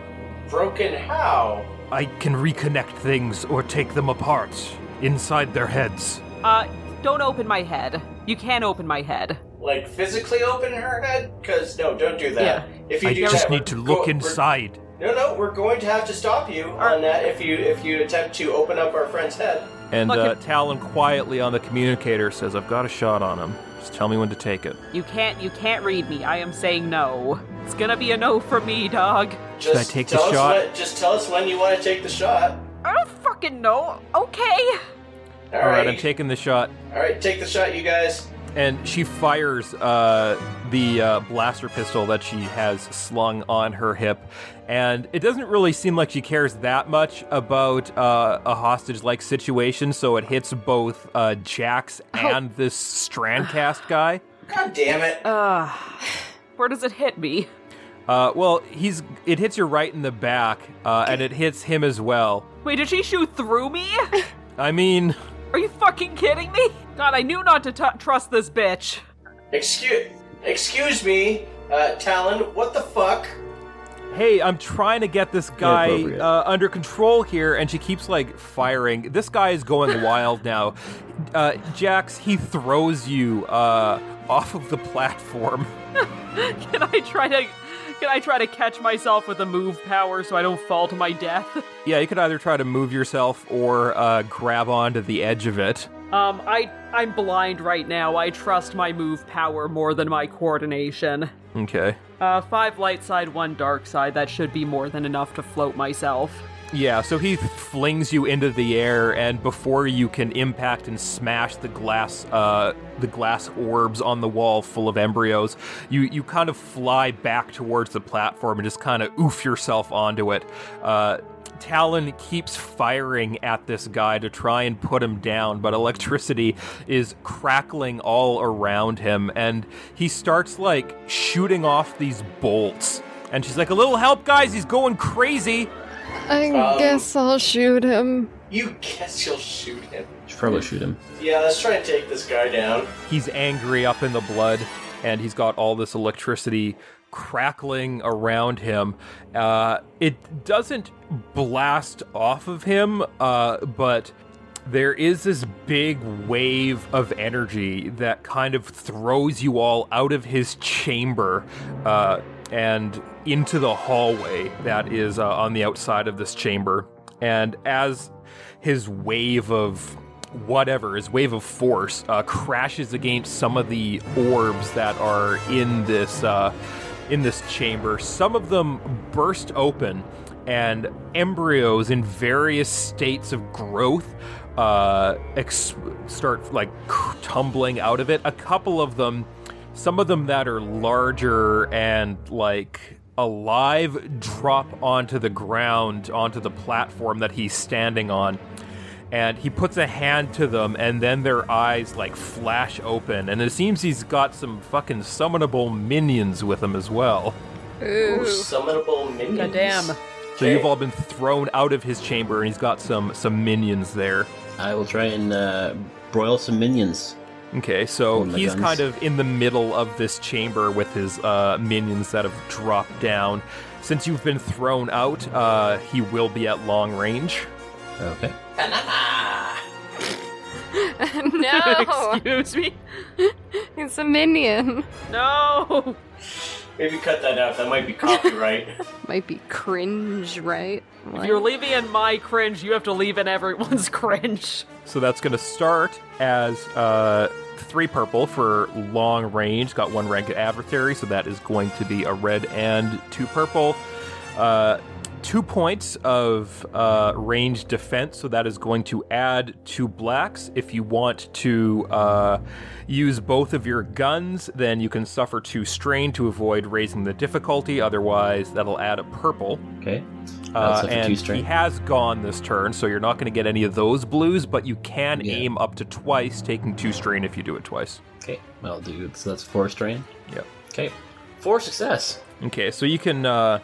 [SPEAKER 3] Broken how?
[SPEAKER 1] I can reconnect things or take them apart inside their heads.
[SPEAKER 2] uh don't open my head you can't open my head
[SPEAKER 3] Like physically open her head? Because no, don't do that. If you
[SPEAKER 1] I
[SPEAKER 3] do
[SPEAKER 1] just
[SPEAKER 3] that,
[SPEAKER 1] need to
[SPEAKER 3] we're
[SPEAKER 1] look
[SPEAKER 3] go-
[SPEAKER 1] inside.
[SPEAKER 3] We're, no, no, we're going to have to stop you on that if you if you attempt to open up our friend's head.
[SPEAKER 1] And
[SPEAKER 2] Look,
[SPEAKER 1] uh, Talon quietly on the communicator says, I've got a shot on him. Just tell me when to take it.
[SPEAKER 2] you can't you can't read me i am saying no it's gonna be a no for me dog
[SPEAKER 3] Just
[SPEAKER 1] I take the
[SPEAKER 3] tell us
[SPEAKER 1] shot?
[SPEAKER 3] When, just tell us when you want to take the shot.
[SPEAKER 2] i don't fucking know okay
[SPEAKER 1] All
[SPEAKER 3] All
[SPEAKER 1] right,
[SPEAKER 3] right.
[SPEAKER 1] I'm taking the shot.
[SPEAKER 3] All right, take the shot, you guys.
[SPEAKER 1] And she fires uh, the uh, blaster pistol that she has slung on her hip. And it doesn't really seem like she cares that much about uh, a hostage like situation, so it hits both uh, Jax and this Strandcast guy.
[SPEAKER 3] God damn it!
[SPEAKER 2] uh where does it hit me
[SPEAKER 1] Uh, well, he's it hits you right in the back, uh, and it hits him as well.
[SPEAKER 2] Wait, did she shoot through me?
[SPEAKER 1] I mean,
[SPEAKER 2] Are you fucking kidding me? God, I knew not to t- trust this bitch.
[SPEAKER 3] Excuse, excuse me, uh, Talon. What the fuck?
[SPEAKER 1] hey, I'm trying to get this guy
[SPEAKER 4] Inappropriate.
[SPEAKER 1] uh, under control here, and she keeps like firing. This guy is going wild now. Uh, Jax, he throws you uh, off of the platform.
[SPEAKER 2] Can I try to can I try to catch myself with a move power so I don't fall to my death?
[SPEAKER 1] Yeah, you could either try to move yourself or uh, grab onto the edge of it.
[SPEAKER 2] Um, I I'm blind right now. I trust my move power more than my coordination.
[SPEAKER 1] Okay.
[SPEAKER 2] Uh, five light side, one dark side. That should be more than enough to float myself.
[SPEAKER 1] Yeah, so he flings you into the air, and before you can impact and smash the glass, uh, the glass orbs on the wall full of embryos, you you kind of fly back towards the platform and just kind of oof yourself onto it. Uh, Talon keeps firing at this guy to try and put him down, but electricity is crackling all around him, and he starts like shooting off these bolts. And she's like, "A little help, guys! He's going crazy!"
[SPEAKER 5] I
[SPEAKER 3] Um,
[SPEAKER 5] guess I'll shoot him.
[SPEAKER 3] You guess you'll shoot him.
[SPEAKER 4] Should probably shoot him.
[SPEAKER 3] Yeah, let's try and take this guy down.
[SPEAKER 1] He's angry up in the blood, and he's got all this electricity crackling around him. Uh, it doesn't blast off of him, uh, but there is this big wave of energy that kind of throws you all out of his chamber uh, and into the hallway that is uh, on the outside of this chamber. And as his wave of whatever, his wave of force uh, crashes against some of the orbs that are in this uh, in this chamber. Some of them burst open, and embryos in various states of growth uh, ex- start like tumbling out of it. A couple of them, some of them that are larger and like alive, drop onto the ground, onto the platform that he's standing on and he puts a hand to them and then their eyes like flash open and it seems he's got some fucking summonable minions with him as well
[SPEAKER 3] Ooh,
[SPEAKER 5] Ooh.
[SPEAKER 3] summonable minions.
[SPEAKER 2] Goddamn.
[SPEAKER 1] so you've all been thrown out of his chamber and he's got some some minions there
[SPEAKER 4] I will try and uh, broil some minions.
[SPEAKER 1] okay so
[SPEAKER 4] Oh, my
[SPEAKER 1] he's
[SPEAKER 4] guns.
[SPEAKER 1] kind of in the middle of this chamber with his uh, minions that have dropped down since you've been thrown out uh, he will be at long range
[SPEAKER 4] Okay.
[SPEAKER 3] Banana.
[SPEAKER 5] no,
[SPEAKER 2] Excuse me.
[SPEAKER 5] it's a minion.
[SPEAKER 2] No.
[SPEAKER 3] Maybe cut that out. That might be copyright.
[SPEAKER 5] Might be cringe, right?
[SPEAKER 2] If
[SPEAKER 5] Like-
[SPEAKER 2] you're leaving in my cringe, you have to leave in everyone's cringe.
[SPEAKER 1] So that's going to start as uh, three purple for long range. Got one rank adversary, so that is going to be a red and two purple. Uh, two points of uh, range defense, so that is going to add two blacks. If you want to uh, use both of your guns, then you can suffer two strain to avoid raising the difficulty. Otherwise, that'll add a purple.
[SPEAKER 4] Okay. I'll
[SPEAKER 1] Uh,
[SPEAKER 4] suffer
[SPEAKER 1] and
[SPEAKER 4] two strain.
[SPEAKER 1] he has gone this turn, so you're not going to get any of those blues, but you can
[SPEAKER 4] Yeah.
[SPEAKER 1] aim up to twice, taking two strain if you do it twice.
[SPEAKER 4] Okay. Well, dude, so that's four strain.
[SPEAKER 1] Yep.
[SPEAKER 4] Okay. Four success.
[SPEAKER 1] Okay, so you can uh,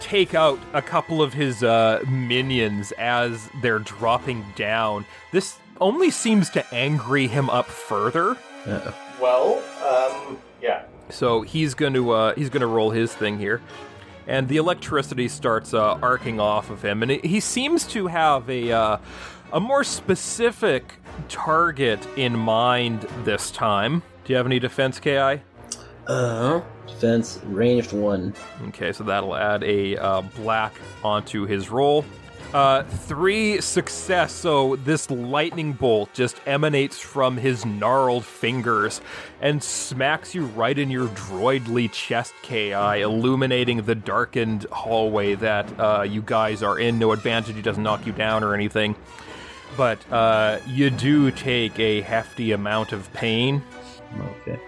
[SPEAKER 1] take out a couple of his uh, minions as they're dropping down. This only seems to angry him up further.
[SPEAKER 4] Uh-oh.
[SPEAKER 3] well, um, yeah.
[SPEAKER 1] So he's going to uh, he's going to roll his thing here, and the electricity starts uh, arcing off of him, and it, he seems to have a uh, a more specific target in mind this time. Do you have any defense, Ki?
[SPEAKER 4] Uh-huh. Defense ranged one.
[SPEAKER 1] Okay, so that'll add a uh, black onto his roll. Uh, three success. So this lightning bolt just emanates from his gnarled fingers and smacks you right in your droidly chest, Ki, illuminating the darkened hallway that uh, you guys are in. No advantage, he doesn't knock you down or anything. But uh, you do take a hefty amount of pain.
[SPEAKER 4] Okay.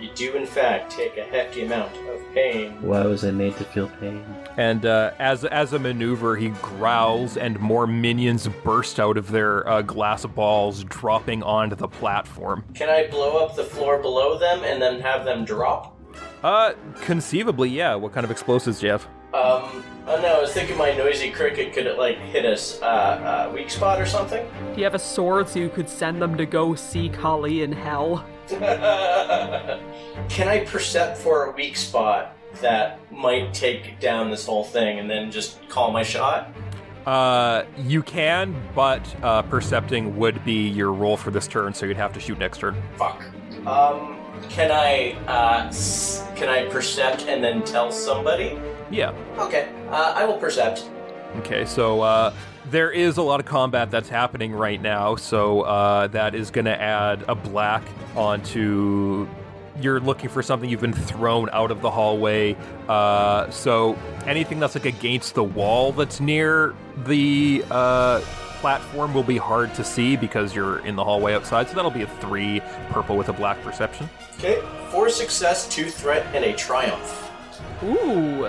[SPEAKER 3] You do, in fact, take a hefty amount of pain.
[SPEAKER 4] Why was I made to feel pain?
[SPEAKER 1] And uh, as as a maneuver, he growls, and more minions burst out of their uh, glass balls, dropping onto the platform.
[SPEAKER 3] Can I blow up the floor below them and then have them drop?
[SPEAKER 1] Uh, conceivably, yeah. What kind of explosives, Jeff?
[SPEAKER 3] Um, oh no, I was thinking my noisy cricket could like hit us uh, uh, weak spot or something.
[SPEAKER 2] Do you have a sword so you could send them to go see Kali in hell?
[SPEAKER 3] Can I percept for a weak spot that might take down this whole thing and then just call my shot?
[SPEAKER 1] Uh, you can, but uh, percepting would be your roll for this turn, so you'd have to shoot next turn.
[SPEAKER 3] Fuck. Um, can I uh, s- can I percept and then tell somebody?
[SPEAKER 1] Yeah.
[SPEAKER 3] Okay, uh, I will percept.
[SPEAKER 1] Okay, so uh, there is a lot of combat that's happening right now, so uh, that is going to add a black onto. You're looking for something you've been thrown out of the hallway. Uh, so anything that's like against the wall that's near the uh, platform will be hard to see because you're in the hallway outside. So that'll be a three purple with a black perception.
[SPEAKER 3] Okay, four success, two threat, and a triumph.
[SPEAKER 2] Ooh.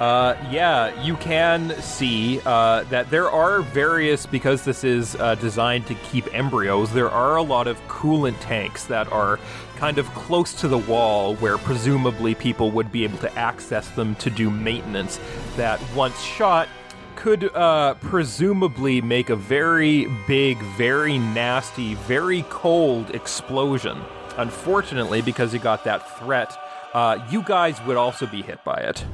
[SPEAKER 1] Uh, yeah, you can see uh, that there are various, because this is uh, designed to keep embryos, there are a lot of coolant tanks that are kind of close to the wall where presumably people would be able to access them to do maintenance. That once shot, could uh, presumably make a very big, very nasty, very cold explosion. Unfortunately, because you got that threat, uh, you guys would also be hit by it.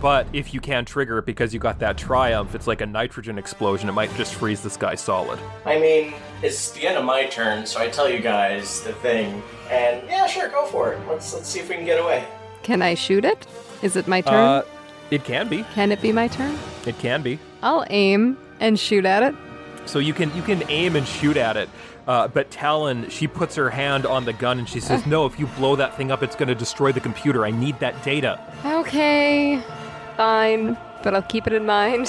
[SPEAKER 1] But if you can trigger it because you got that triumph, it's like a nitrogen explosion. It might just freeze this guy solid.
[SPEAKER 3] I mean, it's the end of my turn, so I tell you guys the thing, and yeah, sure, go for it. Let's let's see if we can get away.
[SPEAKER 5] Can I shoot it? Is it my turn?
[SPEAKER 1] Uh, it can be.
[SPEAKER 5] Can it be my turn?
[SPEAKER 1] It can be.
[SPEAKER 5] I'll aim and shoot at it.
[SPEAKER 1] So you can you can aim and shoot at it. Uh, but Talon, she puts her hand on the gun and she says, "No, if you blow that thing up, it's going to destroy the computer. I need that data."
[SPEAKER 5] Okay, fine, but I'll keep it in mind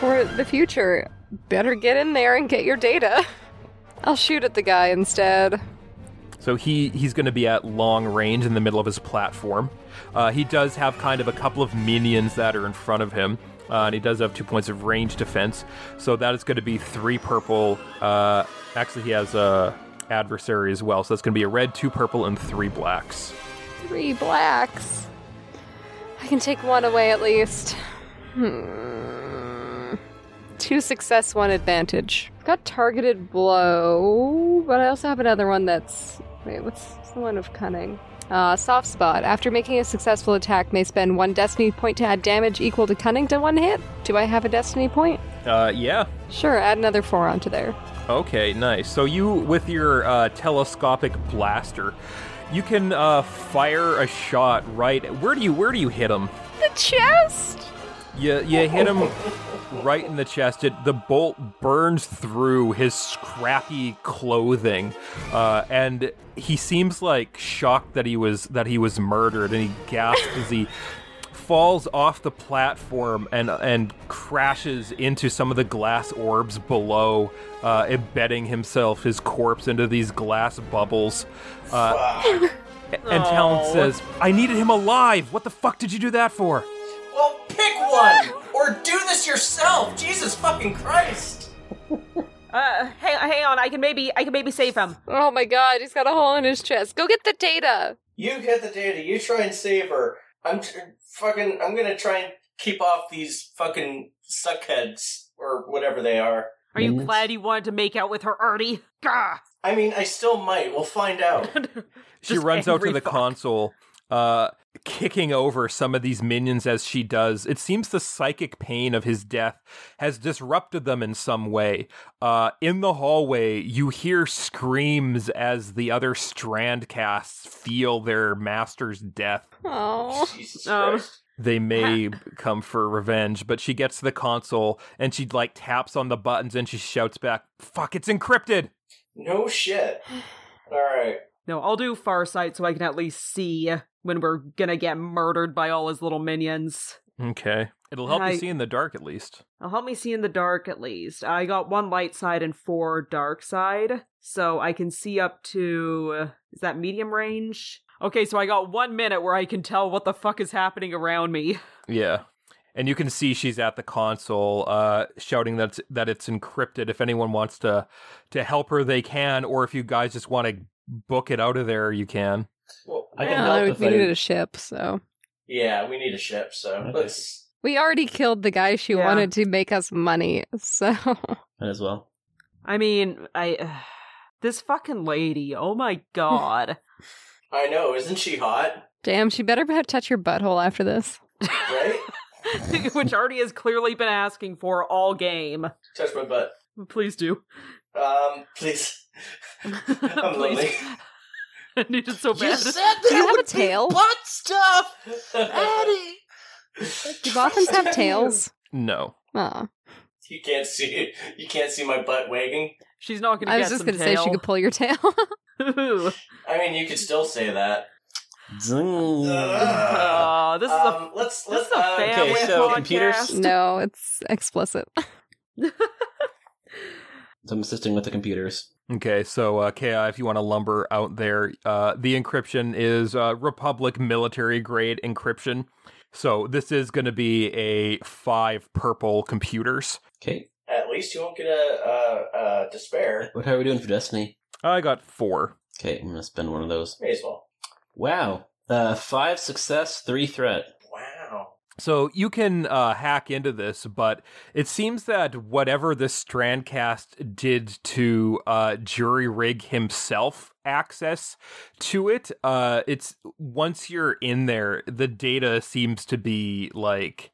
[SPEAKER 5] for the future. Better get in there and get your data. I'll shoot at the guy instead.
[SPEAKER 1] So he he's going to be at long range in the middle of his platform. Uh, he does have kind of a couple of minions that are in front of him. Uh, and he does have two points of range defense. So that is going to be three purple. Uh, actually, he has a adversary as well. So that's going to be a red, two purple, and three blacks.
[SPEAKER 5] Three blacks. I can take one away at least. Hmm. Two success, one advantage. Got targeted blow, but I also have another one that's. Wait, what's what's the one of cunning? Uh, soft spot. After making a successful attack, may spend one destiny point to add damage equal to cunning to one hit. Do I have a destiny point?
[SPEAKER 1] Uh, yeah.
[SPEAKER 5] Sure, add another four onto there.
[SPEAKER 1] Okay, nice. So you, with your uh, telescopic blaster, you can uh, fire a shot right. Where do you where do you hit him?
[SPEAKER 5] The chest!
[SPEAKER 1] You you hit him right in the chest. It, the bolt burns through his scrappy clothing, uh, and he seems like shocked that he was that he was murdered, and he gasps as he falls off the platform and and crashes into some of the glass orbs below, uh, embedding himself his corpse into these glass bubbles. Uh, and Talon
[SPEAKER 2] Aw.
[SPEAKER 1] says, "I needed him alive. What the fuck did you do that for?"
[SPEAKER 3] Well, pick one or do this yourself. Jesus fucking Christ.
[SPEAKER 2] Uh, hang, hang on. I can maybe, I can maybe save him.
[SPEAKER 5] Oh my god, he's got a hole in his chest. Go get the data!
[SPEAKER 3] You get the data. You try and save her. I'm tr- fucking. I'm gonna try and keep off these fucking suckheads or whatever they are.
[SPEAKER 2] Are you
[SPEAKER 4] Yes.
[SPEAKER 2] glad you wanted to make out with her, Ernie? Gah!
[SPEAKER 3] I mean, I still might. We'll find out.
[SPEAKER 1] she
[SPEAKER 2] Just
[SPEAKER 1] runs out to
[SPEAKER 2] angry
[SPEAKER 1] the
[SPEAKER 2] fuck.
[SPEAKER 1] console, uh, kicking over some of these minions as she does. It seems the psychic pain of his death has disrupted them in some way. Uh, in the hallway, you hear screams as the other strand casts feel their master's death.
[SPEAKER 5] Oh.
[SPEAKER 3] Jesus
[SPEAKER 2] Um,
[SPEAKER 3] Christ.
[SPEAKER 1] They may come for revenge, but she gets to the console and she like taps on the buttons and she shouts back, "Fuck! It's encrypted."
[SPEAKER 3] No shit. All right.
[SPEAKER 2] No, I'll do Farsight so I can at least see when we're gonna get murdered by all his little minions.
[SPEAKER 1] Okay, it'll help
[SPEAKER 2] I-
[SPEAKER 1] you see in the dark at least.
[SPEAKER 2] It'll help me see in the dark at least. I got one light side and four dark side, so I can see up to. Is that medium range? Okay, so I got one minute where I can tell what the fuck is happening around me.
[SPEAKER 1] Yeah. And you can see she's at the console, uh, shouting that it's, that it's encrypted. If anyone wants to to help her, they can. Or if you guys just want to book it out of there, you can.
[SPEAKER 3] Well,
[SPEAKER 4] I can
[SPEAKER 5] Yeah,
[SPEAKER 4] help
[SPEAKER 5] we-
[SPEAKER 4] if
[SPEAKER 5] we
[SPEAKER 4] I-
[SPEAKER 5] needed a ship, so.
[SPEAKER 3] yeah, we need a ship, so
[SPEAKER 4] Okay.
[SPEAKER 3] let's.
[SPEAKER 5] We already killed the guy she
[SPEAKER 2] Yeah.
[SPEAKER 5] wanted to make us money, so.
[SPEAKER 4] Might as well.
[SPEAKER 2] I mean, I. this fucking lady, oh my god.
[SPEAKER 3] I know, isn't she hot?
[SPEAKER 5] Damn, she better have touch your butthole after this.
[SPEAKER 3] Right?
[SPEAKER 2] Which Artie has clearly been asking for all game.
[SPEAKER 3] Touch my butt.
[SPEAKER 2] Please do.
[SPEAKER 3] Um, please. I'm lonely.
[SPEAKER 2] Please. I need it so bad.
[SPEAKER 5] Oh, Do you have a tail? Do boffins have tails?
[SPEAKER 1] No.
[SPEAKER 5] Aw.
[SPEAKER 3] You can't see. You can't see my butt wagging.
[SPEAKER 2] She's not gonna
[SPEAKER 5] I
[SPEAKER 2] get
[SPEAKER 5] was just
[SPEAKER 2] some
[SPEAKER 5] gonna
[SPEAKER 2] tail.
[SPEAKER 5] say she could pull your tail.
[SPEAKER 3] I mean, you could still say that.
[SPEAKER 4] Zing.
[SPEAKER 2] Aw, this is a
[SPEAKER 3] Um, let's
[SPEAKER 2] this
[SPEAKER 3] let's.
[SPEAKER 2] is a
[SPEAKER 3] uh,
[SPEAKER 2] family
[SPEAKER 4] okay, so
[SPEAKER 2] podcast.
[SPEAKER 4] computers-
[SPEAKER 5] no, it's explicit.
[SPEAKER 4] So I'm assisting with the computers.
[SPEAKER 1] Okay, so uh, Ki, if you want to lumber out there, uh, the encryption is uh, Republic military grade encryption. So this is going to be a five purple computers.
[SPEAKER 4] Okay.
[SPEAKER 3] At least you won't get a uh, uh, despair.
[SPEAKER 4] What how are we doing for Destiny?
[SPEAKER 1] I got four.
[SPEAKER 4] Okay, I'm gonna spend one of those.
[SPEAKER 3] May as well.
[SPEAKER 4] Wow. Uh, five success, three threat.
[SPEAKER 3] Wow.
[SPEAKER 1] So you can uh, hack into this, but it seems that whatever this Strandcast did to uh, Jury Rig himself access to it, uh, it's once you're in there, the data seems to be like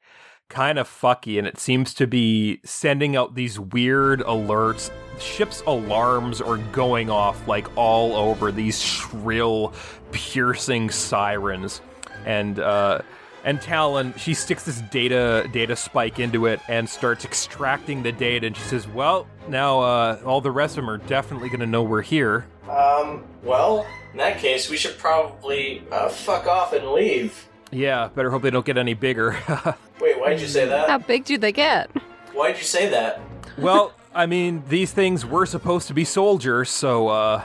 [SPEAKER 1] kind of fucky, and it seems to be sending out these weird alerts. Ship's alarms are going off like all over these shrill, piercing sirens, and. Uh, and Talon, she sticks this data data spike into it and starts extracting the data. And she says, "Well, now uh, all the rest of them are definitely going to know we're here."
[SPEAKER 3] Um. Well, in that case, we should probably uh, fuck off and leave.
[SPEAKER 1] Yeah, better hope they don't get any bigger.
[SPEAKER 3] Wait, why'd you say
[SPEAKER 5] How
[SPEAKER 3] that?
[SPEAKER 5] big do they get?
[SPEAKER 3] Why'd you say that?
[SPEAKER 1] well, I mean, these things were supposed to be soldiers, so uh,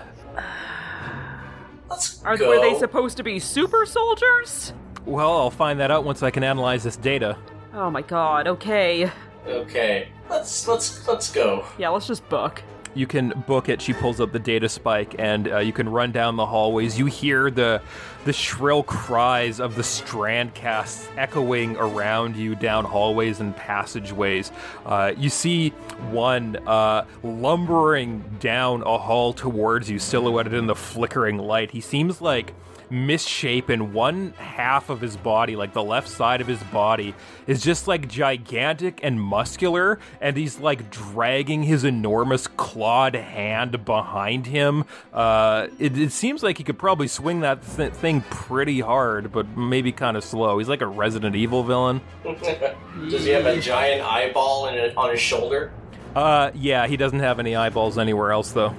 [SPEAKER 3] Let's
[SPEAKER 2] Are
[SPEAKER 3] go.
[SPEAKER 2] were they supposed to be super soldiers?
[SPEAKER 1] well, I'll find that out once I can analyze this data.
[SPEAKER 2] Oh my god, okay.
[SPEAKER 3] Okay. Let's let's let's go.
[SPEAKER 2] Yeah, let's just book.
[SPEAKER 1] You can book it. She pulls up the data spike, and uh, you can run down the hallways. You hear the the shrill cries of the strand casts echoing around you down hallways and passageways. Uh, you see one uh, lumbering down a hall towards you, silhouetted in the flickering light. He seems like misshapen one half of his body like the left side of his body is just like gigantic and muscular and he's like dragging his enormous clawed hand behind him uh, it, it seems like he could probably swing that th- thing pretty hard but maybe kind of slow he's like a resident evil villain
[SPEAKER 3] Does he have a giant eyeball in it, on his shoulder?
[SPEAKER 1] uh, yeah he doesn't have any eyeballs anywhere else though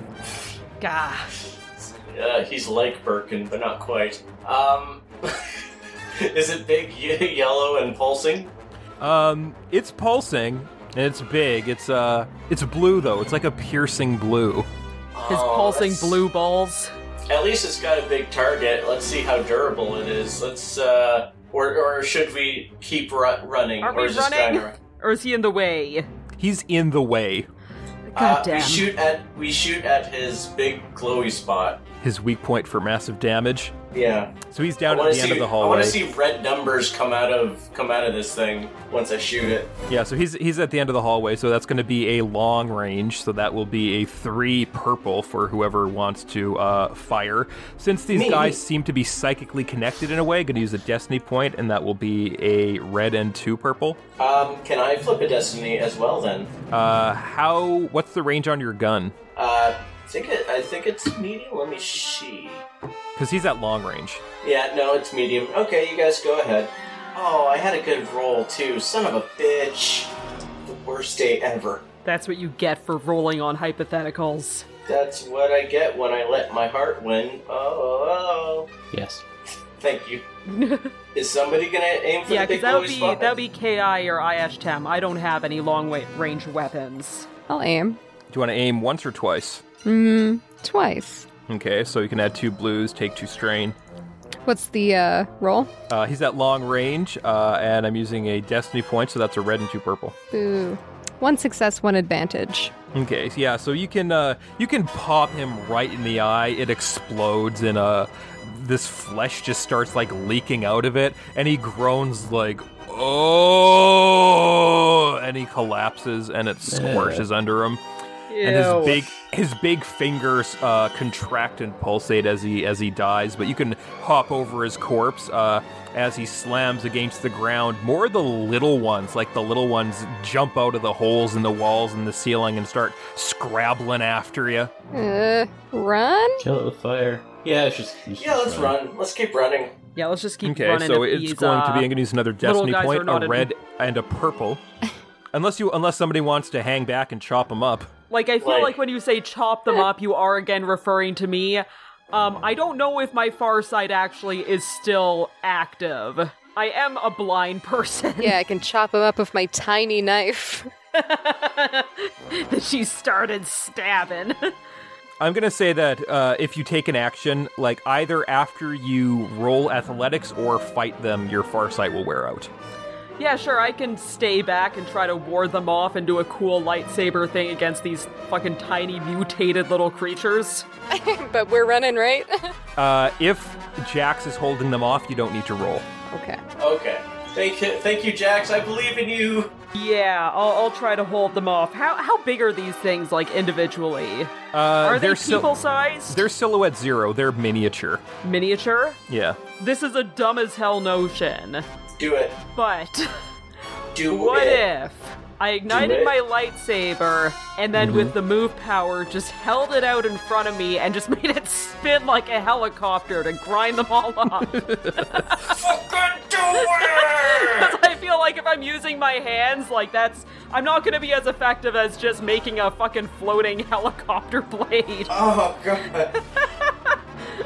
[SPEAKER 2] Gah.
[SPEAKER 3] Uh, he's like Birkin, but not quite. Um, is it big, ye- yellow, and pulsing?
[SPEAKER 1] um, it's pulsing and it's big it's uh it's blue though it's like a piercing blue
[SPEAKER 2] His
[SPEAKER 3] Oh,
[SPEAKER 2] pulsing
[SPEAKER 3] that's-
[SPEAKER 2] blue balls.
[SPEAKER 3] At least it's got a big target. Let's see how durable it is. Let's. uh... Or, or should we keep ru- running?
[SPEAKER 2] Are
[SPEAKER 3] or
[SPEAKER 2] we
[SPEAKER 3] is this guy
[SPEAKER 2] running?
[SPEAKER 3] gonna run?
[SPEAKER 2] Or is he in the way?
[SPEAKER 1] he's in the way
[SPEAKER 2] God
[SPEAKER 3] Uh,
[SPEAKER 2] damn.
[SPEAKER 3] We shoot at we shoot at his big glowy spot.
[SPEAKER 1] his weak point for massive damage.
[SPEAKER 3] Yeah.
[SPEAKER 1] So he's
[SPEAKER 3] I
[SPEAKER 1] down at
[SPEAKER 3] wanna
[SPEAKER 1] the end
[SPEAKER 3] see-
[SPEAKER 1] of the
[SPEAKER 3] I want
[SPEAKER 1] hallway.
[SPEAKER 3] to see red numbers come out of come out of this thing once I shoot it.
[SPEAKER 1] Yeah, so he's he's at the end of the hallway. So that's going to be a long range. So that will be a three purple for whoever wants to uh, fire. Since these
[SPEAKER 3] Me.
[SPEAKER 1] guys seem to be psychically connected in a way, going to use a destiny point, and that will be a red and two purple.
[SPEAKER 3] Um, can I flip a destiny as well then?
[SPEAKER 1] Uh, how? What's the range on your gun?
[SPEAKER 3] Uh, I think it, I think it's medium. Let me see.
[SPEAKER 1] Because he's at long range.
[SPEAKER 3] Yeah, no, it's medium. Okay, you guys go ahead. Oh, I had a good roll too. Son of a bitch. The worst day ever.
[SPEAKER 2] That's what you get for rolling on hypotheticals.
[SPEAKER 3] That's what I get when I let my heart win. Oh, oh, oh.
[SPEAKER 4] Yes.
[SPEAKER 3] thank you. Is somebody gonna aim for
[SPEAKER 2] yeah,
[SPEAKER 3] the big
[SPEAKER 2] because that
[SPEAKER 3] glowy
[SPEAKER 2] would be
[SPEAKER 3] spot?
[SPEAKER 2] that would be Ki or IHTM. I don't have any long wa- range weapons.
[SPEAKER 5] I'll aim.
[SPEAKER 1] Do you want to aim once or twice?
[SPEAKER 5] Mm, twice.
[SPEAKER 1] Okay, so you can add two blues, take two strain.
[SPEAKER 5] What's the uh, roll?
[SPEAKER 1] Uh, he's at long range, uh, and I'm using a destiny point, so that's a red and two purple.
[SPEAKER 5] Boo. One success, one advantage.
[SPEAKER 1] Okay, so yeah, so you can uh, you can pop him right in the eye. It explodes, and uh, this flesh just starts like leaking out of it, and he groans like oh, and he collapses, and it squashes under him, and his big his big fingers uh, contract and pulsate as he as he dies. But you can hop over his corpse. Uh, as he slams against the ground, more of the little ones, like the little ones, jump out of the holes in the walls and the ceiling and start scrabbling after you.
[SPEAKER 5] Uh, run?
[SPEAKER 4] Kill it with fire. Yeah, it's just. it's
[SPEAKER 3] Yeah,
[SPEAKER 4] just
[SPEAKER 3] let's run. Let's keep running.
[SPEAKER 2] Yeah, let's just keep
[SPEAKER 1] Okay,
[SPEAKER 2] running.
[SPEAKER 1] so
[SPEAKER 2] if
[SPEAKER 1] it's
[SPEAKER 2] these,
[SPEAKER 1] going to be.
[SPEAKER 2] uh,
[SPEAKER 1] I'm going to use another
[SPEAKER 2] little
[SPEAKER 1] destiny
[SPEAKER 2] guys are
[SPEAKER 1] point,
[SPEAKER 2] not
[SPEAKER 1] a
[SPEAKER 2] in-
[SPEAKER 1] red and a purple. unless you, unless somebody wants to hang back and chop them up.
[SPEAKER 2] Like I feel
[SPEAKER 3] Like-
[SPEAKER 2] like, when you say chop them up, you are again referring to me. Um, I don't know if my far sight actually is still active. I am a blind person.
[SPEAKER 5] Yeah, I can chop him up with my tiny knife.
[SPEAKER 2] she started stabbing.
[SPEAKER 1] I'm gonna say that uh, if you take an action, like either after you roll athletics or fight them, your farsight will wear out.
[SPEAKER 2] yeah, sure, I can stay back and try to ward them off and do a cool lightsaber thing against these fucking tiny mutated little creatures.
[SPEAKER 5] but we're running, right?
[SPEAKER 1] Uh, if Jax is holding them off, you don't need to roll.
[SPEAKER 5] okay.
[SPEAKER 3] Okay. Thank you, thank you, Jax. I believe in you.
[SPEAKER 2] Yeah, I'll, I'll try to hold them off. How how big are these things like individually?
[SPEAKER 1] Uh,
[SPEAKER 2] Are they
[SPEAKER 1] they're sil-
[SPEAKER 2] people sized?
[SPEAKER 1] they're silhouette zero. They're miniature.
[SPEAKER 2] miniature.
[SPEAKER 1] Yeah.
[SPEAKER 2] This is a dumb as hell notion,
[SPEAKER 3] Do it.
[SPEAKER 2] but
[SPEAKER 3] Do
[SPEAKER 2] what
[SPEAKER 3] it.
[SPEAKER 2] if I ignited
[SPEAKER 3] it.
[SPEAKER 2] my lightsaber and then with the move power just held it out in front of me and just made it spin like a helicopter to grind them all up?
[SPEAKER 3] Fucking do it!
[SPEAKER 2] I feel like if I'm using my hands, like that's I'm not going to be as effective as just making a fucking floating helicopter blade.
[SPEAKER 3] oh god.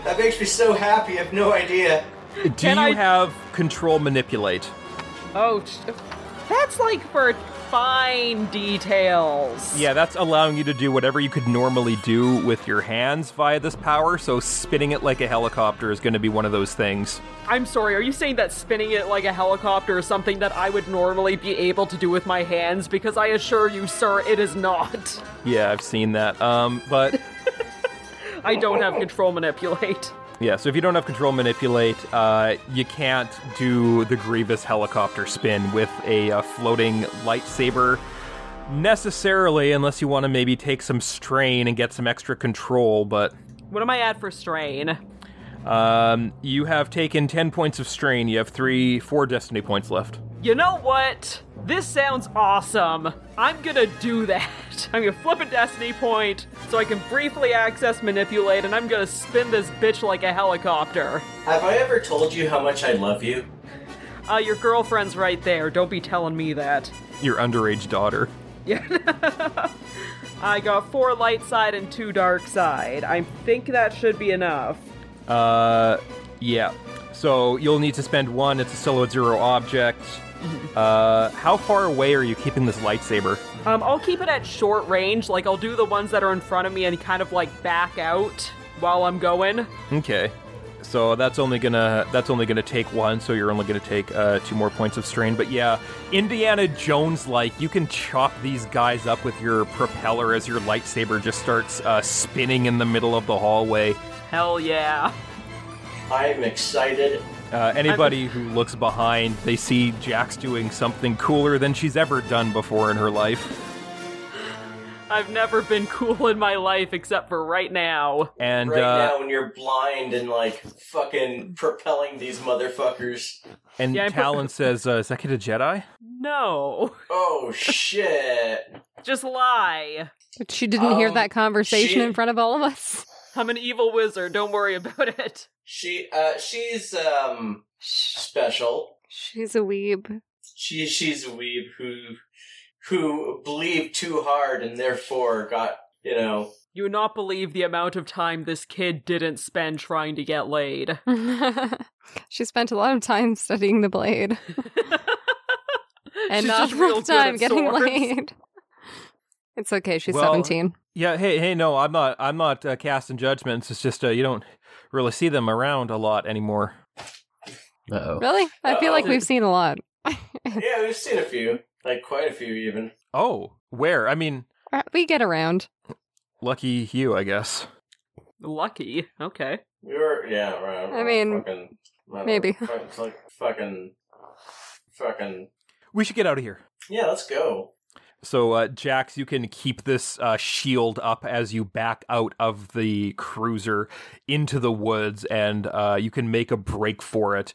[SPEAKER 3] That makes me so happy. I have no idea.
[SPEAKER 1] Do
[SPEAKER 2] Can
[SPEAKER 1] you
[SPEAKER 2] I-
[SPEAKER 1] have control manipulate?
[SPEAKER 2] Oh, sh- That's like for fine details.
[SPEAKER 1] Yeah, that's allowing you to do whatever you could normally do with your hands via this power, so spinning it like a helicopter is going to be one of those things.
[SPEAKER 2] I'm sorry, are you saying that spinning it like a helicopter is something that I would normally be able to do with my hands? Because I assure you, sir, it is not.
[SPEAKER 1] Yeah, I've seen that. Um, but
[SPEAKER 2] I don't have control manipulate.
[SPEAKER 1] yeah, so if you don't have control manipulate, uh, you can't do the Grievous helicopter spin with a uh, floating lightsaber necessarily, unless you want to maybe take some strain and get some extra control. But
[SPEAKER 2] What am I at for strain?
[SPEAKER 1] um, you have taken ten points of strain. You have three, four destiny points left.
[SPEAKER 2] You know what? This sounds awesome. I'm gonna do that. I'm gonna flip a destiny point so I can briefly access manipulate, and I'm gonna spin this bitch like a helicopter.
[SPEAKER 3] Have I ever told you how much I love you?
[SPEAKER 2] Uh, your girlfriend's right there. Don't be telling me that.
[SPEAKER 1] Your underage daughter.
[SPEAKER 2] Yeah. I got four light side and two dark side. I think that should be enough.
[SPEAKER 1] Uh, yeah. So you'll need to spend one. It's a silhouette zero object. Uh, how far away are you keeping this lightsaber?
[SPEAKER 2] Um, I'll keep it at short range. Like I'll do the ones that are in front of me and kind of like back out while I'm going.
[SPEAKER 1] Okay. So that's only gonna that's only gonna take one. So you're only gonna take uh, two more points of strain. But yeah, Indiana Jones like you can chop these guys up with your propeller as your lightsaber just starts uh, spinning in the middle of the hallway.
[SPEAKER 2] Hell yeah.
[SPEAKER 3] I'm excited.
[SPEAKER 1] Uh, anybody who looks behind, they see Jax doing something cooler than she's ever done before in her life.
[SPEAKER 2] I've never been cool in my life except for right now.
[SPEAKER 1] And
[SPEAKER 3] right
[SPEAKER 1] uh,
[SPEAKER 3] now when you're blind and like fucking propelling these motherfuckers.
[SPEAKER 1] and
[SPEAKER 2] Yeah, I'm-
[SPEAKER 1] Talon says, uh, "Is that kid a Jedi?"
[SPEAKER 2] No.
[SPEAKER 3] Oh shit.
[SPEAKER 2] Just lie.
[SPEAKER 5] But she didn't hear
[SPEAKER 3] Um,
[SPEAKER 5] that conversation
[SPEAKER 3] she-
[SPEAKER 5] in front of all of us.
[SPEAKER 2] I'm an evil wizard. Don't worry about it.
[SPEAKER 3] She uh she's um special.
[SPEAKER 5] She's a weeb.
[SPEAKER 3] She she's a weeb who who believed too hard and therefore got you know
[SPEAKER 2] You would not believe the amount of time this kid didn't spend trying to get laid.
[SPEAKER 5] she spent a lot of time studying the blade and
[SPEAKER 2] She's
[SPEAKER 5] not
[SPEAKER 2] just real
[SPEAKER 5] enough
[SPEAKER 2] good at
[SPEAKER 5] time getting
[SPEAKER 2] swords.
[SPEAKER 5] laid. It's okay. She's
[SPEAKER 1] Well,
[SPEAKER 5] 17.
[SPEAKER 1] Yeah. Hey, hey, no, I'm not. I'm not uh, casting judgments. It's just uh, you don't really see them around a lot anymore.
[SPEAKER 4] Uh-oh.
[SPEAKER 5] Really? I feel like
[SPEAKER 3] Uh,
[SPEAKER 5] we've seen a lot.
[SPEAKER 3] yeah we've seen a few like quite a few even
[SPEAKER 1] Oh, where? I mean,
[SPEAKER 5] Uh, We get around.
[SPEAKER 1] lucky you, I guess.
[SPEAKER 2] Lucky. Okay.
[SPEAKER 3] we were yeah around
[SPEAKER 5] I mean,
[SPEAKER 3] fucking, I don't
[SPEAKER 5] maybe.
[SPEAKER 3] know, fuck- it's like fucking fucking
[SPEAKER 1] We should get out of here.
[SPEAKER 3] yeah let's go
[SPEAKER 1] So, uh, Jax, you can keep this uh, shield up as you back out of the cruiser into the woods, and uh, you can make a break for it.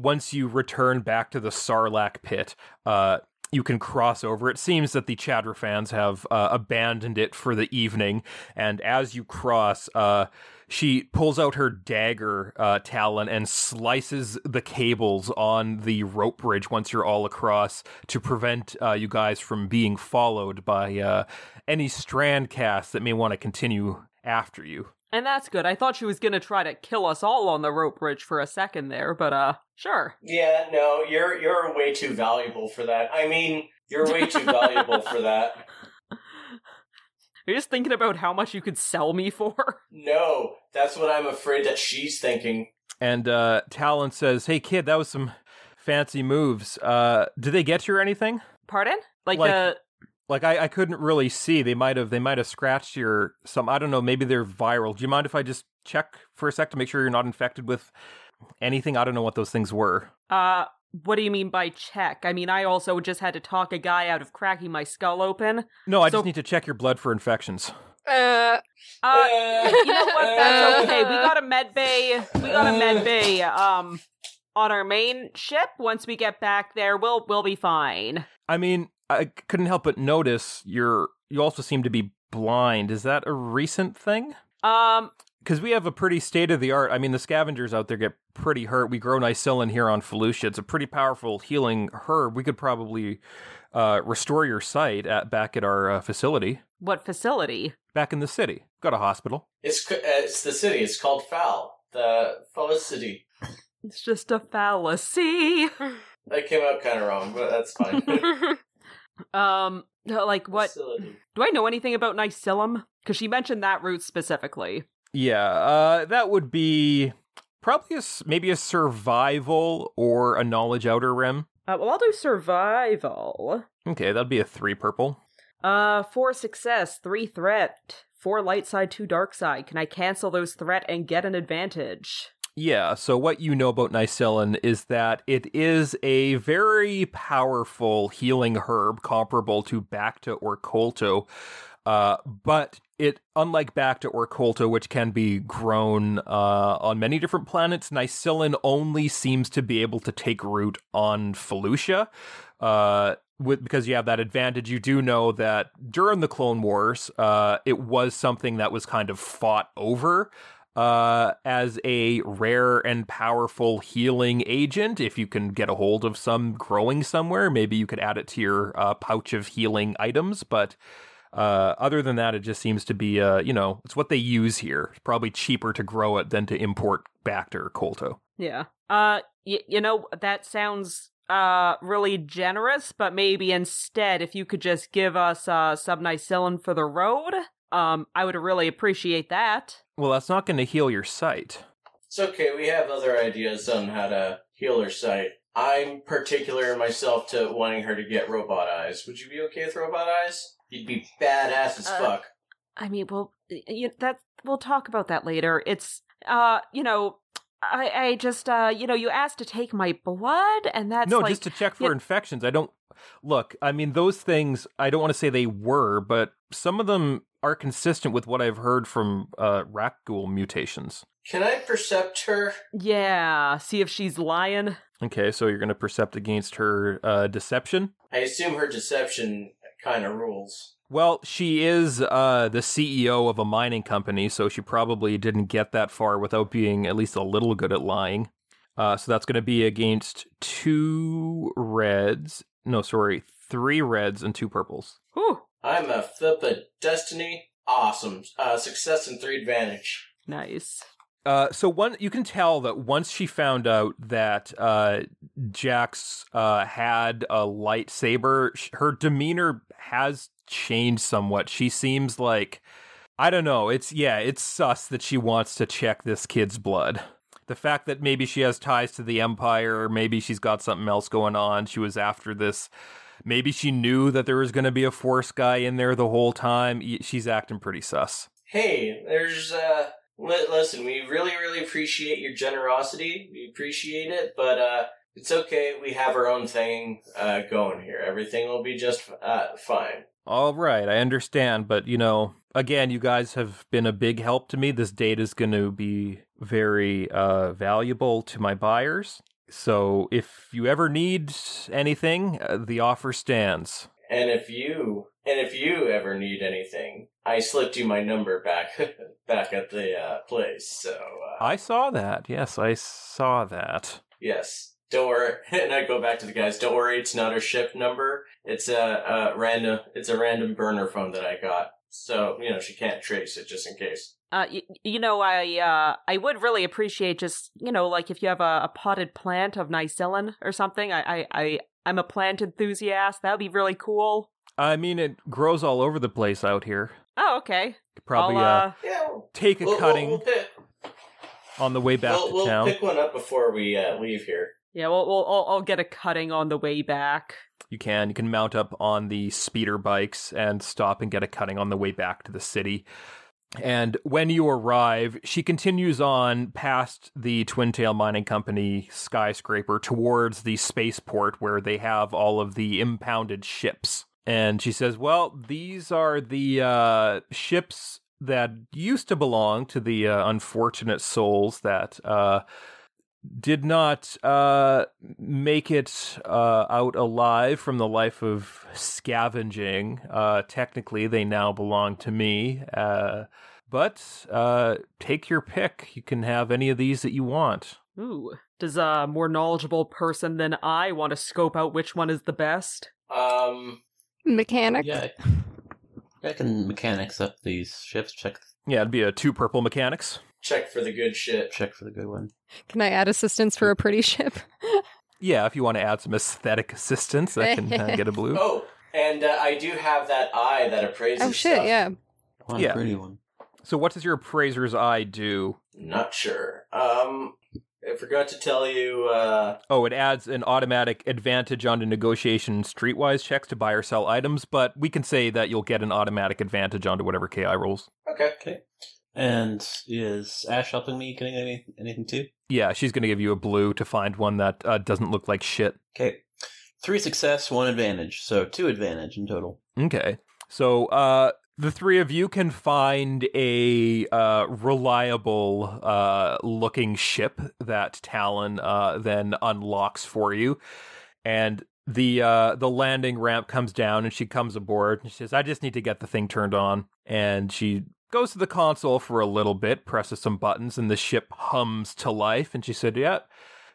[SPEAKER 1] Once you return back to the Sarlacc pit, uh, you can cross over. It seems that the Chadra fans have uh, abandoned it for the evening, and as you cross, uh, she pulls out her dagger uh, talon and slices the cables on the rope bridge once you're all across to prevent uh, you guys from being followed by uh, any strand casts that may want to continue after you.
[SPEAKER 2] And that's good. I thought she was gonna try to kill us all on the rope bridge for a second there, but uh, sure.
[SPEAKER 3] yeah no you're you're way too valuable for that I mean you're way too valuable for that
[SPEAKER 2] You're just thinking about how much you could sell me for.
[SPEAKER 3] no that's what I'm afraid that she's thinking
[SPEAKER 1] And uh, Talon says, "Hey kid, that was some fancy moves. Uh, did they get you or anything?
[SPEAKER 2] Pardon? Like,
[SPEAKER 1] Like-
[SPEAKER 2] uh,
[SPEAKER 1] Like I, I couldn't really see. They might have they might have scratched your some. I don't know. Maybe they're viral. Do you mind if I just check for a sec to make sure you're not infected with anything? I don't know what those things were."
[SPEAKER 2] uh, what do you mean by check? I mean, I also just had to talk a guy out of cracking my skull open.
[SPEAKER 1] No, I
[SPEAKER 2] So-
[SPEAKER 1] just need to check your blood for infections.
[SPEAKER 5] Uh,
[SPEAKER 2] Uh,
[SPEAKER 3] Uh,
[SPEAKER 2] you know what? That's
[SPEAKER 5] Uh.
[SPEAKER 2] okay. We got a med bay. We got a med bay. Um, on our main ship. Once we get back there, we'll we'll be fine.
[SPEAKER 1] I mean, I couldn't help but notice you're you also seem to be blind. Is that a recent thing?
[SPEAKER 2] Um,
[SPEAKER 1] Because we have a pretty state of the art. I mean, the scavengers out there get pretty hurt. We grow Nicillin here on Felucia. It's a pretty powerful healing herb. We could probably uh, restore your sight at, back at our uh, facility,
[SPEAKER 2] what facility?
[SPEAKER 1] back in the city. Got a hospital.
[SPEAKER 3] it's c- uh, it's the city it's called Foul the Felicity
[SPEAKER 2] It's just a fallacy.
[SPEAKER 3] That came out kind of wrong, but that's fine.
[SPEAKER 2] Um, like what?
[SPEAKER 3] Facility.
[SPEAKER 2] Do I know anything about Nicilum? Because she mentioned that root specifically.
[SPEAKER 1] Yeah, uh, that would be probably a s maybe a survival or a knowledge outer rim.
[SPEAKER 2] Uh, well, I'll do survival.
[SPEAKER 1] Okay, that'd be a three purple.
[SPEAKER 2] Uh, four success, three threat, four light side, two dark side. Can I cancel those threat and get an advantage?
[SPEAKER 1] Yeah, so what you know about Nicellin is that it is a very powerful healing herb comparable to Bacta or Colto. Uh, but it, unlike Bacta or Colto, which can be grown uh, on many different planets, Nicellin only seems to be able to take root on Felucia. Uh, with, because you have that advantage, you do know that during the Clone Wars, uh, it was something that was kind of fought over uh, as a rare and powerful healing agent. If you can get a hold of some growing somewhere, maybe you could add it to your uh, pouch of healing items. But uh, other than that, it just seems to be, uh, you know, it's what they use here. It's probably cheaper to grow it than to import Bacter or Colto.
[SPEAKER 2] Yeah. Uh, y- you know that sounds uh really generous, but maybe instead, if you could just give us uh some Nicillin for the road, um, I would really appreciate that.
[SPEAKER 1] Well, that's not going to heal your sight.
[SPEAKER 3] It's okay. We have other ideas on how to heal her sight. I'm particular myself to wanting her to get robot eyes. Would you be okay with robot eyes? You'd be badass as
[SPEAKER 2] Uh,
[SPEAKER 3] fuck.
[SPEAKER 2] I mean, well, y- you, that we'll talk about that later. It's uh, you know, I I just uh, you know, you asked to take my blood, and that's
[SPEAKER 1] no,
[SPEAKER 2] like,
[SPEAKER 1] just to check for
[SPEAKER 2] yeah.
[SPEAKER 1] infections. I don't look. I mean, those things. I don't want to say they were, but some of them are consistent with what I've heard from uh, Rakgul mutations.
[SPEAKER 3] Can I percept her?
[SPEAKER 2] yeah, see if she's lying.
[SPEAKER 1] Okay, so you're going to percept against her uh, deception.
[SPEAKER 3] I assume her deception kind of rules.
[SPEAKER 1] Well, she is uh, the CEO of a mining company, so she probably didn't get that far without being at least a little good at lying. Uh, so that's going to be against two reds. No, sorry, three reds and two purples.
[SPEAKER 2] Whew,
[SPEAKER 3] I'm a flip of destiny. Awesome. Uh, success and three advantage.
[SPEAKER 2] nice.
[SPEAKER 1] Uh, so one, you can tell that once she found out that uh, Jax uh, had a lightsaber, sh- her demeanor has changed somewhat. She seems like I don't know. It's yeah, it's sus that she wants to check this kid's blood. The fact that maybe she has ties to the Empire, or maybe she's got something else going on. She was after this. Maybe she knew that there was going to be a Force guy in there the whole time. Y- She's acting pretty sus.
[SPEAKER 3] Hey, there's, uh, li- listen, we really, really appreciate your generosity. We appreciate it, but, uh, it's okay. We have our own thing, uh, going here. Everything will be just, uh, fine.
[SPEAKER 1] All right, I understand, but you know, again, you guys have been a big help to me. This data is going to be very uh, valuable to my buyers. So if you ever need anything, uh, the offer stands.
[SPEAKER 3] And if you, and if you ever need anything, I slipped you my number back, back at the, uh, place, so, uh,
[SPEAKER 1] I saw that. Yes, I saw that.
[SPEAKER 3] yes. Don't worry, and I go back to the guys. Don't worry, it's not a ship number. It's a, a random, it's a random burner phone that I got. So you know she can't trace it, just in case.
[SPEAKER 2] Uh, y- you know, I uh, I would really appreciate just you know, like if you have a, a potted plant of Nicillin or something. I, I I I'm a plant enthusiast. That would be really cool.
[SPEAKER 1] I mean, it grows all over the place out here.
[SPEAKER 2] Oh, okay.
[SPEAKER 1] Could probably uh,
[SPEAKER 2] I'll, uh,
[SPEAKER 3] Yeah,
[SPEAKER 1] take a
[SPEAKER 3] we'll-
[SPEAKER 1] cutting
[SPEAKER 3] We'll, we'll pick,
[SPEAKER 1] on the way back
[SPEAKER 3] we'll,
[SPEAKER 1] to
[SPEAKER 3] we'll
[SPEAKER 1] town.
[SPEAKER 3] pick one up before we uh, leave here.
[SPEAKER 2] yeah, well, we'll I'll, I'll get a cutting on the way back.
[SPEAKER 1] You can. You can mount up on the speeder bikes and stop and get a cutting on the way back to the city. And when you arrive, she continues on past the Twin Tail Mining Company skyscraper towards the spaceport where they have all of the impounded ships. And she says, Well, these are the uh, ships that used to belong to the uh, unfortunate souls that uh, did not uh, make it uh, out alive from the life of scavenging. Uh, technically, they now belong to me. Uh, but uh, take your pick. You can have any of these that you want.
[SPEAKER 2] Ooh, does a more knowledgeable person than I want to scope out which one is the best?
[SPEAKER 3] Um,
[SPEAKER 5] Mechanic.
[SPEAKER 4] Yeah, I, I can mechanics up these ships. Check
[SPEAKER 1] Yeah, it'd be a two purple mechanics.
[SPEAKER 3] check for the good shit.
[SPEAKER 4] check for the good one.
[SPEAKER 5] Can I add assistance for a pretty ship?
[SPEAKER 1] yeah, if you want to add some aesthetic assistance, I can uh, get a blue.
[SPEAKER 3] Oh, and uh, I do have that eye that appraises.
[SPEAKER 5] Oh shit,
[SPEAKER 3] stuff.
[SPEAKER 5] yeah.
[SPEAKER 4] One
[SPEAKER 1] Yeah.
[SPEAKER 4] pretty one.
[SPEAKER 1] So, what does your appraiser's eye do?
[SPEAKER 3] Not sure. Um, I forgot to tell you. Uh,
[SPEAKER 1] Oh, it adds an automatic advantage onto negotiation and streetwise checks to buy or sell items, but we can say that you'll get an automatic advantage onto whatever KI rolls.
[SPEAKER 3] okay.
[SPEAKER 4] And is Ash helping me getting any anything too?
[SPEAKER 1] Yeah, she's going to give you a blue to find one that uh, doesn't look like shit.
[SPEAKER 4] Okay. Three success, one advantage. So two advantage in total.
[SPEAKER 1] Okay. So uh, the three of you can find a uh, reliable uh, looking ship that Talon uh, then unlocks for you. And the uh, the landing ramp comes down and she comes aboard and she says, I just need to get the thing turned on. And she goes to the console for a little bit, presses some buttons, and the ship hums to life. And she said, Yep,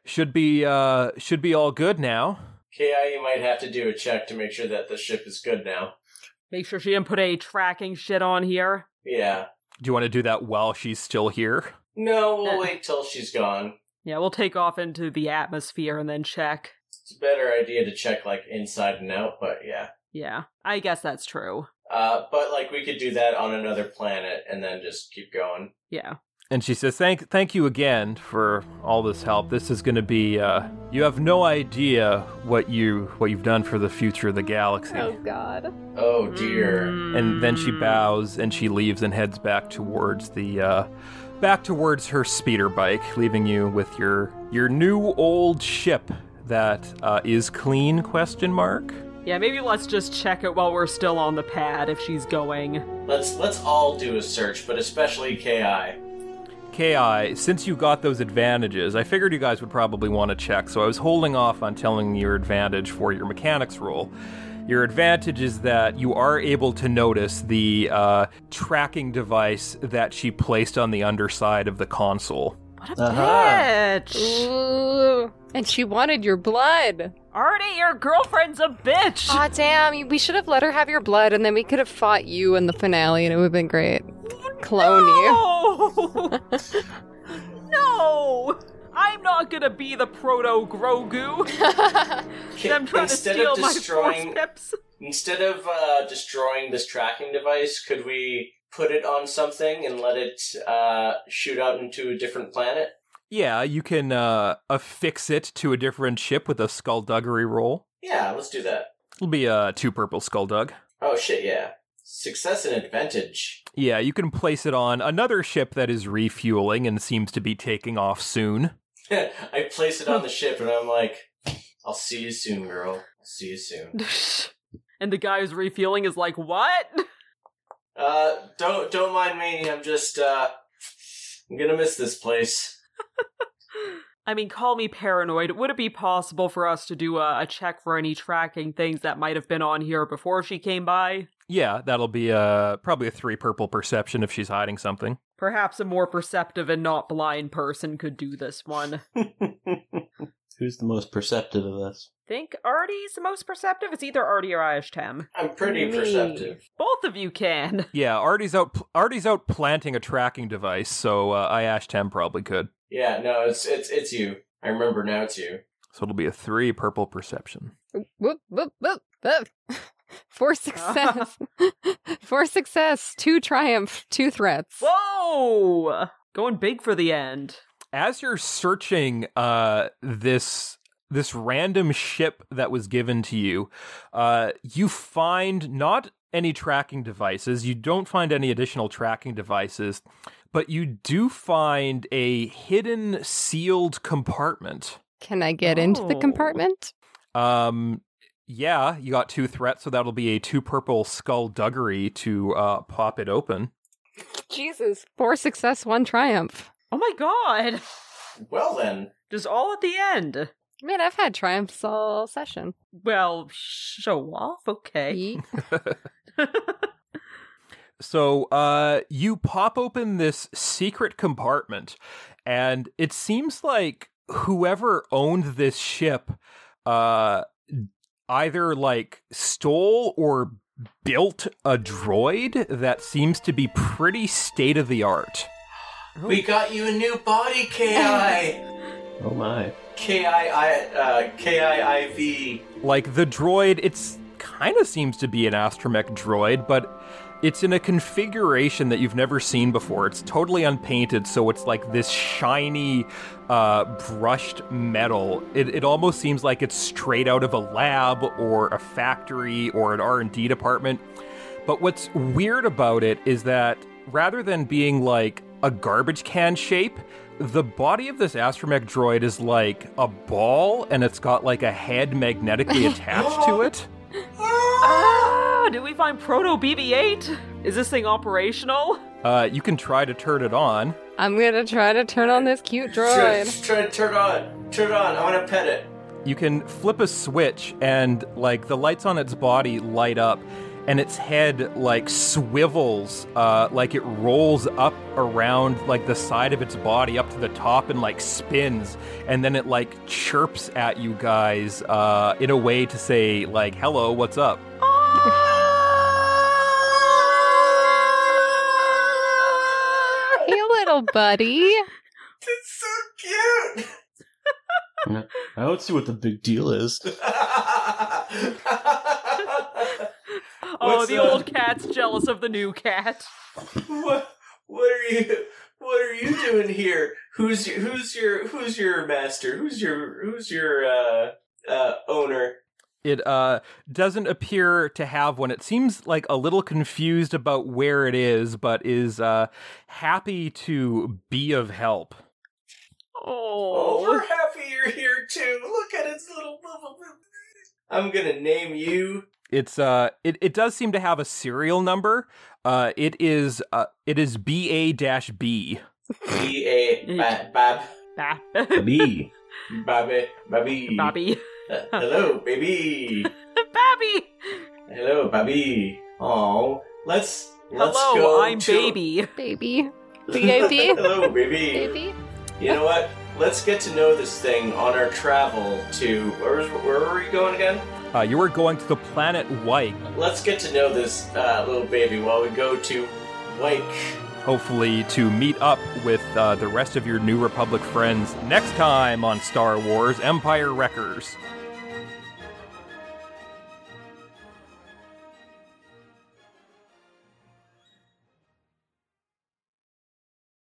[SPEAKER 1] should be uh, should be all good now.
[SPEAKER 3] Ki, you might have to do a check to make sure that the ship is good now.
[SPEAKER 2] Make sure she didn't put any tracking shit on here.
[SPEAKER 3] Yeah.
[SPEAKER 1] Do you want to do that while she's still here?
[SPEAKER 3] No,
[SPEAKER 2] Uh.
[SPEAKER 3] we'll wait till she's gone.
[SPEAKER 2] Yeah, we'll take off into the atmosphere and then check.
[SPEAKER 3] It's a better idea to check like inside and out, but yeah.
[SPEAKER 2] Yeah, I guess that's true.
[SPEAKER 3] Uh, but like we could do that on another planet and then just keep going.
[SPEAKER 2] Yeah.
[SPEAKER 1] And she says, "Thank, thank you again for all this help. This is going to be. Uh, you have no idea what you what you've done for the future of the galaxy."
[SPEAKER 5] Oh god.
[SPEAKER 3] Oh
[SPEAKER 2] Mm.
[SPEAKER 3] dear.
[SPEAKER 1] And then she bows and she leaves and heads back towards the, uh, back towards her speeder bike, leaving you with your your new old ship that uh, is clean? Question mark.
[SPEAKER 2] Yeah, maybe let's just check it while we're still on the pad if she's going.
[SPEAKER 3] Let's let's all do a search, but especially Ki.
[SPEAKER 1] Ki, since you got those advantages, I figured you guys would probably want to check, so I was holding off on telling your advantage for your mechanics roll. Your advantage is that you are able to notice the uh, tracking device that she placed on the underside of the console.
[SPEAKER 2] What a
[SPEAKER 1] Uh-huh.
[SPEAKER 4] Aha.
[SPEAKER 5] Mm.
[SPEAKER 2] bitch!
[SPEAKER 5] Ooh. And she wanted your blood.
[SPEAKER 2] Artie, your girlfriend's a bitch!
[SPEAKER 5] Aw, damn. you- We should have let her have your blood, and then we could have fought you in the finale, and it would have been great. Clone you.
[SPEAKER 2] no! no! I'm not gonna be the proto Grogu.
[SPEAKER 3] Ki-
[SPEAKER 2] and I'm trying
[SPEAKER 3] instead
[SPEAKER 2] to steal
[SPEAKER 3] of destroying
[SPEAKER 2] my force pips.
[SPEAKER 3] instead of uh, destroying this tracking device, could we put it on something and let it uh, shoot out into a different planet?
[SPEAKER 1] Yeah, you can uh, affix it to a different ship with a skullduggery roll.
[SPEAKER 3] Yeah, let's do that.
[SPEAKER 1] It'll be uh, two purple skulldug.
[SPEAKER 3] Oh shit, yeah. Success and advantage.
[SPEAKER 1] Yeah, you can place it on another ship that is refueling and seems to be taking off soon.
[SPEAKER 3] I place it on the ship and I'm like, I'll see you soon, girl. I'll see you soon.
[SPEAKER 2] and the guy who's refueling is like, what?
[SPEAKER 3] Uh, don't don't mind me. I'm just uh, I'm gonna miss this place.
[SPEAKER 2] I mean, call me paranoid. Would it be possible for us to do a, a check for any tracking things that might have been on here before she came by?
[SPEAKER 1] Yeah, that'll be uh probably a three purple perception if she's hiding something.
[SPEAKER 2] Perhaps a more perceptive and not blind person could do this one.
[SPEAKER 4] Who's the most perceptive of us?
[SPEAKER 2] Think Artie's the most perceptive? It's either Artie or Ishtam.
[SPEAKER 3] I'm pretty
[SPEAKER 5] Me.
[SPEAKER 3] perceptive.
[SPEAKER 2] Both of you can.
[SPEAKER 1] Yeah, Artie's out. Artie's out planting a tracking device, so uh, I ash ten probably could.
[SPEAKER 3] Yeah, no, it's it's it's you. I remember now. It's you.
[SPEAKER 1] So it'll be a three purple perception.
[SPEAKER 5] Whoop, whoop, whoop, whoop. For success. For success. Two triumph. Two threats.
[SPEAKER 2] Whoa! Going big for the end.
[SPEAKER 1] As you're searching uh this this random ship that was given to you, uh, you find not any tracking devices. You don't find any additional tracking devices, but you do find a hidden sealed compartment.
[SPEAKER 5] Can I get into the
[SPEAKER 2] Oh.
[SPEAKER 5] compartment?
[SPEAKER 1] Um, yeah, you got two threats, so that'll be a two purple skullduggery to uh, pop it open.
[SPEAKER 5] Jesus. Four success, one triumph.
[SPEAKER 2] Oh my god!
[SPEAKER 3] Well then,
[SPEAKER 2] Just all at the end.
[SPEAKER 5] Man, I've had triumphs all session.
[SPEAKER 2] Well, show off, okay.
[SPEAKER 5] Yeet.
[SPEAKER 1] So uh, you pop open this secret compartment, and it seems like whoever owned this ship uh, either like stole or built a droid that seems to be pretty state of the art.
[SPEAKER 3] we got you a new body, Ki.
[SPEAKER 4] Oh my.
[SPEAKER 3] K I I uh, K I I V.
[SPEAKER 1] Like the droid, it's kind of seems to be an astromech droid, but it's in a configuration that you've never seen before. It's totally unpainted, so it's like this shiny, uh, brushed metal. It, it almost seems like it's straight out of a lab or a factory or an R and D department. But what's weird about it is that rather than being like a garbage can shape, the body of this astromech droid is like a ball, and it's got like a head magnetically attached to it.
[SPEAKER 2] Ah, did we find Proto BB-8? Is this thing operational?
[SPEAKER 1] Uh, you can try to turn it on.
[SPEAKER 5] I'm gonna try to turn on this cute
[SPEAKER 3] Try,
[SPEAKER 5] droid.
[SPEAKER 3] try to turn it on. Turn it on. I want to pet it.
[SPEAKER 1] You can flip a switch, and like the lights on its body light up, and its head like swivels, uh, like it rolls up around like the side of its body up to the top and like spins, and then it like chirps at you guys uh, in a way to say like, "Hello, what's up?"
[SPEAKER 5] Hey, little buddy.
[SPEAKER 3] It's so cute.
[SPEAKER 4] I don't see what the big deal is.
[SPEAKER 2] Oh,
[SPEAKER 3] What's
[SPEAKER 2] the
[SPEAKER 3] the-
[SPEAKER 2] old cat's jealous of the new cat.
[SPEAKER 3] what? What are you? What are you doing here? Who's your, who's your who's your master? Who's your who's your uh, uh, owner?
[SPEAKER 1] It uh, doesn't appear to have one. It seems like a little confused about where it is, but is uh, happy to be of help.
[SPEAKER 3] Oh,
[SPEAKER 2] Oh,
[SPEAKER 3] we're happy you're here too. Look at its little. I'm gonna name you.
[SPEAKER 1] It's uh, it, it does seem to have a serial number. Uh, it is uh, it is B A dash B.
[SPEAKER 3] B A Bab Bab
[SPEAKER 2] Bah.
[SPEAKER 4] Me.
[SPEAKER 3] Babby Babby.
[SPEAKER 2] Bobby.
[SPEAKER 3] Uh, hello, baby.
[SPEAKER 2] Babby!
[SPEAKER 3] hello, Babby. Oh, let's let's
[SPEAKER 2] Hello,
[SPEAKER 3] go.
[SPEAKER 2] I'm
[SPEAKER 3] to-
[SPEAKER 2] Baby.
[SPEAKER 5] Baby. B.A.B.?
[SPEAKER 3] hello, baby.
[SPEAKER 5] Baby.
[SPEAKER 3] You know what? Let's get to know this thing on our travel to where is, where are we going again?
[SPEAKER 1] Uh, you are going to the planet White.
[SPEAKER 3] Let's get to know this uh, little baby while we go to Wake.
[SPEAKER 1] Hopefully, to meet up with uh, the rest of your New Republic friends next time on Star Wars Empire Wreckers.